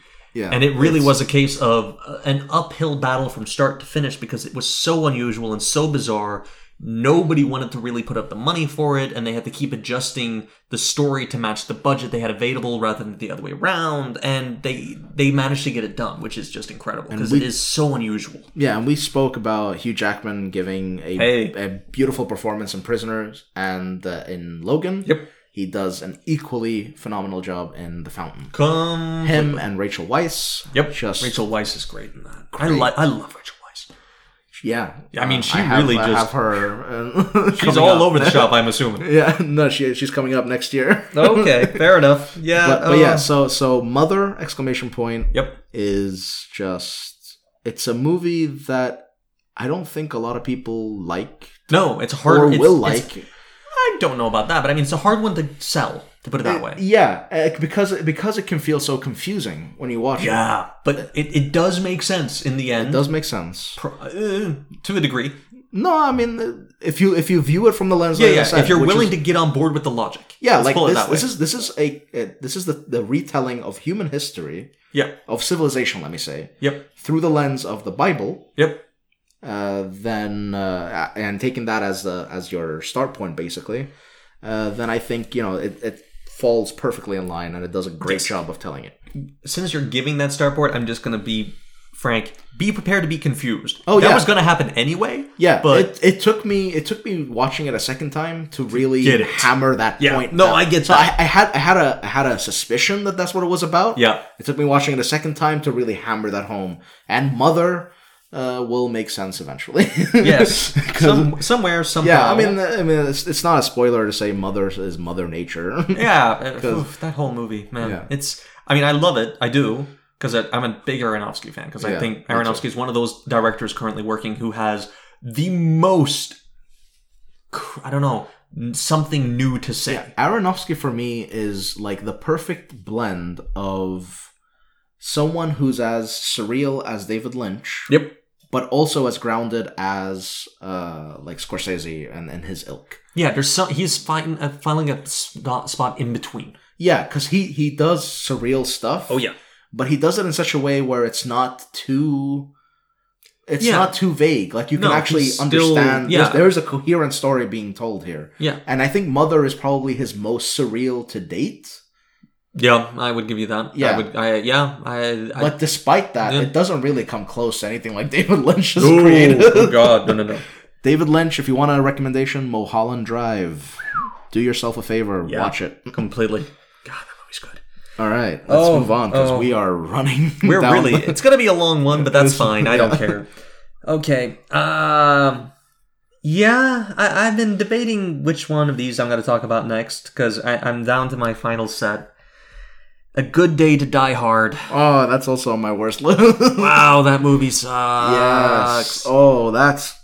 B: Yeah,
A: and it really
B: it's-
A: was a case of uh, an uphill battle from start to finish because it was so unusual and so bizarre. Nobody wanted to really put up the money for it, and they had to keep adjusting the story to match the budget they had available rather than the other way around. And they they managed to get it done, which is just incredible because it
B: we-
A: is so unusual.
B: [laughs] Yeah, and we spoke about Hugh Jackman giving a,
A: Hey.
B: a beautiful performance in Prisoners and uh, in Logan.
A: Yep.
B: He does an equally phenomenal job in The Fountain.
A: Come,
B: Him and Rachel Weisz.
A: yep.
B: Just
A: Rachel Weisz is great in that. I like I love Rachel Weisz.
B: yeah.
A: I mean,
B: Uh,
A: she
B: have-
A: really
B: I
A: just-
B: have her.
A: [laughs]
B: uh,
A: She's
B: coming
A: all
B: up.
A: over the shop, I'm assuming.
B: Yeah, [laughs] no, she she's coming up next year. [laughs]
A: okay, fair enough. Yeah,
B: but, but
A: uh,
B: yeah, so so mother exclamation point
A: Yep.
B: is just it's a movie that I don't think a lot of people like
A: No, it's hard.
B: or
A: it's-
B: will
A: it's-
B: like.
A: I don't know about that, but I mean, it's a hard one to sell, to put it that
B: Uh,
A: way.
B: Yeah, uh, because it- because it can feel so confusing when you watch it.
A: Yeah, but it, it does make sense in the
B: It
A: end.
B: does make sense.
A: Pro- uh, to a degree.
B: No, I mean uh, if you if you view it from the lens,
A: Yeah,
B: like I
A: yeah.
B: said,
A: If you're
B: which
A: willing
B: is-
A: to get on board with the logic.
B: yeah,
A: Let's
B: like
A: pull it
B: this,
A: that way.
B: this is this is a uh, this is the the retelling of human history
A: yeah.
B: of civilization. Let me say
A: Yep.
B: through the lens of the Bible.
A: Yep.
B: uh, then uh, and taking that as the as your start point basically uh, then i think you know it, it falls perfectly in line and it does a great
A: Yes.
B: job of telling it
A: Since you're giving that starboard, I'm just gonna be frank. Be prepared to be confused.
B: Oh,
A: that
B: yeah.
A: was gonna happen anyway.
B: yeah
A: But-
B: but it, [laughs] it took me it took me watching it a second time to really
A: Get it.
B: hammer that
A: Yeah.
B: point
A: No,
B: down.
A: I get
B: so
A: that.
B: I, I had i had a I had a suspicion that that's what it was about
A: Yeah.
B: it took me watching it a second time to really hammer that home and mother uh, will make sense eventually [laughs]
A: Yes.
B: 'Cause-
A: Some, somewhere. Somehow.
B: yeah, I mean, I mean, it's, it's not a spoiler to say mother is mother nature. [laughs]
A: Yeah, uh,
B: 'Cause-
A: oof, that whole movie, man.
B: Yeah.
A: It's. I mean, I love it. I do because I'm a big Aronofsky fan because I
B: Yeah,
A: think
B: me too.
A: Aronofsky is one of those directors currently working who has the most. cr- I don't know n- something new to say.
B: Aronofsky for me is like the perfect blend of someone who's as surreal as David Lynch,
A: Yep.
B: but also as grounded as uh, like Scorsese and, and his ilk.
A: Yeah, there's some. He's finding uh, finding a spot, spot in between.
B: Yeah, because he he does surreal stuff.
A: Oh, yeah,
B: but he does it in such a way where it's not too. It's
A: Yeah.
B: not too vague. Like you can
A: No,
B: actually
A: he's still-
B: understand.
A: yeah.
B: There's, there's a coherent story being told here,
A: yeah,
B: and I think Mother is probably his most surreal to date.
A: yeah. I would give you that. I
B: Yeah.
A: would. I, yeah, I. I
B: but despite that,
A: Yeah.
B: it doesn't really come close to anything like David Lynch has
A: Ooh, oh
B: created. [laughs]
A: God, no, no, no.
B: David Lynch, if you want a recommendation, Mulholland Drive. Do yourself a favor,
A: Yeah.
B: watch it.
A: Completely. God, that movie's good.
B: All right, let's
A: Oh,
B: move on because
A: oh.
B: we are running.
A: [laughs] We're
B: down-
A: really. It's gonna be a long one, but that's fine. I [laughs] don't care. Okay. Um. Yeah, I, I've been debating which one of these I'm gonna talk about next because I'm down to my final set. A good day to die [laughs] hard.
B: Oh, that's also on my worst
A: [laughs]
B: list.
A: Wow, that movie sucks.
B: yes. Oh, that's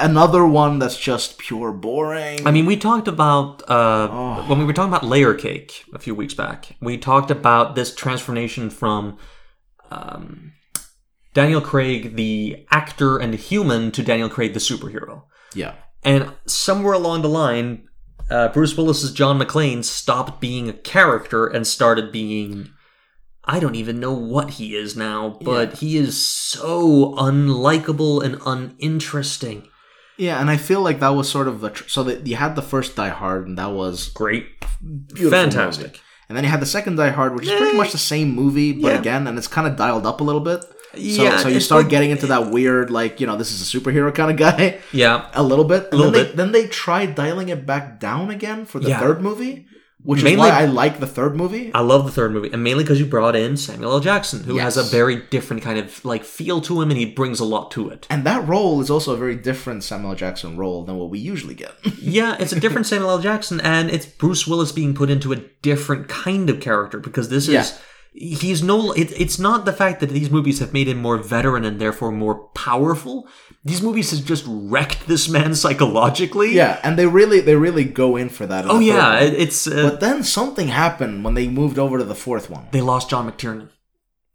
B: another one that's just pure boring.
A: I mean, we talked about uh,
B: Oh.
A: when we were talking about layer cake a few weeks back. We talked about this transformation from um, Daniel Craig, the actor and human, to Daniel Craig, the superhero.
B: yeah.
A: And somewhere along the line, uh, Bruce Willis's John McClane stopped being a character and started being. I don't even know what he is now, but he is so unlikable and uninteresting.
B: Yeah, and I feel like that was sort of the tr- so that you had the first Die Hard, and that was
A: Great.
B: beautiful
A: Fantastic.
B: movie. And then you had the second Die Hard, which is pretty
A: Yeah.
B: much the same movie, but
A: Eh, Yeah.
B: again, and it's kind of dialed up a little bit. So,
A: Yeah,
B: so you
A: it's
B: start
A: like-
B: getting into that weird, like you know, this is a superhero kind of [laughs] guy
A: Yeah.
B: a little bit. A
A: Little
B: then
A: bit.
B: They, then they tried dialing it back down again for the
A: Yeah.
B: third movie, which
A: Mainly-
B: is why I like the third movie.
A: I love the third movie, and mainly because you brought in Samuel L. Jackson, who
B: Yes.
A: has a very different kind of like feel to him, and he brings a lot to it.
B: And that role is also a very different Samuel L. Jackson role than what we usually get. [laughs]
A: yeah, it's a different Samuel L. Jackson, and it's Bruce Willis being put into a different kind of character because this
B: Yeah.
A: is he's no. It, it's not the fact that these movies have made him more veteran and therefore more powerful. These movies have just wrecked this man [laughs] psychologically.
B: yeah, and they really they really go in for that. in
A: Oh
B: the third
A: yeah,
B: one.
A: it, it's uh,
B: But then something happened when they moved over to the fourth one.
A: they lost John McTiernan.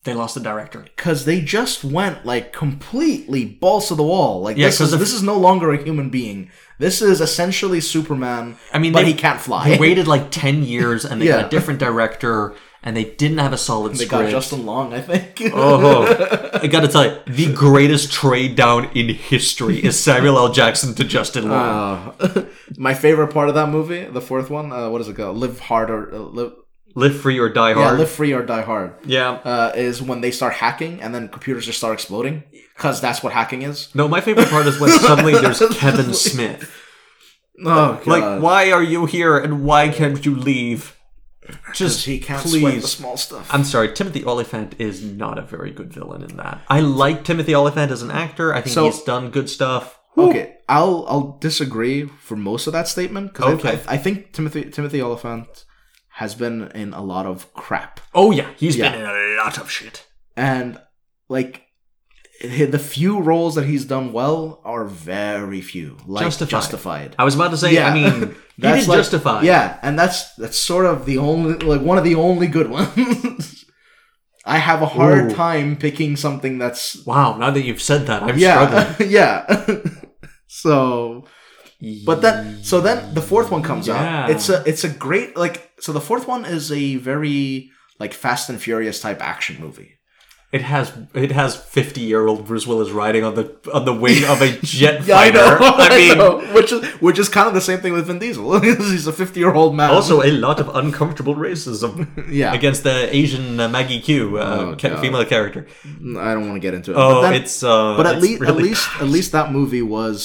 A: They lost the director.
B: because they just went like completely balls to the wall. Like
A: Yeah,
B: this
A: 'cause
B: is
A: the-
B: this is no longer a human being. This is essentially Superman.
A: I mean,
B: but
A: they-
B: he can't fly.
A: They waited like 10 years and they got
B: [laughs] Yeah.
A: a different director and they didn't have a solid
B: [laughs] they
A: script.
B: got Justin Long, I think.
A: Oh, I gotta tell you, the greatest trade down in history is Samuel L. Jackson to Justin Long.
B: [laughs] Uh, my favorite part of that movie, the fourth one, uh, what is it called? Live Hard or uh, live,
A: live free or die
B: yeah,
A: hard. Yeah,
B: Live Free or Die Hard. Uh, is when they start hacking and then computers just start exploding because that's what hacking is.
A: No, my favorite part is when suddenly
B: [laughs]
A: there's Kevin Smith.
B: Oh,
A: Like, why are you here and why can't you leave? Just
B: he can't sweat the
A: please.
B: small stuff.
A: I'm sorry, Timothy Oliphant is not a very good villain in that. I like Timothy Oliphant as an actor. I think
B: So-
A: he's done good stuff.
B: Okay, I'll I'll disagree for most of that statement because
A: Okay.
B: I, I think Timothy Timothy Oliphant has been in a lot of crap
A: Oh yeah, he's
B: Yeah.
A: been in a lot of shit.
B: and like h- the few roles that he's done well are very few like
A: Justified.
B: justified,
A: I was about to say, I
B: [laughs]
A: mean, he
B: That's
A: did
B: like-
A: justify.
B: yeah and that's that's sort of the only like one of the only good [laughs] ones i have a hard
A: Ooh.
B: time picking something that's
A: Wow, now that you've said that, I'm
B: yeah [laughs] yeah so
A: struggling.
B: But that so then the fourth one comes out.
A: Yeah.
B: It's a it's a great like so the fourth one is a very like Fast and Furious type action movie.
A: It has it has fifty year old Bruce Willis riding on the on the wing of
B: [laughs]
A: a jet
B: Yeah, I
A: fighter. [laughs]
B: know.
A: I mean,
B: which is which is kind of the same thing with Vin Diesel. [laughs] He's a fifty year old man.
A: also a lot of uncomfortable racism
B: yeah,
A: against the Asian uh, Maggie Q, uh,
B: Oh,
A: ca-
B: God.
A: female character.
B: I don't want to get into it.
A: Oh,
B: but, then-
A: it's uh,
B: but at
A: it's
B: least at
A: really-
B: least at least that movie was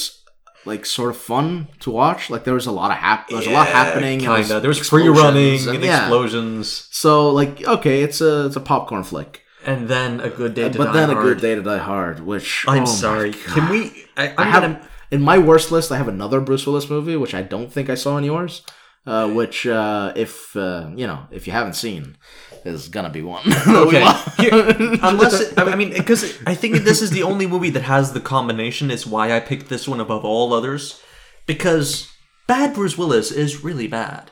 B: like sort of fun to watch. Like there was a lot of hap- there was a lot
A: Yeah,
B: happening. and
A: [laughs] Kinda, there was free
B: explosions
A: running
B: and-
A: and
B: yeah.
A: explosions,
B: So like okay, it's a it's a popcorn flick.
A: and then a good day. To
B: but
A: Die
B: then a
A: Hard.
B: good day to die hard, which
A: I'm
B: oh my
A: sorry.
B: God.
A: Can we? I, I'm
B: I have
A: gonna-
B: in my worst list. I have another Bruce Willis movie, which I don't think I saw in yours. Uh, which, uh, if uh, you know, if you haven't seen, is gonna be one. [laughs]
A: Okay. [laughs] Here- unless it, I mean, because I think this is the only movie that has the combination. It's why I picked this one above all others, because bad Bruce Willis is really bad,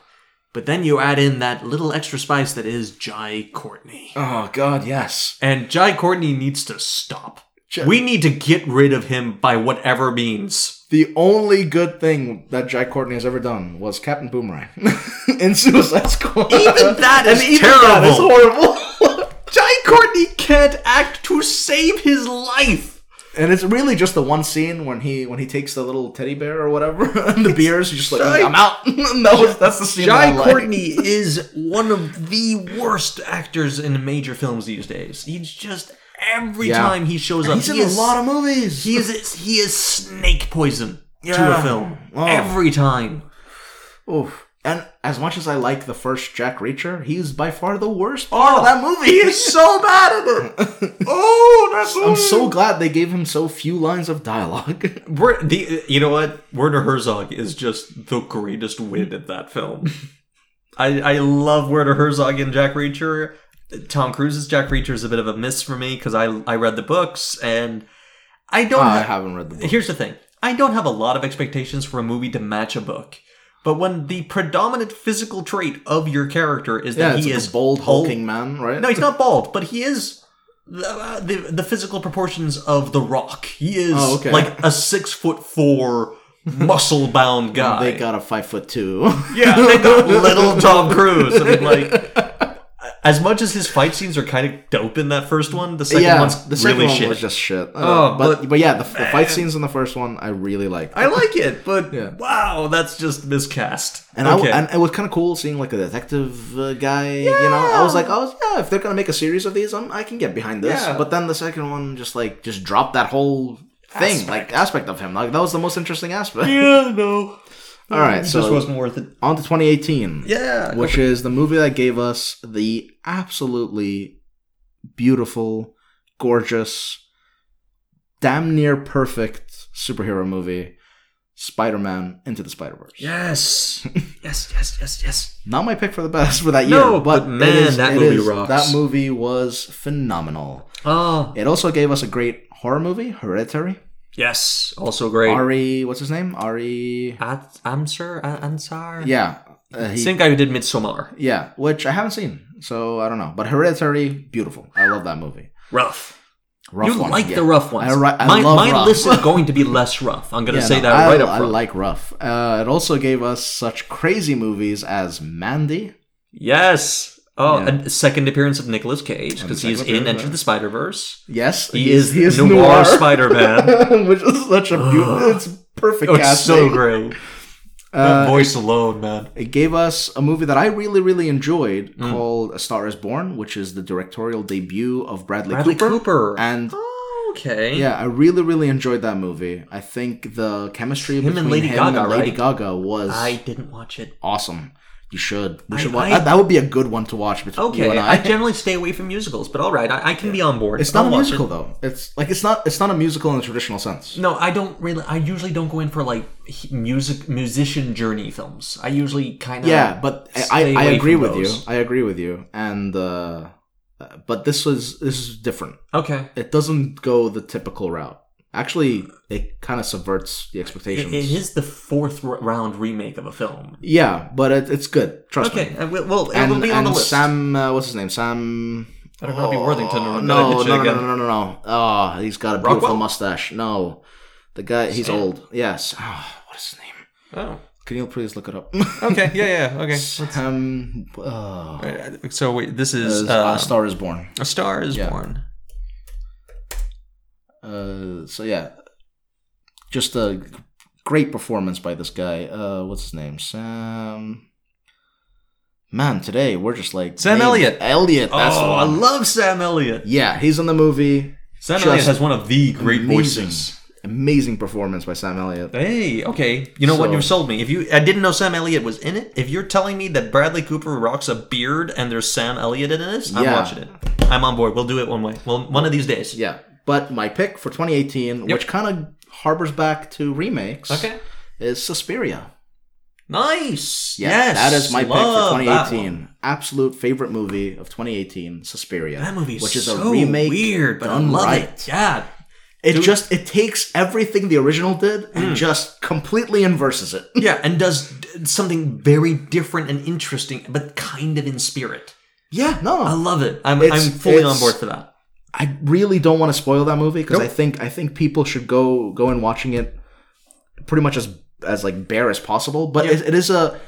A: but then you add in that little extra spice that is Jai Courtney,
B: oh God, yes.
A: and Jai Courtney needs to stop.
B: Ja-
A: We need to get rid of him by whatever means.
B: The only good thing that Jack Courtney has ever done was Captain Boomerang [laughs] in Suicide Squad.
A: Even that is
B: That is
A: terrible.
B: horrible. [laughs]
A: Jai Courtney can't act to save his life.
B: And it's really just the one scene when he when he takes the little teddy bear or whatever [laughs] and the beers. He's just like,
A: Jai-
B: I'm out. [laughs] no, that's the scene. that I
A: Jai
B: like.
A: Courtney is one of the worst actors in major films these days. He's just every
B: Yeah.
A: time he shows up,
B: He's
A: he
B: in
A: is,
B: a lot of movies.
A: he is he is snake poison to a
B: Yeah.
A: film
B: Oh.
A: every time.
B: Oof. And as much as I like the first Jack Reacher, he's by far the worst part of that movie. Oh, He is so bad at it.
A: Oh, that's
B: [laughs] I'm so glad they gave him so few lines of dialogue.
A: Wer- the, you know what Werner Herzog is just the greatest win at that film. I I love Werner Herzog and Jack Reacher. Tom Cruise's Jack Reacher is a bit of a miss for me because I I read the books and I don't.
B: I
A: ha-
B: haven't read the book.
A: Here's the thing I don't have a lot of expectations for a movie to match a book. But when the predominant physical trait of your character is
B: [laughs] Yeah,
A: that
B: it's
A: he
B: like
A: is
B: a bold,
A: hulk-
B: hulking man, right?
A: No, he's not bald, but he is the, uh, the, the physical proportions of The Rock. He is
B: Oh, okay.
A: like a six foot
B: [laughs]
A: four, muscle bound guy.
B: they got a five foot [laughs] two.
A: [laughs] yeah, they got little Tom Cruise. I mean, like.
B: [laughs]
A: As much as his fight scenes are kind of dope in that first one, the second
B: yeah,
A: one's
B: the second
A: really
B: one
A: shit.
B: was just shit.
A: Oh,
B: but,
A: but-
B: but yeah, the, the fight scenes in the first one I really liked.
A: I like it, but
B: Yeah.
A: wow, that's just miscast.
B: And, I, and it was kind of cool seeing like a detective uh, guy. You know, I was like, oh yeah, if they're gonna make a series of these, I'm, I can get behind this.
A: Yeah.
B: But then the second one just like just dropped that whole thing, like aspect of him. Like that was the most interesting
A: [laughs]
B: aspect.
A: yeah, no.
B: All right,
A: just
B: so
A: wasn't worth it.
B: on to 2018,
A: Yeah,
B: which is the movie that gave us the absolutely beautiful, gorgeous, damn near perfect superhero movie, Spider-Man: Into the Spider-Verse. [laughs]
A: yes, yes, yes, yes, yes.
B: not my pick for the best [laughs] for that year.
A: No,
B: but,
A: but man,
B: it is-
A: that
B: it
A: movie
B: is-
A: rocks.
B: That movie was phenomenal.
A: Oh,
B: It also gave us a great horror movie, Hereditary.
A: yes. Also great.
B: Ari, what's his name? Ari.
A: uh, At- Ansar, Ansar.
B: Yeah, Uh, he-
A: Same guy who did Midsommar.
B: yeah, which I haven't seen, so I don't know. But Hereditary, beautiful. I love that movie.
A: Rough.
B: Rough
A: you
B: one,
A: like
B: yeah.
A: the rough ones.
B: I ri- I
A: my
B: love
A: my
B: rough.
A: list
B: [laughs]
A: is going to be less rough. I'm going to
B: Yeah,
A: say
B: no,
A: that
B: I,
A: right up
B: I
A: front.
B: like rough. Uh, it also gave us such crazy movies as Mandy.
A: yes. Oh, a
B: Yeah.
A: second appearance of Nicolas Cage
B: And
A: because he is
B: second
A: in
B: appearance,
A: Enter
B: yeah.
A: the Spider Verse.
B: Yes,
A: He is
B: he is
A: Noir,
B: noir.
A: Spider Man.
B: [laughs] which is such a beautiful.
A: Ugh.
B: it's perfect
A: oh, it's
B: casting.
A: so great. that
B: Uh,
A: voice alone, man.
B: it gave us a movie that I really, really enjoyed
A: Mm.
B: called A Star Is Born, which is the directorial debut of Bradley,
A: Bradley
B: Cooper.
A: Cooper.
B: And
A: oh, okay.
B: yeah, I really, really enjoyed that movie. I think the chemistry
A: Him and
B: between
A: Lady
B: him
A: Gaga,
B: and Lady
A: right?
B: Gaga was
A: I didn't watch it.
B: awesome. You should. We
A: I-
B: should watch.
A: I-
B: that, that would be a good one to watch between you
A: Okay,
B: and
A: I.
B: I.
A: generally stay away from musicals, but all right, I, I can be on board.
B: it's not
A: I'll
B: a
A: watch
B: musical
A: it.
B: though. It's like it's not it's not a musical in the traditional sense.
A: No, I don't really. I usually don't go in for like he- music musician journey films. I usually kind of
B: Yeah, but I,
A: Stay
B: I
A: away
B: agree
A: from
B: with
A: those.
B: you. I agree with you. And uh, uh, but this was this is different.
A: okay.
B: It doesn't go the typical route. Actually, it kind of subverts the
A: It,
B: expectations.
A: it is the fourth r- round remake of a film.
B: Yeah, but it, it's good. Trust
A: Okay,
B: me.
A: I will, well, it
B: And,
A: will be on
B: and
A: the list.
B: Sam, uh, what's his name? Sam.
A: I don't know, it'd be Worthington or-
B: Oh,
A: I
B: no,
A: did it
B: no, no,
A: again.
B: no, no, no, no. Oh, he's got a beautiful
A: Rockwell?
B: mustache. No, the guy, he's
A: Sam?
B: old. Yes. Oh, what is his name?
A: oh,
B: Can you please look it up? [laughs]
A: okay, yeah, yeah,
B: Sam. Oh,
A: okay. So wait, this
B: is,
A: is
B: uh,
A: uh,
B: A Star Is Born.
A: A Star Is
B: Yeah.
A: Born.
B: Uh, so yeah, just a great performance by this guy. Uh, what's his name? Sam. Man, today we're just like
A: Sam
B: names.
A: Elliott.
B: Elliott. That's the
A: oh, I
B: one.
A: love Sam Elliott.
B: yeah, he's in the movie.
A: Sam
B: Just
A: Elliott has one of the great
B: amazing.
A: voices.
B: Amazing performance by Sam Elliott.
A: Hey, okay. You know what?
B: So-
A: You've sold me. If you, I didn't know Sam Elliott was in it. If you're telling me that Bradley Cooper rocks a beard and there's Sam Elliott in this, I'm
B: Yeah.
A: watching it. I'm on board. We'll do it one way. Well, one of these days.
B: Yeah, but my pick for 2018, which kind of harbors back to remakes,
A: Okay.
B: is Suspiria.
A: Nice.
B: Yeah,
A: yes.
B: that is my pick
A: Love
B: for
A: that one.
B: 2018. Absolute favorite movie of 2018, Suspiria.
A: That movie is
B: which is
A: so
B: a remake
A: weird, but I
B: done
A: love it.
B: right.
A: Yeah.
B: It
A: Dude. Mm.
B: just it takes everything the original did and just completely inverses it.
A: Yeah, and does d- something very different and interesting, but kind of in spirit.
B: Yeah,
A: I
B: no,
A: love it. I'm,
B: It's-
A: I'm fully on
B: it's-
A: board for that.
B: I really don't want to spoil that movie because I
A: Nope.
B: think I think people should go go and watching it pretty much as as like bare as possible. But
A: Yeah.
B: it, it is a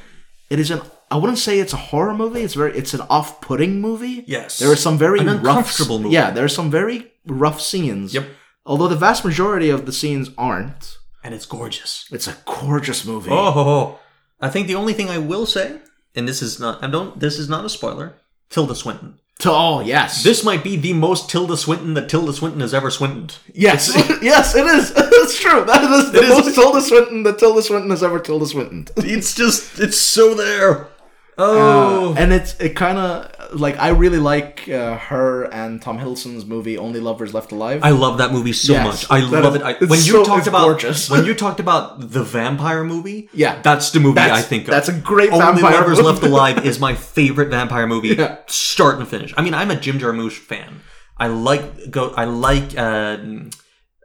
B: it is an I wouldn't say it's a horror movie. It's very it's an off putting movie.
A: Yes.
B: There are some very
A: An
B: rough,
A: uncomfortable movie.
B: Yeah, there are some very rough scenes.
A: Yep.
B: Although the vast majority of the scenes aren't.
A: And it's gorgeous.
B: It's a gorgeous movie.
A: Oh, ho, ho. I think the only thing I will say, and this is not, I don't, this is not a spoiler. Tilda Swinton.
B: To- oh yes.
A: This might be the most Tilda Swinton that Tilda Swinton has ever swintoned.
B: Yes, [laughs] yes, it is. It's true. That is the
A: It is.
B: most Tilda Swinton that Tilda Swinton has ever Tilda Swinton.
A: It's just, it's so there. Oh,
B: and it's it kind of like I really like uh, her and Tom Hiddleston's movie Only Lovers Left Alive.
A: I love that movie so
B: Yes,
A: much. I
B: that
A: love
B: is-
A: it. I,
B: it's
A: when you
B: so-
A: talked
B: it's
A: about
B: gorgeous.
A: when you talked about the vampire movie,
B: Yeah.
A: that's the movie
B: That's-
A: I think of.
B: that's a great
A: Only
B: vampire
A: Lovers
B: movie.
A: Left Alive is my favorite vampire movie,
B: [laughs] Yeah.
A: start and finish. I mean, I'm a Jim Jarmusch fan. I like go. I like uh,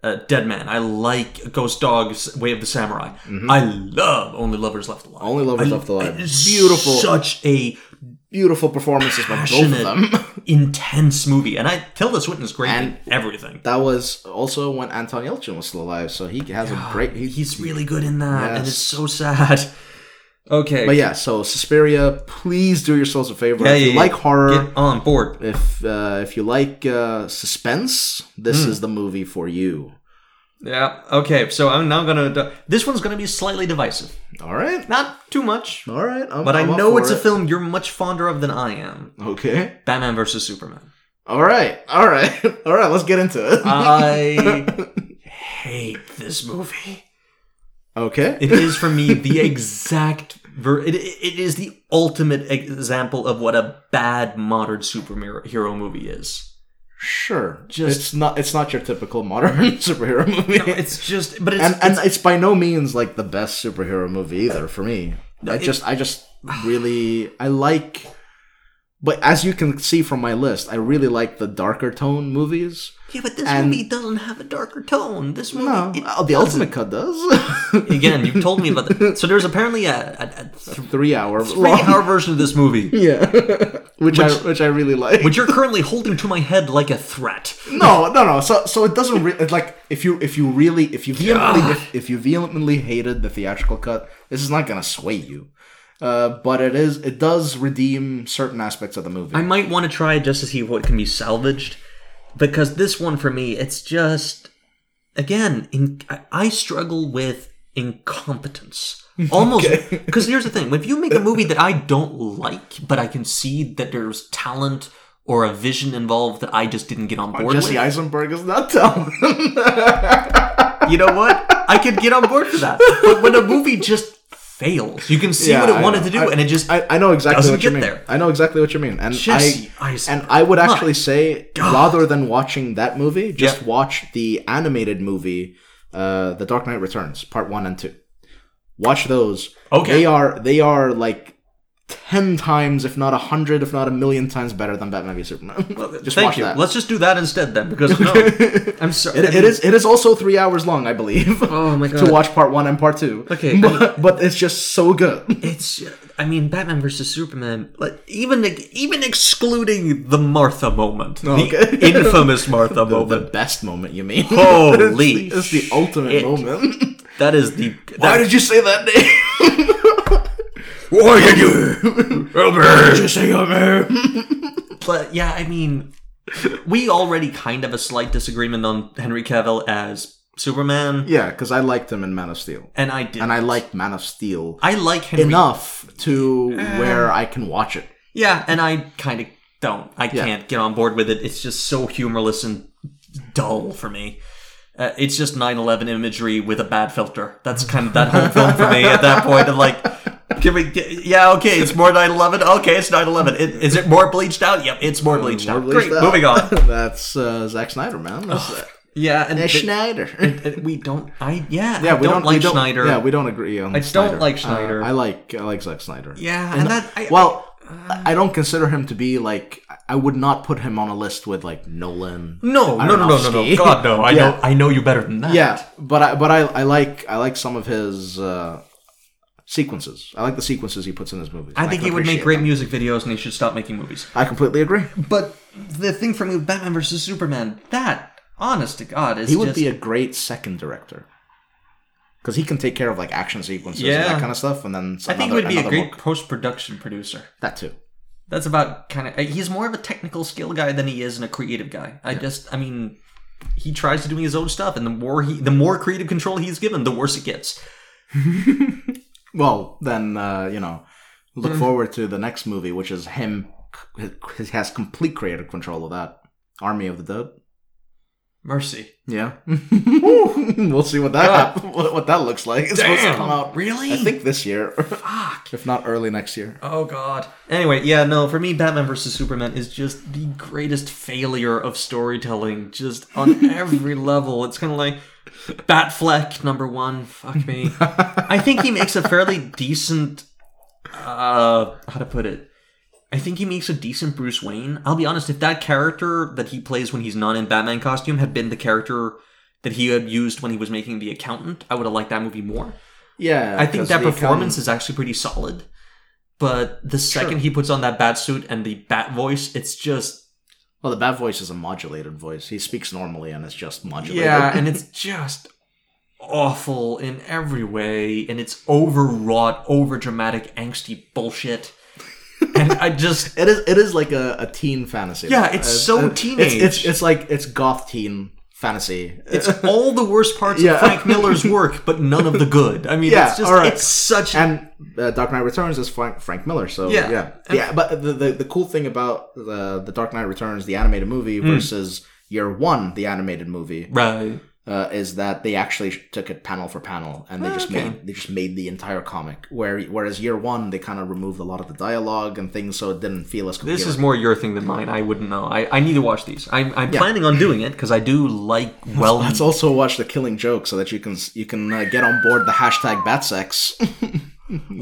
A: uh, Dead Man. I like Ghost Dogs, Way of the Samurai. I love Only Lovers Left Alive.
B: Mm-hmm. Only Lovers
A: I-
B: Left Alive.
A: It's
B: Beautiful.
A: such a
B: Beautiful performances by both of them. [laughs]
A: passionate, intense movie, and I Tilda Swinton's great
B: And-
A: in everything.
B: That was also when Anton Yelchin was still alive, so he has a great. He,
A: He's really good in that, and
B: Yes.
A: it's so sad. Okay,
B: but yeah, so Suspiria, please do yourselves a favor.
A: Yeah,
B: if
A: yeah,
B: you
A: yeah.
B: like horror,
A: get on board.
B: if uh, if you like uh, suspense,
A: Hmm.
B: this is the movie for you.
A: Yeah. Okay. So I'm now gonna. This one's gonna be slightly divisive.
B: All right,
A: Not too much,
B: all right. I'm-
A: but i
B: I'm up
A: know
B: for
A: it's a
B: it.
A: film you're much fonder of than I am.
B: Okay.
A: Batman versus
B: [laughs]
A: Superman.
B: All right. All right. [laughs] All right. Let's get into it.
A: Uh, I hate this movie.
B: okay.
A: It is for me the exact. Ver- it, it is the ultimate example of what a bad modern superhero movie is.
B: sure.
A: Just-
B: it's not. It's not your typical modern [laughs] superhero movie.
A: No, it's just, but it's
B: and and it's, by no means like the best
A: [sighs]
B: superhero movie either for me. I
A: it-
B: just I just really I like But as you can see from my list, I really like the darker tone movies.
A: Yeah, but this
B: And-
A: movie doesn't have a darker tone. This movie,
B: No,
A: it
B: uh, the
A: doesn't.
B: Ultimate Cut
A: [laughs]
B: does.
A: Again, you've told me about
B: [laughs]
A: that. So there's apparently a, a, a th-
B: three hour long.
A: three-hour version of this movie,
B: [laughs] Yeah, which, I which I really like.
A: which you're currently holding to my head like a threat.
B: no, no, no. So so it doesn't re- like if you if you really if you vehemently if you vehemently hated the theatrical cut, this is not gonna sway you. Uh, but it is it does redeem certain aspects of the movie.
A: I might want to try just to see what can be salvaged, because this one for me, it's just again, in, I, I struggle with
B: [laughs]
A: incompetence. Almost because here's the thing: if you make a movie that I don't like, but I can see that there's talent or a vision involved that I just didn't get on board
B: Jesse
A: with,
B: Eisenberg is not [laughs] telling.
A: you know what? I could get on board for that. But when a movie just fails, you can see
B: Yeah,
A: what it
B: I
A: wanted
B: know.
A: to do,
B: I-
A: and it just
B: I, I know exactly
A: Doesn't
B: what you
A: get
B: mean.
A: there.
B: I know exactly what you mean, and
A: Jesse
B: I
A: Eisenberg.
B: and I would actually say rather than watching that movie, just
A: Yeah.
B: watch the animated movie, uh, The Dark Knight Returns, Part One and Two. Watch those.
A: Okay.
B: they are they are like ten times, if not a hundred, if not a million times better than Batman v Superman. [laughs] just
A: thank
B: watch
A: you.
B: that.
A: Let's just do that instead then, because no,
B: [laughs]
A: I'm sorry.
B: It, it is it is also three hours long, I believe.
A: [laughs] Oh my God.
B: to watch Part One and Part Two.
A: Okay,
B: [laughs] but, but it's just so good.
A: It's, I mean, Batman versus Superman. Like even even excluding the Martha moment, the
B: okay. [laughs]
A: infamous Martha
B: the
A: moment.
B: best moment, you mean?
A: Oh, Holy
B: [laughs] it's, the, it's the ultimate
A: shit.
B: moment.
A: That is the.
B: [laughs]
A: that-
B: Why did you say that name?
A: Why did you? Robert!
B: Just say your name.
A: But yeah, I mean, we already kind of have a slight disagreement on Henry Cavill as Superman,
B: Yeah, because I liked him in Man of Steel,
A: and I did.
B: and I liked Man of Steel
A: I uh, like Henry.
B: enough to where I can watch it.
A: Yeah, and I kind of don't. I can't get on board with it. It's just so humorless and dull for me. Uh, it's just 9/11 imagery with a bad filter. That's kind of that whole film for me at that point. I'm like, can we? Get, yeah, okay, it's more 9/11. Okay, it's 9/11. It, is it more bleached out? Yep, it's more bleached out.
B: bleached
A: Great,
B: out.
A: moving
B: [laughs]
A: on.
B: That's uh, Zack Snyder, man. That's uh,
A: Yeah, and
B: Zack
A: th-
B: Schneider.
A: and we don't. I yeah,
B: [laughs] Yeah,
A: I
B: we
A: don't,
B: don't,
A: like
B: we don't,
A: Schneider.
B: Yeah, we don't agree on. I
A: don't like Schneider.
B: I like I like Zack Snyder.
A: Yeah, and that I, uh,
B: Well, I don't consider him to be like. I would not put him on a list with like Nolan.
A: no, no, no, no, no, no,
B: Aronofsky.
A: God, no. I
B: Yeah.
A: know, I know you better than that.
B: Yeah, but I but I, I like I like some of his uh, sequences. I like the sequences he puts in his movies.
A: I think
B: can
A: he would make
B: appreciate
A: great
B: them.
A: music videos, and he should stop making movies.
B: I completely agree.
A: But the thing for me with Batman versus Superman, that, honest to God, is
B: He would
A: just
B: be a great second director because he can take care of like action sequences and
A: Yeah.
B: that kind of stuff, and then
A: I think he would be a great
B: look.
A: post production producer.
B: that too.
A: That's about kind of. He's more of a technical skill guy than he is and a creative guy. I just, I mean, he tries to do his own stuff, and the more he, the more creative control he's given, the worse it gets.
B: Well, then uh, you know,
A: Hmm.
B: look forward to the next movie, which is him. He has complete creative control of that Army of the Dead.
A: Mercy.
B: Yeah, we'll see what that [laughs] what what that looks like. It's supposed
A: Damn,
B: to come out.
A: really?
B: I think this year,
A: Fuck.
B: [laughs] if not early next year.
A: Oh God. Anyway, yeah, no. For me, Batman versus Superman is just the greatest failure of storytelling, just [laughs] on every level. It's kind of like Batfleck number one. Fuck me. I think he makes a fairly decent. Uh, how to put it? I think he makes a decent Bruce Wayne. I'll be honest. If that character that he plays when he's not in Batman costume had been the character that he had used when he was making the accountant, I would have liked that movie more.
B: Yeah,
A: I think
B: 'cause
A: that
B: the
A: performance is actually pretty solid. But the second he puts on that bat suit and the bat voice, it's
B: [laughs]
A: just
B: account- well, the bad voice is a modulated voice. He speaks normally, and it's just modulated.
A: yeah, and it's just awful in every way, and it's overwrought, over dramatic, angsty
B: [laughs]
A: bullshit. And I just
B: it is. It is like a, a teen fantasy. Uh,
A: Yeah, it's so
B: It's, it's
A: teenage.
B: it's like it's goth teen fantasy. [laughs]
A: it's all the worst parts
B: Yeah.
A: of Frank
B: [laughs]
A: Miller's work, but none of the good. I mean,
B: Yeah,
A: it's just
B: all right.
A: it's such
B: and uh, Dark Knight Returns is Frank, Frank Miller. So
A: Yeah.
B: yeah, yeah, But the, the the cool thing about uh, the the Dark Knight Returns, the animated movie, versus Year One, the animated movie,
A: right.
B: uh, is that they actually took it panel for panel, and they just
A: Ah, Okay.
B: made they just made the entire comic. Where whereas Year One, they kind of removed a lot of the dialogue and things, so it didn't feel as coherent.
A: This is more your thing than mine. I wouldn't know. I, I need to watch these. I'm, I'm planning on doing it because I do like well.
B: Let's
A: [laughs]
B: also watch the Killing Joke so that you can you can uh, get on board the hashtag Batsex.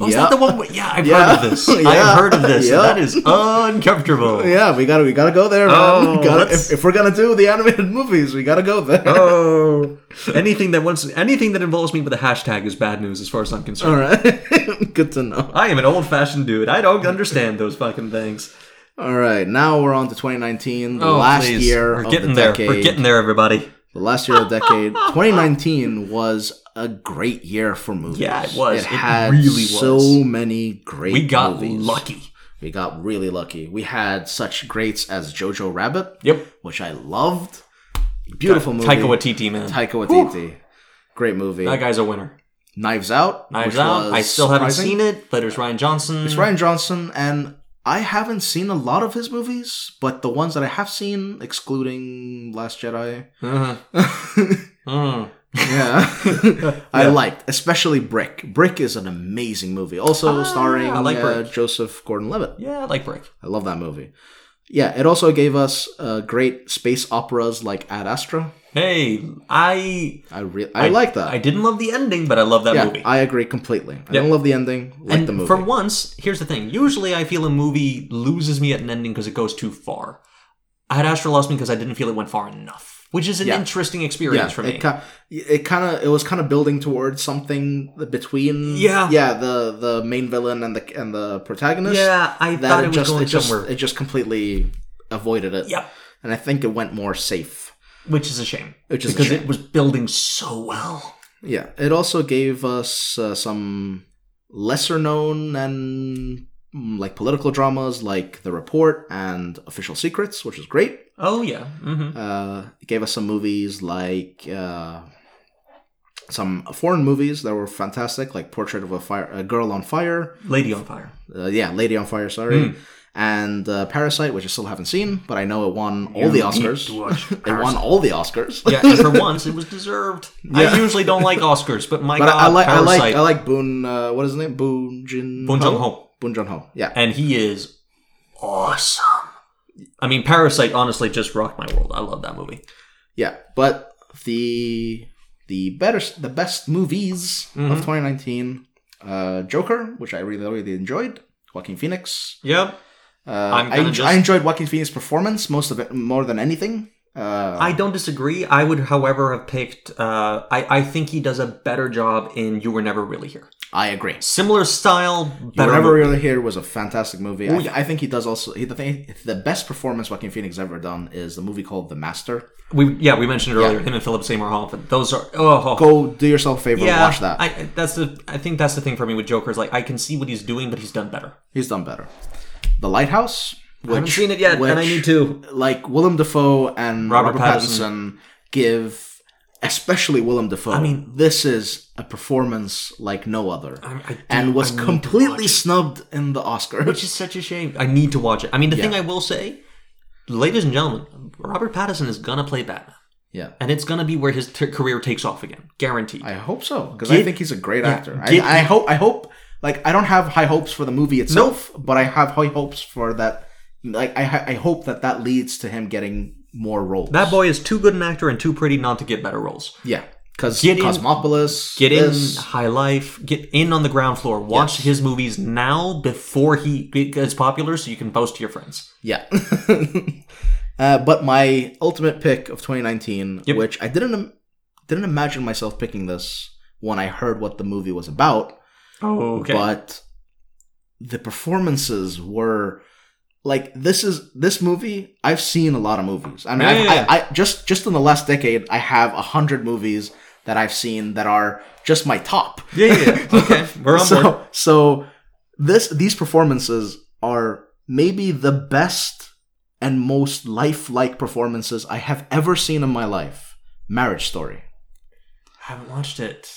A: Oh, is that the one? Where, yeah, I've heard
B: Yeah.
A: of this.
B: [laughs] Yeah.
A: I've heard of this.
B: Yeah.
A: and that is uncomfortable.
B: [laughs] Yeah, we gotta we gotta go there, man.
A: Oh,
B: We gotta-
A: let's-
B: if, if we're gonna do the animated [laughs] movies, we gotta go there.
A: Oh, anything that wants anything that involves me with a hashtag is bad news, as far as I'm concerned.
B: [laughs] All right, [laughs] good to know.
A: I am an old-fashioned dude. I don't understand those fucking things.
B: All right, now we're on to 2019, the
A: Oh,
B: last
A: please.
B: year
A: we're
B: of
A: getting
B: the
A: there.
B: decade.
A: We're getting there, everybody.
B: The last year of
A: [laughs]
B: the decade. 2019 was a great year for movies.
A: Yeah, it was. It
B: It, had
A: really was.
B: so many great.
A: We got
B: movies.
A: lucky.
B: We got really lucky. We had such greats as Jojo Rabbit,
A: Yep.
B: which I loved. Beautiful movie.
A: Taika Waititi, man.
B: Taika Waititi. Great movie.
A: That guy's a winner.
B: Knives Out.
A: Knives
B: which
A: Out. I
B: was
A: still haven't
B: surprising.
A: seen it, but it's Ryan Johnson.
B: It's Ryan Johnson, and I haven't seen a lot of his movies, but the ones that I have seen, excluding Last Jedi,
A: Uh-huh.
B: [laughs]
A: Mm.
B: yeah, [laughs] I
A: Yeah.
B: liked, especially Brick. Brick is an amazing movie, also
A: Ah,
B: starring
A: I like
B: uh,
A: Brick.
B: Joseph Gordon-Levitt.
A: Yeah, I like Brick.
B: I love that movie. Yeah, it also gave us uh, great space operas like Ad Astra.
A: Hey, I
B: I re- I, like that.
A: I didn't love the ending, but I love that
B: yeah,
A: movie.
B: I agree completely. I
A: Yeah.
B: don't love the ending, like
A: and
B: the movie.
A: for once, here's the thing. Usually, I feel a movie loses me at an ending because it goes too far. I had Astro lost me because I didn't feel it went far enough, which is an
B: Yeah.
A: interesting
B: yeah,
A: experience for me.
B: it kind, it kind of, it was kind of building towards something between,
A: Yeah.
B: yeah, the the main villain and the and the protagonist.
A: yeah, I
B: that
A: thought it
B: it
A: was
B: just
A: going
B: it just
A: somewhere.
B: it just completely avoided it.
A: Yep.
B: and I think it went more safe,
A: which is a shame
B: which is a
A: because
B: shame.
A: it was building so well.
B: Yeah, it also gave us uh, some lesser known and mm, like political dramas like The Report and Official Secrets, which is great.
A: Oh yeah, hmm
B: Uh, it gave us some movies like uh, some foreign movies that were fantastic, like Portrait of a Fire, a Girl on Fire.
A: Lady on Fire.
B: Uh, yeah, Lady on Fire. Sorry.
A: Mm.
B: And uh, Parasite, which I still haven't seen, but I know it won all the Oscars. It won all the Oscars. [laughs]
A: yeah, and for once, it was deserved.
B: Yeah.
A: I usually don't like Oscars, but my
B: But
A: God,
B: I, I like I
A: Parasite,
B: like I like Boon. Uh, what is his name? Boon Jin.
A: Bong Joon-ho,
B: Boon Jun Ho. Yeah.
A: and he is awesome. I mean, Parasite honestly just rocked my world. I love that movie.
B: Yeah. But the the better the best movies
A: Mhm.
B: of 2019. Uh, Joker, which I really really enjoyed. Joaquin Phoenix.
A: Yep.
B: Uh,
A: I'm
B: I,
A: gonna
B: enj-
A: just-
B: I enjoyed Joaquin Phoenix's performance most of it more than anything. Uh,
A: I don't disagree. I would, however, have picked. Uh, I I think he does a better job in "You Were Never Really Here."
B: I agree.
A: Similar style, better.
B: Whatever
A: movie.
B: really here was a fantastic movie. I,
A: Oh, yeah.
B: I think he does also he, the thing the best performance Joaquin Phoenix ever done is the movie called The Master.
A: we yeah, we mentioned it earlier. Him and Philip Seymour Hoffman. Those are oh, oh.
B: Go do yourself a favor
A: yeah.
B: and watch that.
A: I that's the I think that's the thing for me with Joker is like I can see what he's doing, but he's done better.
B: He's done better. The Lighthouse. Which,
A: I haven't seen it yet,
B: which,
A: and I need to.
B: Like Willem Dafoe and Robert,
A: Robert
B: Pattinson. give, especially Willem Dafoe. I
A: mean-
B: this is a performance like no other,
A: I- I do-
B: and was
A: I need to watch
B: completely
A: it.
B: snubbed in the Oscars.
A: [laughs] Which is such a shame. I need to watch it. I mean, the thing I will say, ladies and gentlemen, Robert Pattinson is gonna play Batman,
B: Yeah,
A: and it's gonna be where his t- career takes off again, guaranteed.
B: I hope so because I
A: Get-
B: think he's a great actor.
A: get-
B: I, I hope. I hope. Like I don't have high hopes for the movie itself, but I have high hopes for that. Like I, ha- I hope that that leads to him getting more roles.
A: that boy is too good an actor and too pretty not to get better roles.
B: yeah, because
A: Get in-
B: Cosmopolis,
A: Get in
B: this-
A: High Life. Get in on the ground floor. Watch his movies now before he gets popular, so you can boast to your friends.
B: Yeah. [laughs] uh, but my ultimate pick of 2019,
A: Yep.
B: which I didn't im- didn't imagine myself picking this when I heard what the movie was about,
A: Oh, okay.
B: but the performances were like this is this movie. I've seen a lot of movies. I mean,
A: Yeah,
B: I've,
A: yeah, yeah.
B: I, I just just in the last decade, I have a hundred movies that I've seen that are just my top
A: yeah, yeah,
B: [laughs]
A: yeah. okay. We're on board.
B: so, so this these performances are maybe the best and most lifelike performances I have ever seen in my life. Marriage Story.
A: I haven't watched it.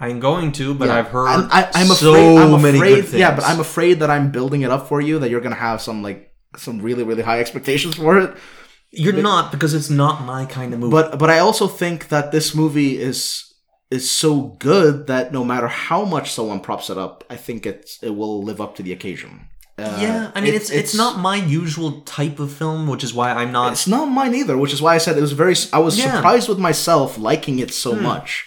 A: I'm going to, but
B: Yeah.
A: I've heard
B: I'm, I, I'm
A: so
B: afraid. I'm
A: many
B: afraid.
A: good things.
B: Yeah, but I'm afraid that I'm building it up for you. That you're gonna have some like some really really high expectations for it.
A: You're not because it's not my kind of movie.
B: But but I also think that this movie is is so good that no matter how much someone props it up, I think it's it will live up to the occasion. Uh,
A: yeah, I mean,
B: it-
A: it's, it's not my usual type of film, which is why I'm not.
B: It's not mine either, which is why I said it was very. I was
A: Yeah. Hmm.
B: surprised with myself liking it so much.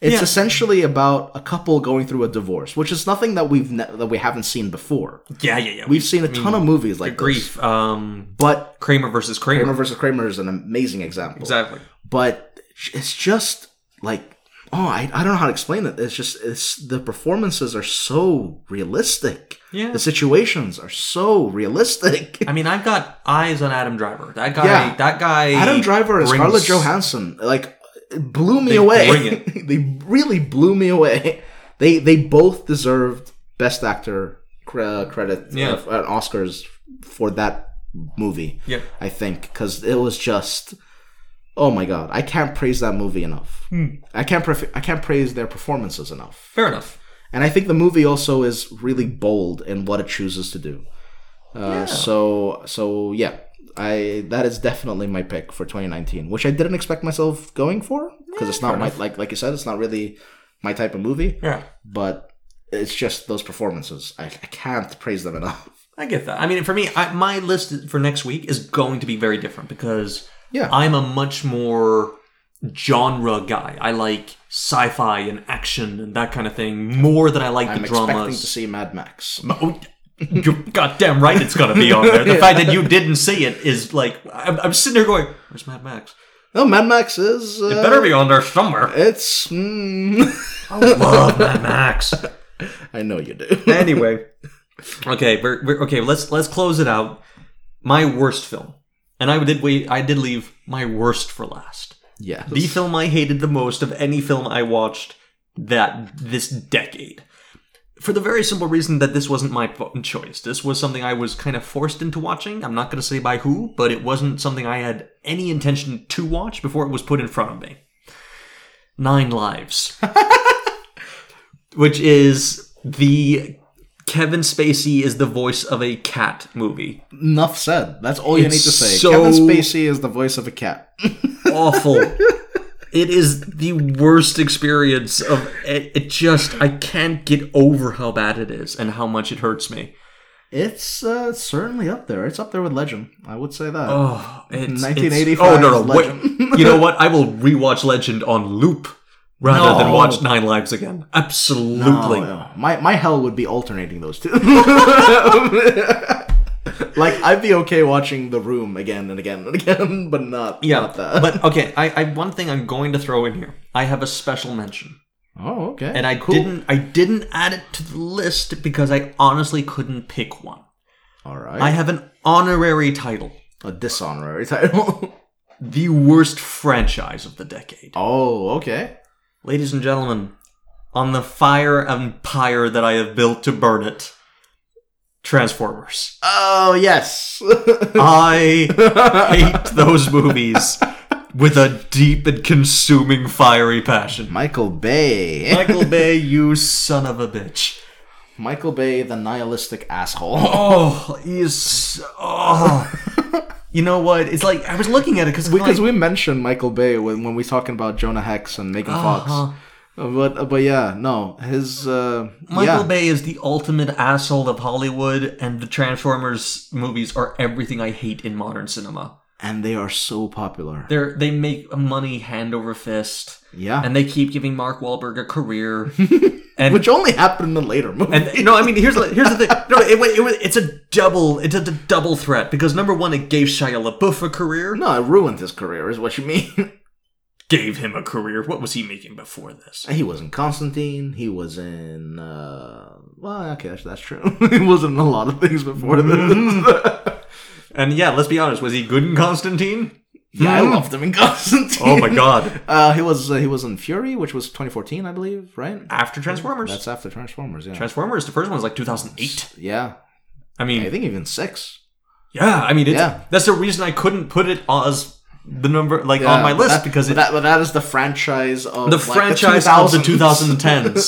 B: It's
A: Yeah.
B: essentially about a couple going through a divorce, which is nothing that we've ne- that we haven't seen before.
A: Yeah, yeah, yeah.
B: We've seen a ton of movies like this,
A: Hmm. grief. Um,
B: but
A: Kramer versus Kramer.
B: Kramer versus Kramer is an amazing example.
A: Exactly.
B: But it's just like oh, I, I don't know how to explain it. It's just it's the performances are so realistic.
A: Yeah.
B: The situations are so realistic. [laughs]
A: I mean, I've got eyes on Adam Driver. That guy.
B: Yeah.
A: That guy.
B: Adam Driver and
A: brings-
B: Scarlett Johansson like it blew me
A: They
B: away. [laughs]
A: bring it.
B: they really blew me away. They they both deserved Best Actor cre- uh, credit
A: Yeah.
B: uh, f- at Oscars for that movie.
A: Yep.
B: I think because it was just oh my god, I can't praise that movie enough.
A: Hmm.
B: I can't pref- I can't praise their performances enough.
A: Fair enough.
B: And I think the movie also is really bold in what it chooses to do. Uh, So so yeah, I that is definitely my pick for 2019, which I didn't expect myself going for because it's not my like like you said, it's not really my type of movie.
A: Yeah.
B: But it's just those performances. I, I can't praise them enough.
A: I get that. I mean, for me, I, my list for next week is going to be very different because
B: Yeah.
A: I'm a much more genre guy. I like sci-fi and action and that kind of thing more than I like
B: I'm
A: the
B: expecting to
A: dramas.
B: see Mad Max.
A: Oh, you're goddamn right it's gonna be on there. [laughs] The fact that you didn't see it is like I'm, I'm sitting there going, "Where's Mad Max?
B: No, Mad Max is. Uh,
A: It better be on there somewhere."
B: It's. Mm,
A: [laughs]
B: [laughs]
A: I love Mad Max.
B: I know you do.
A: [laughs] anyway, okay, we're, we're, okay. Let's let's close it out. My worst film, and I did wait. I did leave my worst for last.
B: yeah.
A: The film I hated the most of any film I watched that this decade. For the very simple reason that this wasn't my fo- choice. This was something I was kind of forced into watching. I'm not going to say by who, but it wasn't something I had any intention to watch before it was put in front of me. Nine Lives. Which is the Kevin Spacey is the voice of a cat movie.
B: Enough said. That's all you need
A: It's
B: to say.
A: so-
B: Kevin Spacey is the voice of a cat.
A: awful. It is the worst experience of it, it. Just I can't get over how bad it is and how much it hurts me.
B: It's uh, certainly up there. It's up there with Legend. I would say that.
A: Oh, it's,
B: 1985
A: It's, oh no, no.
B: Legend.
A: Wait, you know what? I will rewatch Legend on loop rather than
B: No.
A: watch Nine Lives again.
B: Oh,
A: Absolutely.
B: yeah. My my hell would be alternating those two. like I'd be okay watching The Room again and again and again, [laughs] but not
A: [laughs] Yeah,
B: not that.
A: but okay. I, I one thing I'm going to throw in here. I have a special mention.
B: oh, okay.
A: and I didn't I didn't add it to the list because I honestly couldn't pick one.
B: All right.
A: I have an honorary title.
B: a dishonorary [laughs] title.
A: The worst franchise of the decade.
B: oh, okay.
A: Ladies and gentlemen, on the fire empire that I have built to burn it. Transformers.
B: [laughs] Oh yes. [laughs]
A: I hate those movies with a deep and consuming fiery passion.
B: Michael Bay.
A: Michael Bay, you son of a bitch.
B: Michael Bay, the nihilistic asshole.
A: Oh, he is. So, oh, you know what? It's like I was looking at it because
B: Because
A: like,
B: we mentioned Michael Bay when, when we talking about Jonah Hex and Megan
A: Uh-huh.
B: Fox. Uh, But uh, but yeah, no, his uh,
A: Michael
B: yeah.
A: Bay is the ultimate asshole of Hollywood, and the Transformers movies are everything I hate in modern cinema.
B: and they are so popular.
A: They're they make money hand over fist,
B: yeah,
A: and they keep giving Mark Wahlberg a career.
B: which only happened in later movies.
A: [laughs] And no, I mean here's the, here's the thing. No, it, wa- it, was it's a double it's a, d- double threat because number one, it gave Shia LaBeouf a career,
B: no, it ruined his career, is what you mean. [laughs]
A: gave him a career. What was he making before this?
B: he was in Constantine. He was in. Uh, well, okay, that's, that's true. [laughs] he wasn't in a lot of things before
A: Mm-hmm.
B: this.
A: And yeah, let's be honest, was he good in Constantine?
B: [laughs] yeah, I
A: Hmm.
B: loved him in Constantine.
A: Oh my [laughs] god.
B: [laughs] Uh, he was uh, he was in Fury, which was 2014, I believe, right?
A: After Transformers.
B: That's after Transformers. Yeah,
A: Transformers, the first one was like 2008.
B: yeah.
A: I
B: I
A: mean,
B: think even six.
A: yeah, I mean, it's,
B: Yeah.
A: that's the reason I couldn't put it as the number, like on
B: Yeah,
A: my
B: but
A: list
B: that-
A: because
B: but
A: it,
B: that, but that is the franchise of
A: the
B: like,
A: franchise of the
B: [laughs] 2000s.
A: 2010s.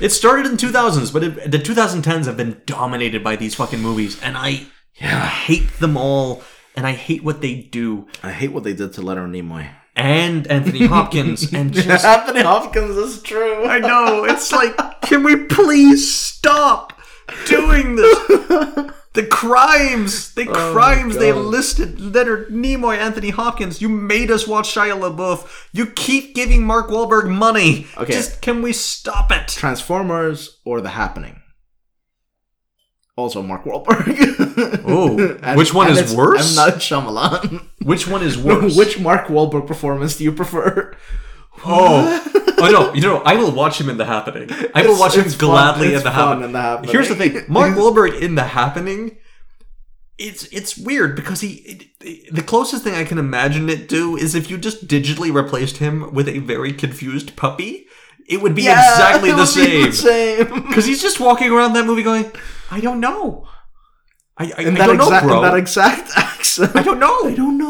A: it started in 2000s, but it, the 2010s have been dominated by these fucking movies, and I hate them all, and I hate what they do.
B: I hate what they did to Leonard Nimoy.
A: And
B: [laughs]
A: Anthony Hopkins, and just
B: Anthony Hopkins is true.
A: I know. It's like, can we please stop doing this? The crimes, the
B: Oh,
A: crimes they
B: God.
A: listed: Leonard Nimoy, Anthony Hopkins. You made us watch Shia LaBeouf. You keep giving Mark Wahlberg money.
B: Okay.
A: Just can we stop it?
B: Transformers or The Happening. Also, Mark Wahlberg. [laughs]
A: Ooh, Oh, which one is
B: it's-
A: worse?
B: I'm not Shyamalan.
A: Which one
B: [laughs]
A: is worse?
B: which Mark Wahlberg performance do
A: [laughs]
B: you prefer?
A: Oh, oh no! You know, I will watch him in The Happening. I will
B: It's-
A: watch him
B: it's fun-
A: gladly
B: it's
A: in The
B: fun
A: Happening.
B: in The Happening.
A: Here's the thing:
B: [laughs]
A: Mark Wahlberg in The Happening. It's it's weird because he it, the closest thing I can imagine it do is if you just digitally replaced him with a very confused puppy, it would be
B: [laughs]
A: exactly
B: it
A: the
B: would
A: same.
B: be same.
A: Because he's just walking around that movie going, "I don't know, I, I, I
B: In that,
A: don't know,
B: exact,
A: bro.
B: in that exact [laughs] accent.
A: I don't know.
B: I don't know.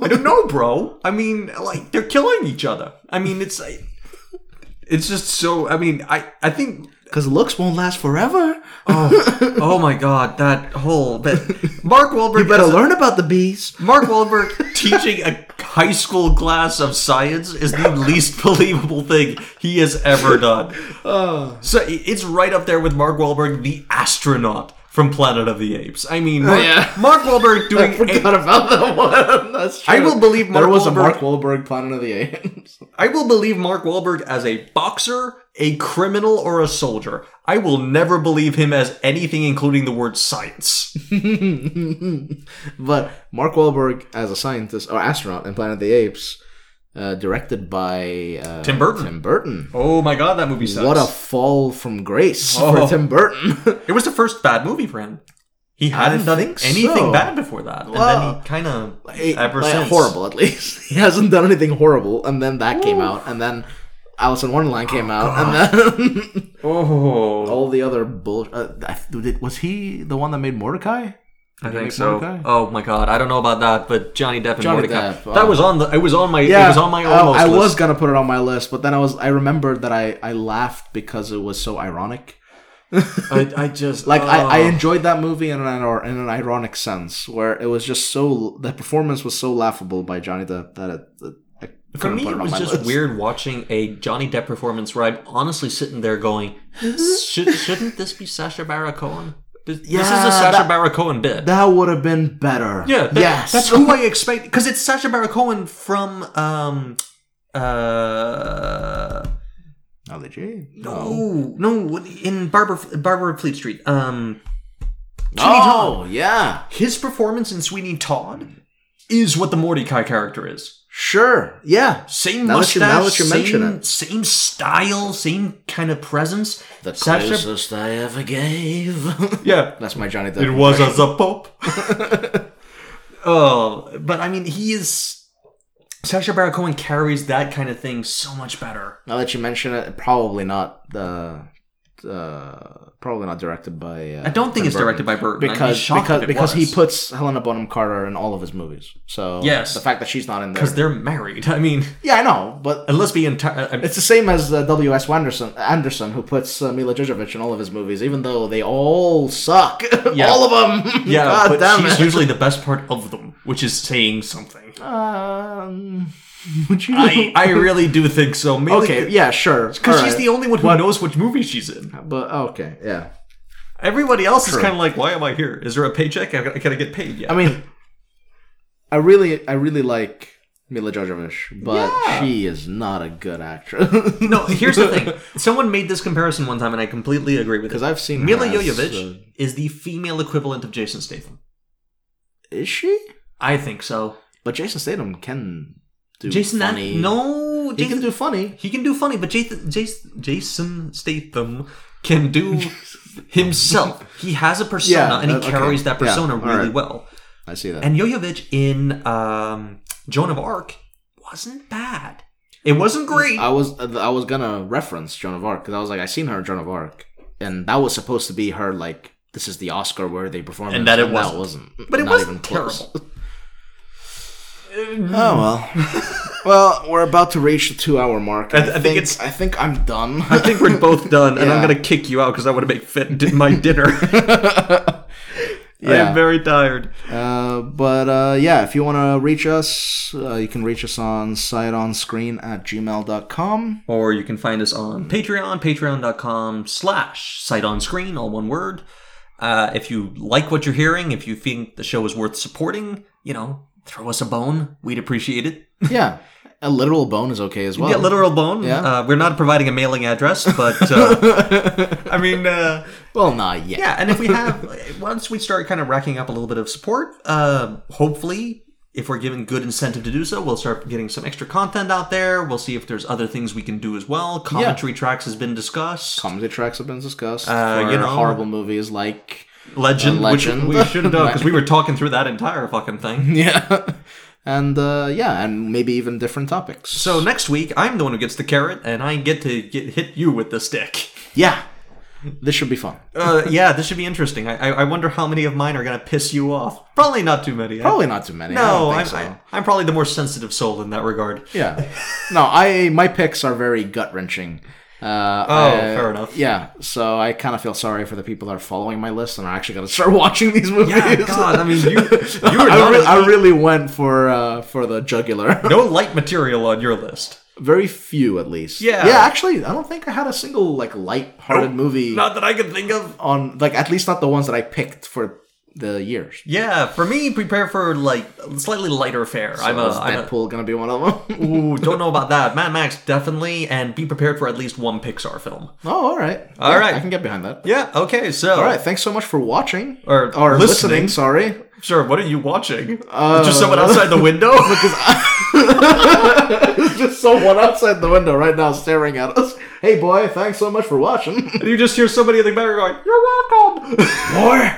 B: [laughs]
A: I don't know, bro. I mean, like they're killing each other. I mean, it's I- it's just so. I mean, I I think.
B: Because looks won't last forever.
A: Oh, oh my God, that whole that Mark Wahlberg.
B: You better
A: as a-
B: learn about the bees.
A: Mark Wahlberg teaching a high school class of science is the least [laughs] believable thing he has ever done.
B: Uh,
A: So i- it's right up there with Mark Wahlberg, the astronaut from Planet of the Apes. I mean, Mark,
B: yeah.
A: Mark Wahlberg
B: [laughs]
A: doing a-
B: Forgot about that one. [laughs] That's true.
A: I will believe Mark
B: there was
A: Wahlberg-
B: a Mark Wahlberg Planet of the Apes.
A: I will believe Mark Wahlberg as a boxer, a criminal, or a soldier. I will never believe him as anything, including the word science.
B: [laughs] but Mark Wahlberg as a scientist or astronaut in Planet of the Apes, uh, directed by uh,
A: Tim Burton.
B: Tim Burton.
A: Oh my god, that movie sucks.
B: What a fall from grace
A: Oh.
B: for
A: [laughs]
B: Tim Burton.
A: it was the first bad movie for him. He hadn't done
B: think
A: anything
B: so.
A: bad before that,
B: Well,
A: and then he kind of
B: It-
A: ever
B: like,
A: since
B: horrible at least. [laughs] he hasn't done anything horrible, and then that came out, and then Alice in Wonderland came out, and then [laughs]
A: Oh,
B: all the other bull. Uh, I- did- was he the one that made Mordecai?
A: I
B: Did he
A: think
B: make
A: so.
B: Mordecai?
A: Oh my god, I don't know about that, but Johnny Depp and
B: Johnny
A: Mordecai.
B: Depp,
A: That
B: oh.
A: was on the. It was on my. it was on my
B: uh,
A: almost.
B: I
A: list.
B: was gonna put it on my list, but then I was I remembered that I I laughed because it was so ironic.
A: I, I just
B: Like I, I
A: oh.
B: enjoyed that movie in an ir- in an ironic sense, where it was just so the performance was so laughable by Johnny Depp that it. that I
A: For
B: couldn't
A: me,
B: put
A: it
B: on
A: was
B: my
A: just
B: list.
A: weird watching a Johnny Depp performance where I'm honestly sitting there going, Should, shouldn't this be Sasha Baron Cohen? This, this is
B: Yeah,
A: a Sasha
B: that-
A: Baron Cohen bit.
B: That would have been better.
A: yeah, that-
B: yes. Oh
A: that's who
B: [laughs]
A: I expect because it's Sasha Baron Cohen from um uh
B: LG?
A: no no in Barbara Barbara of Fleet Street um Sweeney Todd.
B: Oh, yeah.
A: his performance in Sweeney Todd is what the Mordecai character is.
B: Sure. Yeah.
A: Same
B: Now that
A: mustache,
B: you- now that you mention
A: same, same
B: it.
A: style, same kind of presence.
B: The
A: Sasha-
B: closest I ever gave. [laughs]
A: Yeah,
B: That's my Johnny Depp.
A: It was as a pop. [laughs] oh, but I mean, he is. Sasha Baron Cohen carries that kind of thing so much better.
B: Now that you mention it, probably not the. Uh, probably not directed by. Uh,
A: I don't think
B: Tim
A: it's directed by Burton. I'd be
B: because
A: shocked
B: because
A: if it
B: because
A: was.
B: he puts Helena Bonham Carter in all of his movies. So
A: Yes.
B: the fact that she's not in there.
A: because they're married. I mean, [laughs]
B: yeah, I know, but
A: unless the entire I mean,
B: [laughs] it's the same as uh, W. S. Anderson Anderson who puts uh, Mila Jovovich in all of his movies, even though they all suck. [laughs]
A: Yeah.
B: all of them.
A: [laughs] yeah,
B: God
A: but
B: damn
A: she's
B: it.
A: usually the best part of them, which is saying
B: [laughs]
A: something.
B: Um, [laughs] would you?
A: I, I really do think so. Mainly
B: okay, yeah, sure.
A: because she's the only one who knows which movie she's in.
B: But okay, yeah.
A: Everybody else is
B: True.
A: kind of like, why am I here? Is there a paycheck? I gotta, I gotta get paid. Yeah.
B: I mean, I really, I really like Mila Jovovich, but
A: Yeah.
B: she is not a good actress. [laughs]
A: No, here's the thing. [laughs] Someone made this comparison one time, and I completely agree with it.
B: because I've seen her
A: Mila
B: as,
A: Jovovich
B: uh,
A: is the female equivalent of Jason Statham.
B: is she?
A: I think so.
B: But Jason Statham can do
A: Jason, that,
B: funny.
A: no,
B: he
A: Jason,
B: can do funny.
A: he can do funny, but Jason, Jason, Jason Statham can do [laughs] himself. He has a persona,
B: Yeah,
A: and he
B: that- okay.
A: carries that
B: Yeah,
A: persona
B: all
A: really
B: right.
A: well.
B: I see that.
A: And Yoyovich in um, Joan of Arc wasn't bad. It wasn't great.
B: I was, uh, I was gonna reference Joan of Arc because I was like, I seen her in Joan of Arc, and that was supposed to be her like. This is the Oscar worthy performance,
A: And that it
B: That wasn't.
A: But it
B: Not
A: wasn't
B: even close.
A: terrible.
B: Oh well. [laughs] well, we're about to reach the two-hour mark.
A: I- I think it's-
B: I think I'm done.
A: [laughs] I think we're both done, and I'm
B: Yeah.
A: gonna kick you out because I want to make fit di- my
B: [laughs]
A: dinner. [laughs] I am
B: yeah.
A: very tired.
B: Uh, but uh, yeah, if you want to reach us, uh, you can reach us on sideonscreen at gmail.com.
A: Or you can find us on Patreon, patreon.com slash sight on screen, all one word. Uh, if you like what you're hearing, if you think the show is worth supporting, you know, throw us a bone. We'd appreciate it.
B: [laughs] yeah, a literal bone is okay as well.
A: yeah, literal bone.
B: Oh. Yeah.
A: Uh, we're not providing a mailing address, but
B: [laughs]
A: uh, I mean, uh,
B: well, not yet.
A: yeah. And if we
B: [laughs]
A: have, once we start kind of racking up a little bit of support, uh, hopefully, if we're given good incentive to do so, we'll start getting some extra content out there. We'll see if there's other things we can do as well. Commentary tracks has been discussed.
B: Comedy tracks have been discussed
A: Uh,
B: for
A: you know-
B: horrible movies like
A: Legend,
B: Uh,
A: which
B: Legend. Mhm.
A: we should have done because we were talking through that entire fucking thing.
B: [laughs] yeah, and uh, yeah, and maybe even different topics.
A: So next week, I'm the one who gets the carrot, and I get to get hit you with the stick.
B: yeah, this should be fun.
A: Uh, yeah, this should be interesting. I, I I wonder how many of mine are gonna piss you off. Probably not too many.
B: Probably not too many. I
A: no,
B: don't
A: I'm,
B: think so.
A: I, I'm probably the more sensitive soul in that regard.
B: Yeah. No, I my picks are very gut wrenching. Uh,
A: Oh,
B: I-
A: fair enough.
B: Yeah, so I kind of feel sorry for the people that are following my list and are actually going to start [laughs] watching these
A: [laughs]
B: movies.
A: Yeah,
B: [laughs]
A: God, I mean, you you were
B: I,
A: not
B: re-
A: as-
B: I really went for uh, for the jugular. [laughs]
A: no light material on your list.
B: Very few, at least.
A: Yeah.
B: Yeah, actually, I don't think I had a single like light-hearted movie
A: Not that I can think of.
B: on like at least not the ones that I picked for the years.
A: Yeah, for me, prepare for like slightly lighter fare. I'm a,
B: Is
A: I'm a
B: Deadpool going to be one of them? [laughs]
A: Ooh, don't know about that. Mad Max definitely, and be prepared for at least one Pixar film.
B: oh, all right.
A: All
B: Yeah,
A: right.
B: I can get behind that.
A: Yeah. Okay. So,
B: All right, thanks so much for watching
A: Or
B: or
A: listening.
B: listening sorry.
A: Sure. What are you watching?
B: Uh,
A: Just someone outside the [laughs] window.
B: There's [laughs] just someone outside the window right now staring at us. Hey, boy, thanks so much for watching.
A: you just hear somebody in the background going, "You're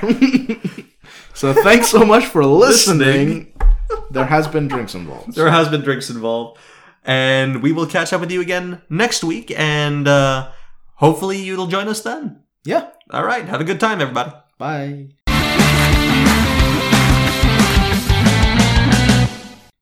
A: welcome."
B: [laughs] so, thanks so much for listening. there has been drinks
A: [laughs]
B: involved.
A: There has been drinks involved, and we will catch up with you again next week, and uh, hopefully you'll join us then.
B: Yeah.
A: All right. Have a good time, everybody.
B: Bye.